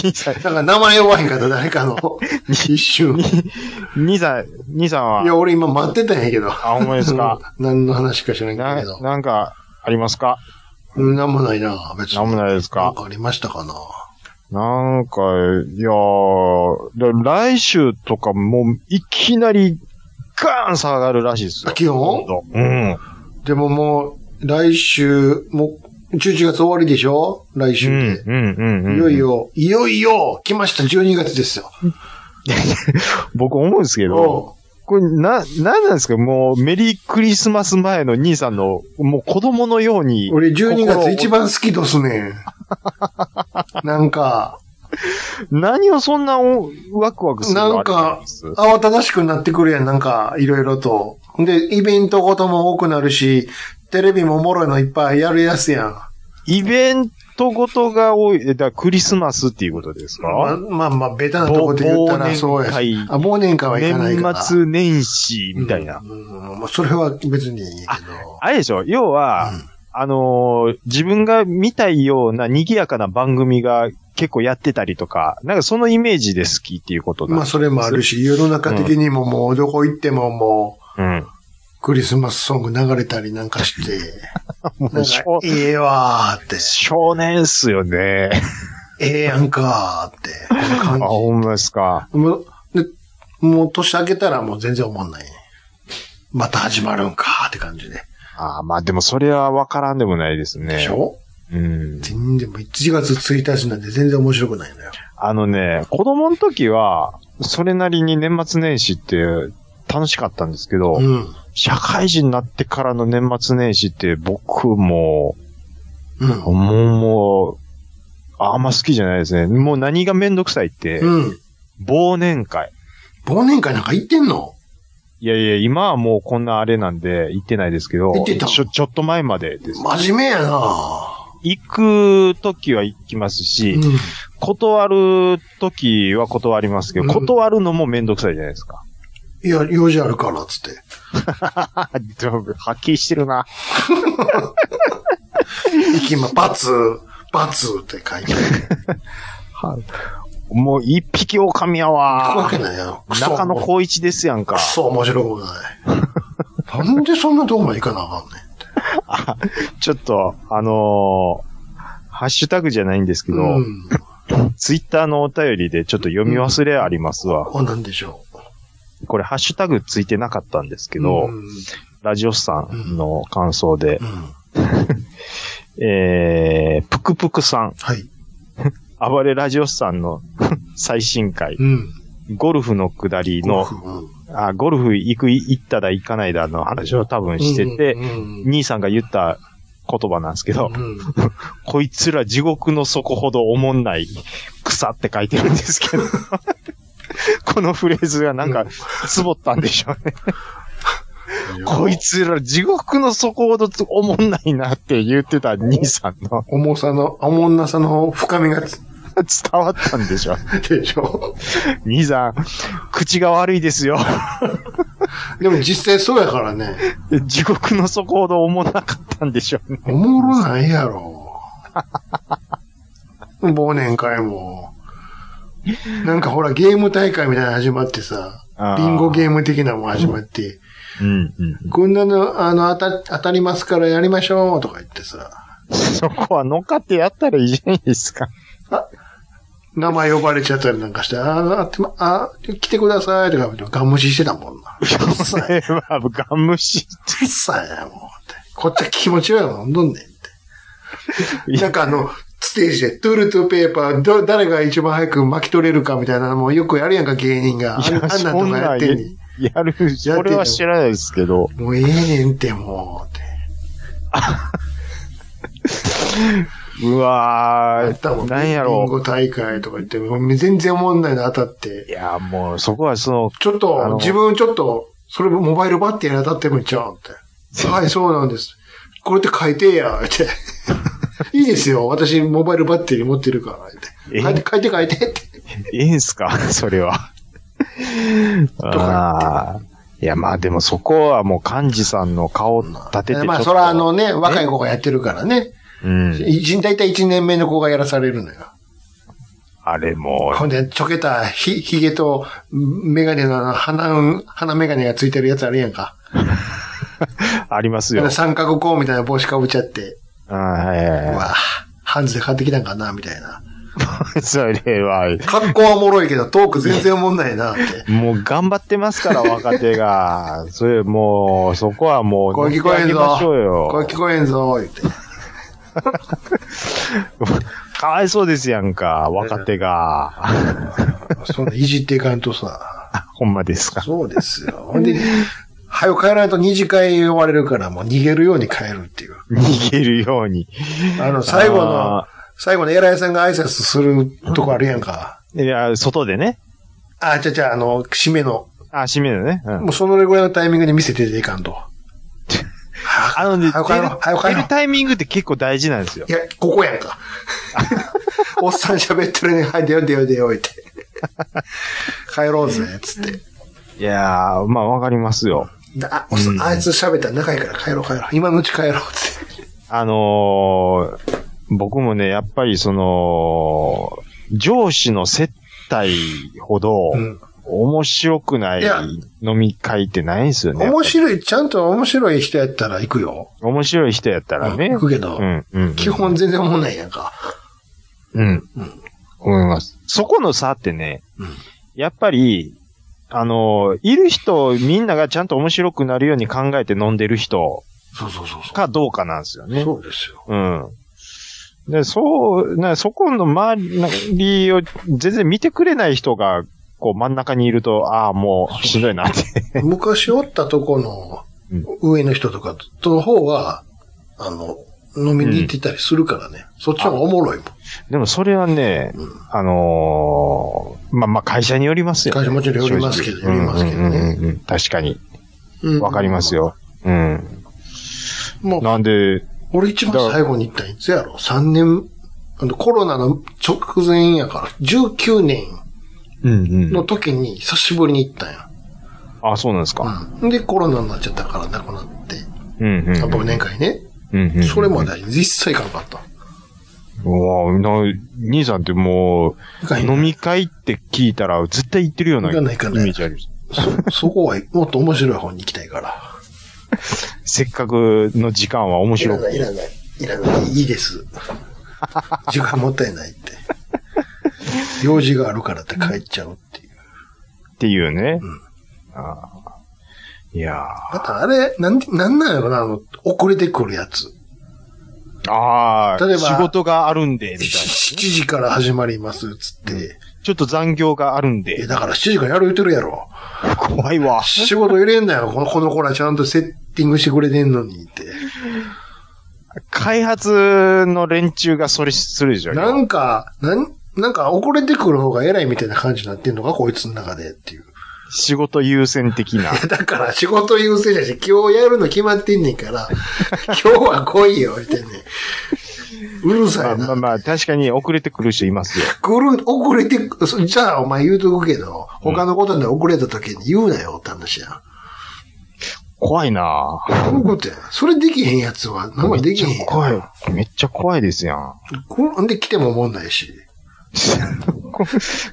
にさん、なんか名前呼ばへんかった、誰か の。一瞬。にさん、にさんいは、や、俺今待ってたんやけど。あ、ほんまですか 何の話か知らんなけど。、なんか、ありますかうんなんもないな、別に。なんもないですかなんかありましたかな。なんか、いやー、だ来週とかもういきなりガーン下がるらしいですよ。気温温うん。でももう、来週、もう、11月終わりでしょ来う週んで、。うん、うん。うんいよい。よ、いよいよ、来ました、12月ですよ。僕思うんですけど、おうこれな、なんなんですかもうメリークリスマス前の兄さんの、もう子供のように。俺12心を月一番好きどす ねん。なんか、何をそんなおワクワクするのなあんれかです、慌ただしくなってくるやん、なんか、いろいろと。で、イベントごとも多くなるし、テレビもおもろいのいっぱいやるやつやん。イベントごとが多い、えだからクリスマスっていうことですか、まあまあまあ、ベタなとこで言ったらそうやし。忘年会あ、忘年会は行かない年から。末年始みたいな。うん。うんまあ、それは別にいいけど。あれでしょ要は、あのー自分が見たいような賑やかな番組が結構やってたりとか、なんかそのイメージで好きっていうことだ。まあ、それもあるし、世の中的にももう、どこ行ってももう、うん。クリスマスソング流れたりなんかして、 もなんうしょか、ええわーって、少年っすよね。ええやんかーって、このあ、感じ。ほんまですか。もう、でもう年明けたらもう全然思んない。また始まるんかーって感じで。あーまあでもそれはわからんでもないですね。でしょうん。全然もう1月1日なんて全然面白くないのよ。あのね、子供の時は、それなりに年末年始って楽しかったんですけど、うん。社会人になってからの年末年始って僕も、うん。もう、もう、あんま好きじゃないですね。もう何がめんどくさいって、うん。忘年会。忘年会なんか行ってんのいやいや、今はもうこんなあれなんで行ってないですけど、行ってたちょちょっと前までです。真面目やな行く時は行きますし、うん。断る時は断りますけど、うん断るのもめんどくさいじゃないですか。いや、用事あるから、つって。あ、でもはっきりしてるな。行きま、バツ、バツって書いてあもう一匹狼やるわわけ。ないよ。クソ。中野ク光一ですやんか。ソ面白くない。なんでそんなとこまで行かなあかんねんって。あちょっと、あのーハッシュタグじゃないんですけど、うん。ツイッターのお便りでちょっと読み忘れありますわ。こうなんでしょう。これハッシュタグついてなかったんですけど、うん。ラジオスさんの感想でう、んえー、ぷくぷくさん、はい。暴れラジオスさんの 最新回う、ん。ゴルフの下りの、うんあゴルフ行く、行っただ行かないだの話を多分してて、うんうんうん兄さんが言った言葉なんですけど、うんこいつら地獄の底ほどおもんない草って書いてるんですけど、 このフレーズがなんか、つぼったんでしょうね。こいつら地獄の底ほどつおもんないなって言ってた兄さんの重さの、重んなさの深みがつ伝わったんでしょう。でしょ。兄さん、口が悪いですよ。 でも実際そうやからね。地獄の底ほどおもんなかったんでしょうね。おもろないやろ。 忘年会も。なんかほら、ゲーム大会みたいなの始まってさ、あービンゴゲーム的なのも始まって、うん、うん。こんなの、あの、当た、当たりますからやりましょうとか言ってさ、そこは乗っかってやったらいいじゃないですか。名前呼ばれちゃったりなんかして、あー、あってま、あー、来てくださいとか言って、ガン無視してたもんな。うっそさい、うっれは、ガン無視。さいな、もうって。こっちは気持ちよいもん、どんねんって。なんかあの、ステージで、トゥルトゥペーパー、ど、誰が一番早く巻き取れるかみたいなのもよくやるやんか、芸人が。あいやんあんなんそとんなかんやってんねんやる、これは知らないですけど。もうええねんって、もう、って。うわー、なんやビンろゴ大会とか言って、もう全然思んないの当たっう。いて。や、もう、そこはその、ちょっあのと、自分ちょっと、それモバイルバッテリーに当たってるんちゃうんって。はい、そうなんです。これって書いてや、って。 いいですよ。私、モバイルバッテリー持ってるから、って。え書いて、書いて、書いて、って。いいんすか それは。ああ。いや、まあでもそこはもう幹事さんの顔立ててちょっと。まあ、それはあのね、若い子がやってるからね。うん。一大体1年目の子がやらされるのよ。あれもほんで、ちょけたひ、ひげと、メガネのあの鼻、鼻メガネがついてるやつあるやんか。う、ありますよ。はい三角コーンみたいな帽子かぶっちゃって、はいはういはわハンズで買ってきたんかな、みたいな。い。 それは、格好はおもろいけど、トーク全然おもんないな、って。もう頑張ってますから、若手 が。それ、もう、そこはもう、声聞こえ乗ってあんげまぞ。しょうよ。声聞こえんぞ、言って。かわいそうですやんか、若手が。そんないじっていかんとさ。ほんまですか。 そうですよ。ほんで、はよ帰らないと二次会呼ばれるから、もう逃げるように帰るっていう。逃げるように。あの、最後のあ、最後の偉いさんが挨拶するとこあるやんか。いや、外でね。あ、ちゃちゃ、あの、締めの、あ、閉めるね。うんもうそのぐらいのタイミングで見せていかんと。は あのね、早く帰ろう出早るく帰ろう出るタイミングって結構大事なんですよい。や、ここやん か。おっさん喋ってるね。はい、出よう出よう出よう言って。帰ろうぜ、つって。いやー、まあわかりますよ。あ、おっさんあいつ喋ったら仲いいから帰ろう帰ろう。今のうち帰ろう、つって。あのー、僕もね、やっぱりその、上司の接待ほど、うん面白くないいや飲み会ってないんですよね。面白い、ちゃんと面白い人やったら行くよ。面白い人やったらね。行くけど、うん、うん。基本全然思んないやんか。うんうん。思います。そこの差ってね、うんやっぱり、あのー、いる人、みんながちゃんと面白くなるように考えて飲んでる人そうそうそうそかどうかなんですよう。ね。そうですよ。うん。で、そう、な、そこの周りを全然見てくれない人が、こう真ん中にいると、ああ、もう、しんどいなって。 昔おったとこの上の人とかとの方が、あの、飲みに行ってたりするからね。そっちの方がおもろいもん。でもそれはね、あのーまあ、まあ、会社によりますよ、ね。会社もちろんよりますけど正直よりますけどねうんうんうんうん確かに。うんわかります。よ。うん。もうなんで、俺一番最後に行ったんいつやろ ?3 年、あのコロナの直前やから、19年うんの時に久しぶりに行ったんや。あ、そうなんですか。うん。で、コロナになっちゃったから亡くなって、うんうん。忘年会ね。うんうん。それも大事。一切行かなかった。うわな、兄さんっても行う、かへん飲み会って聞いたら絶対行ってるようなイ行かメない行かないージあります。そ、そこはもっと面白い方に行きたいから。せっかくの時間は面いら白く。ない、いらない、いらない、いいです。時間もったいないって。用事があるからって帰っちゃうっていう。っていうね。んああいやまたあれ、なんで、なんなんやろな、あの、遅れてくるやつ。ーああ、例えば仕事があるんで、みたいな。 7時から始まります、つって。ちょっと残業があるんえ、で、だから7時からやる言ってるやろ。怖いわ。仕事入れんなよ、このこの子らちゃんとセッティングしてくれてんのにって。開発の連中がそれするでしょ。な今んか、なん、なんか遅れてくる方が偉いみたいな感じになってんのか、こいつの中でっていう。 仕事優先的な。だから仕事優先だし、今日やるの決まってんね んから、今日は来いよ、言ってね。うるまさあいまあな。まあ、確かに遅れてくる人いますよ。来る、遅れてく、そじゃあお前言うとくけど、他のことで遅れた時に言うなよって話やん。怖いなぁ。そういうことやん。それできへんやつは、なんかできへんめっちゃやん。怖い。めっちゃ怖いですやん。こんで来ても思んないし。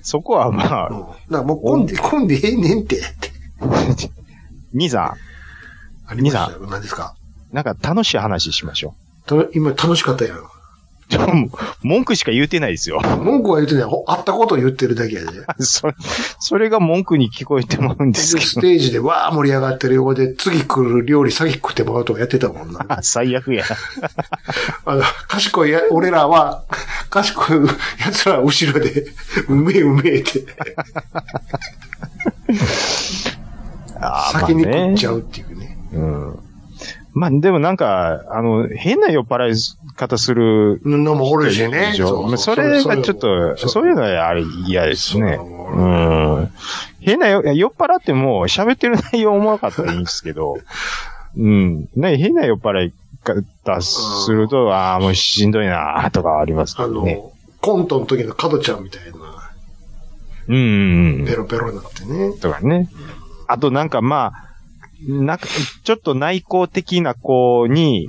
そこはまうん。あ、だからもう混んで、混んでええねんて。って兄さありましたよ。何ですかん、なんか楽しい話しましょと今楽しかったやん。う。でも文句しか言うてないですよ。文句は言ってない。ほあったことを言ってるだ けやで。それ、それが文句に聞こえてもらうんですけ ステージでわー盛り上がってる横で、次来る料理先食ってもらうとかやってたもんな。ど。最悪や。あの、賢いや、俺らは、 賢い奴らは後ろで、うめえうめえって。あー先にまあ食ねっちゃうっていうね。うん。まあ、でもなんか、あの、変な酔っ払い方するのもおるしね。以上まあそれはちょっと、そういうのはあれ嫌ですね。うん。変なよ、酔っ払っても喋ってる内容重かったらいいんですけ ど、うん。ね、変な酔っ払い方すると、ああ、もうしんどいなーとかありますけあどね。の、コントの時の角ちゃんみたいな、うんうんペロペロになってねうん。。とかね。あとなんかまあ、なんか、ちょっと内向的な子に、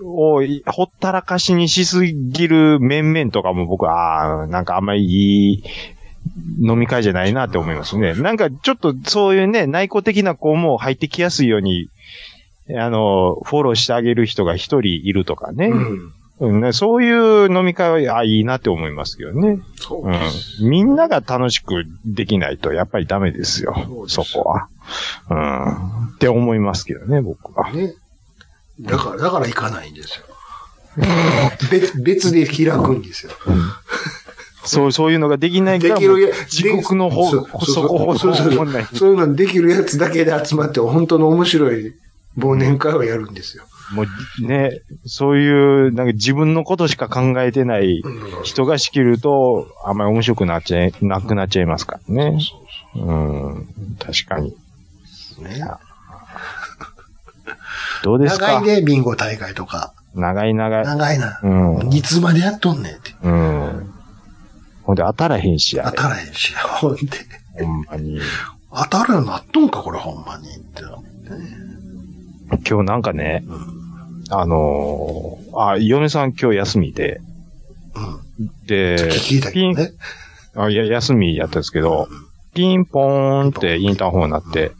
うん。をいほったらかしにしすぎる面々とかも僕、ああ、なんかあんまりいい飲み会じゃないなって思いますね。なんかちょっとそういうね、内向的な子も入ってきやすいように、あの、フォローしてあげる人が一人いるとかね。うん。うんねそういう飲み会はあいいなって思いますけどね。そううんです。。みんなが楽しくできないとやっぱりダメですそうよ。ですよそこは。うん。って思いますけどね、僕は。ね。だから、だから行かないんですよ。別、別で開くんですよ。 そう、そういうのができないかでら。きるや、地獄の方、そうそこほそうどそうそう思んない。そういうのできるやつだけで集まって、本当の面白い忘年会をやるんですよ。もうね、そういう、なんか自分のことしか考えてない人が仕切ると、あんまり面白くなっちゃい、なくなっちゃいますからね。うん、確かに。ねどうですか長いね、ビンゴ大会とか。長い長い。長いなう。ん。うん。いつまでやっとんねんって。ほんで当たらへんしや当。たらへんし、ほんで。ほんまに。当たるようになっとんか、これほんまに。って今日なんかね、あのーあ、嫁さん今日休みで、で、聞いたけどね。あいや、休みやったんですけど、ピンポーンってインターホンになって、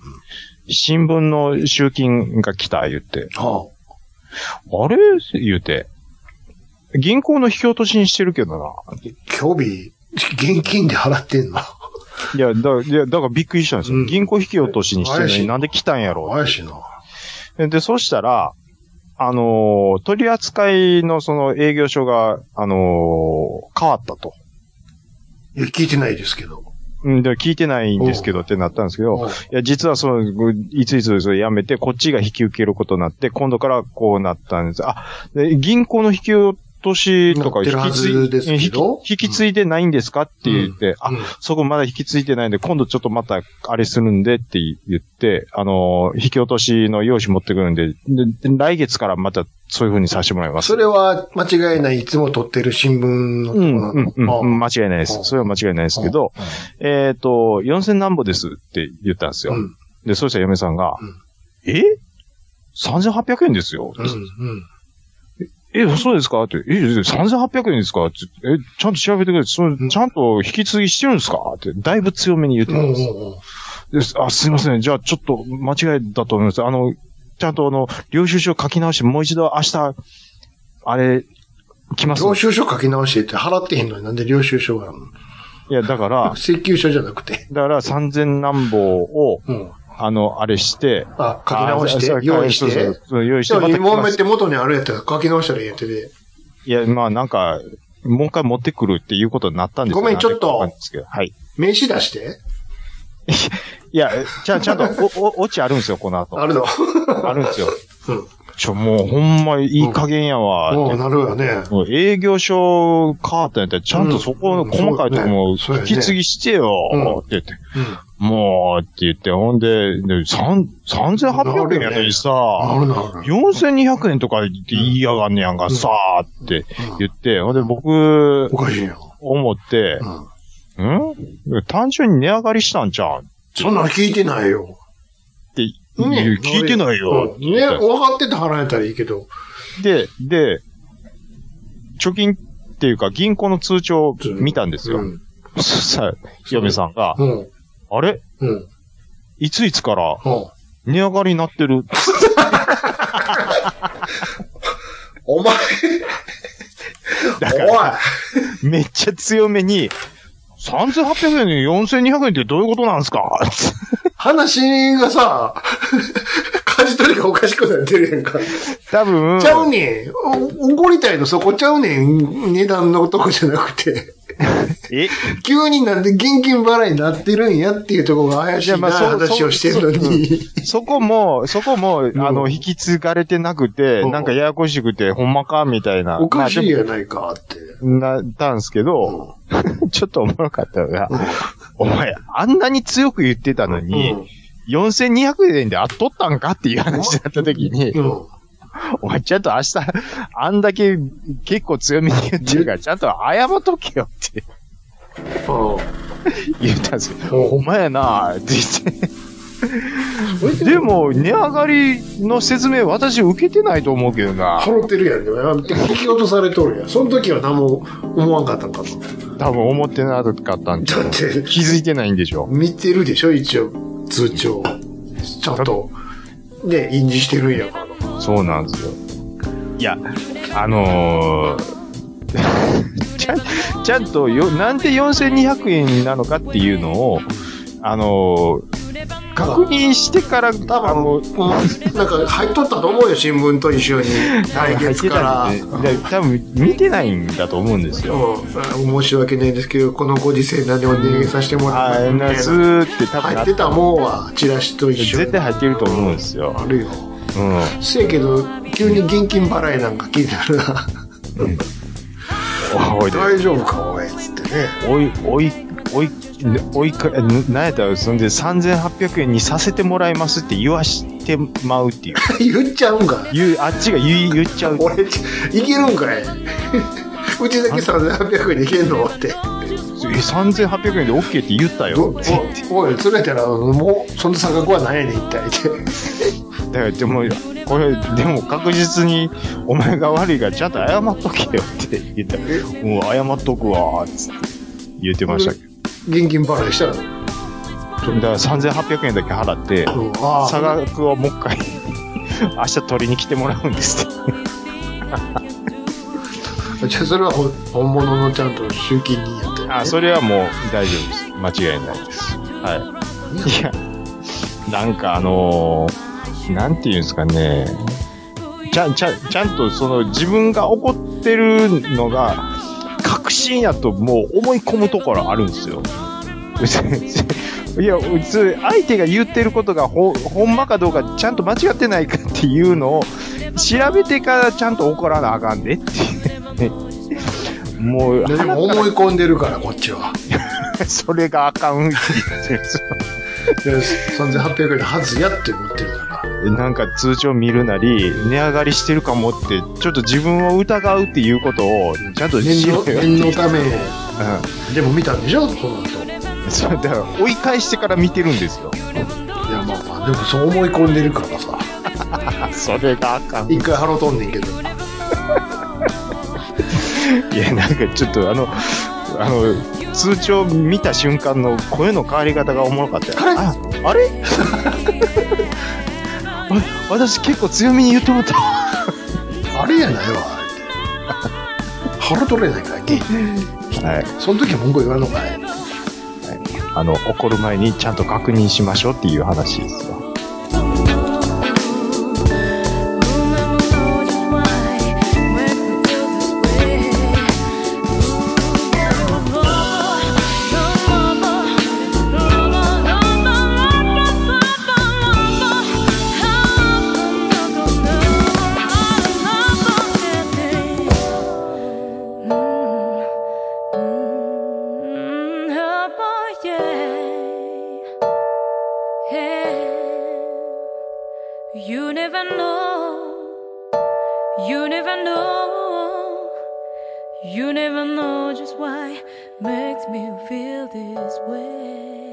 新聞の集金が来た言って、はあれ言うて、銀行の引き落としにしてるけどな。あ、興味、現金で払ってんの。いや、だいやだからびっくりしたんですよ。うん銀行引き落としにしてるの怪しにいなんで来たんやろ怪しいな。う。で、そしたら、あのー取り扱いのその営業所が、あのー変わったと。いや、聞いてないですけど。うん、で聞いてないんですけどってなったんですけど、おういや、実はその、いついつそれやめて、こっちが引き受けることになって、今度からこうなったんです。あ、で銀行の引き落としとか引なきって継るはずですい、け引きど引き継いでないんですかって言って、あ、そこまだ引き継いでないんで、今度ちょっとまたあれするんでって言って、あのー、引き落としの用紙持ってくるんで、で来月からまたそういう風にさせてもらいます。それは間違いない、いつも撮ってる新聞のとこう、なんのうん、うんうん、間違いないでうす。んそれは間違いないですけど、えっと、4000何歩ですって言ったんですよ。うんで、そうしたら嫁さんが、え ?3800 円ですよ。うん、うん。え、そうですかって、え、3800円ですかって、え、ちゃんと調べてくれて、それちゃんと引き継ぎしてるんですかって、だいぶ強めに言ってたんですよ。ですあ、すいません。じゃあ、ちょっと間違いだと思います。あの、ちゃんとあの、領収書書き直して、もう一度明日、あれ、来ます領収書書き直してって払ってへんのになんで領収書があるのいや、だから、請求書じゃなくて。だから3000何本を、うん。あの、あれして、あ、書き直しあそうて、用意しそうそうて。そう用意しじて、ゃあ、また来もまめっすて元にあるやったら書き直したらええやんてで。いや、まあなんか、もう一回持ってくるっていうことになったんですよごめんちょなんっとでかわかんないですけどはい。名刺出して。いや、ちゃん、ち ゃんと、お、お、落ちあるんですよ、この後。あるの。あるんですよ。うんちょ、もうほんまいい加減やわ。もうなるよね。もう営業所変わったんやったら、ちゃんとそこのうん細かいとこもそうや引ねき継ぎしてようん、って言って。もう、って言って、ほんで、で三3800円やったりさ、あるのある。 4200円とか言って言いやがんねやんか、さあって言って、ほんで僕お、かしいよ。思って、ん単純に値上がりしたんちゃうんっそんなの聞いてないよ。て言う、ね聞いてないよう。んね、分かってて払えたらいいけど。で、で、貯金っていうか銀行の通帳を見たんですよ。うん。 そしたら、嫁さんが、うん。あれうん。いついつからうん値上がりになってる。 お前、 だかおいら、めっちゃ強めに、3800円に4200円ってどういうことなんですか 話がさ、 舵取りがおかしくなってるやんか。多分ち、ゃうねん。お怒りたいのそこちゃうねん。値段のとこじゃなくて。え急になんで現金払いになってるんやっていうところが怪しいいやまなあそう話をしてるのに。そこも、そこも、あの、引き継がれてなくて、うんなんかややこしくて、ほんまかみたいな。 おかしいまあやないかって。でもなったんすけど、ちょっとおもろかったのが、お前、あんなに強く言ってたのに、うん4200円であっとったんかっていう話だった時に、うんお前ちゃんと明日、あんだけ結構強めに言ってるから、ちゃんと謝っとけよって言ったんですよ。うんお前やなって言って。でも、値上がりの説明、私受けてないと思うけどな。払ってるやん。でもやめて引き落とされとるやん。その時は何も思わんかったんかな。多分思ってなかったんで。だって、気づいてないんでしょ。見てるでしょ一応、通帳。ちゃんと、ね、印字してるんやから。そうなんですよ。いや、あのー、 ちゃん、ちゃんとよ、なんで4200円なのかっていうのを、あのー、確認してから、多分なんか入っとったと思うよ、新聞と一 緒に。来月から。入ってたんで、で多分見てないんだと思うんですよ。うん、申し訳ないですけど、このご時世なんでお願いさせてもらあってーなずーって多分入なってたもんは、チラシと一緒に絶対入ってると思うんですよ。あるよ。うん。せやけど、急に現金払いなんか聞いた ら、おいで。大丈夫か、おい、つってね。おい、おい、おい、おいか、えななんやったら、そんで3800円にさせてもらいますって言わしてまうっていう。言っちゃうんか。言う、あっちが言い、言っちゃう。俺、ちいけるんかい。うちだけ3800円でいけんのって。え3800円で OK って言ったよお。おい、釣れたら、もう、そんな差額はないねん、一体って。だから、でも、これ、でも確実に、お前が悪いから、ちゃんと謝っとけよって言ったら、もう謝っとくわ、つって言ってましたけど。現金払いしたら、だから3800円だけ払って、うんあ差あ、額をもう一回明日取りに来てもらうんですってじゃあそれはほん本物のちゃんと集金人やったよ、ね。あそれはもう大丈夫です間違いないですはいいやなんかあのー、なんていうんですかねちゃんちゃんちゃんとその自分が怒ってるのが確信やともう思い込むところあるんですよ いや、普通、相手が言ってることがほ、ほんまかどうか、ちゃんと間違ってないかっていうのを、調べてからちゃんと怒らなあかんでっていうね。もう、ででも思い込んでるから、こっちは。 それがあかんって言ってるんですよ で3800円のはずやって思ってるから。なんか通帳見るなり、値上がりしてるかもって、ちょっと自分を疑うっていうことを、ちゃんと念しろのよって。念のため、うでも見たんでしょその後。いん。 そう、だから追い返してから見てるんですよ。や、まあまあ、でもそう思い込んでるからさ。それがあかん。い一回払うとんねんけど。や、なんかちょっとあの、あの、通帳見た瞬間の声の変わり方がおもろかったよ。ああ れあ私結構強めに言ってもった。あれやないわ、って。払うとれないから、現金はい。その時は文句言わんのかい。あの、怒る前にちゃんと確認しましょうっていう話ですわ。 You never know. You never know. You never know just why makes me feel this way.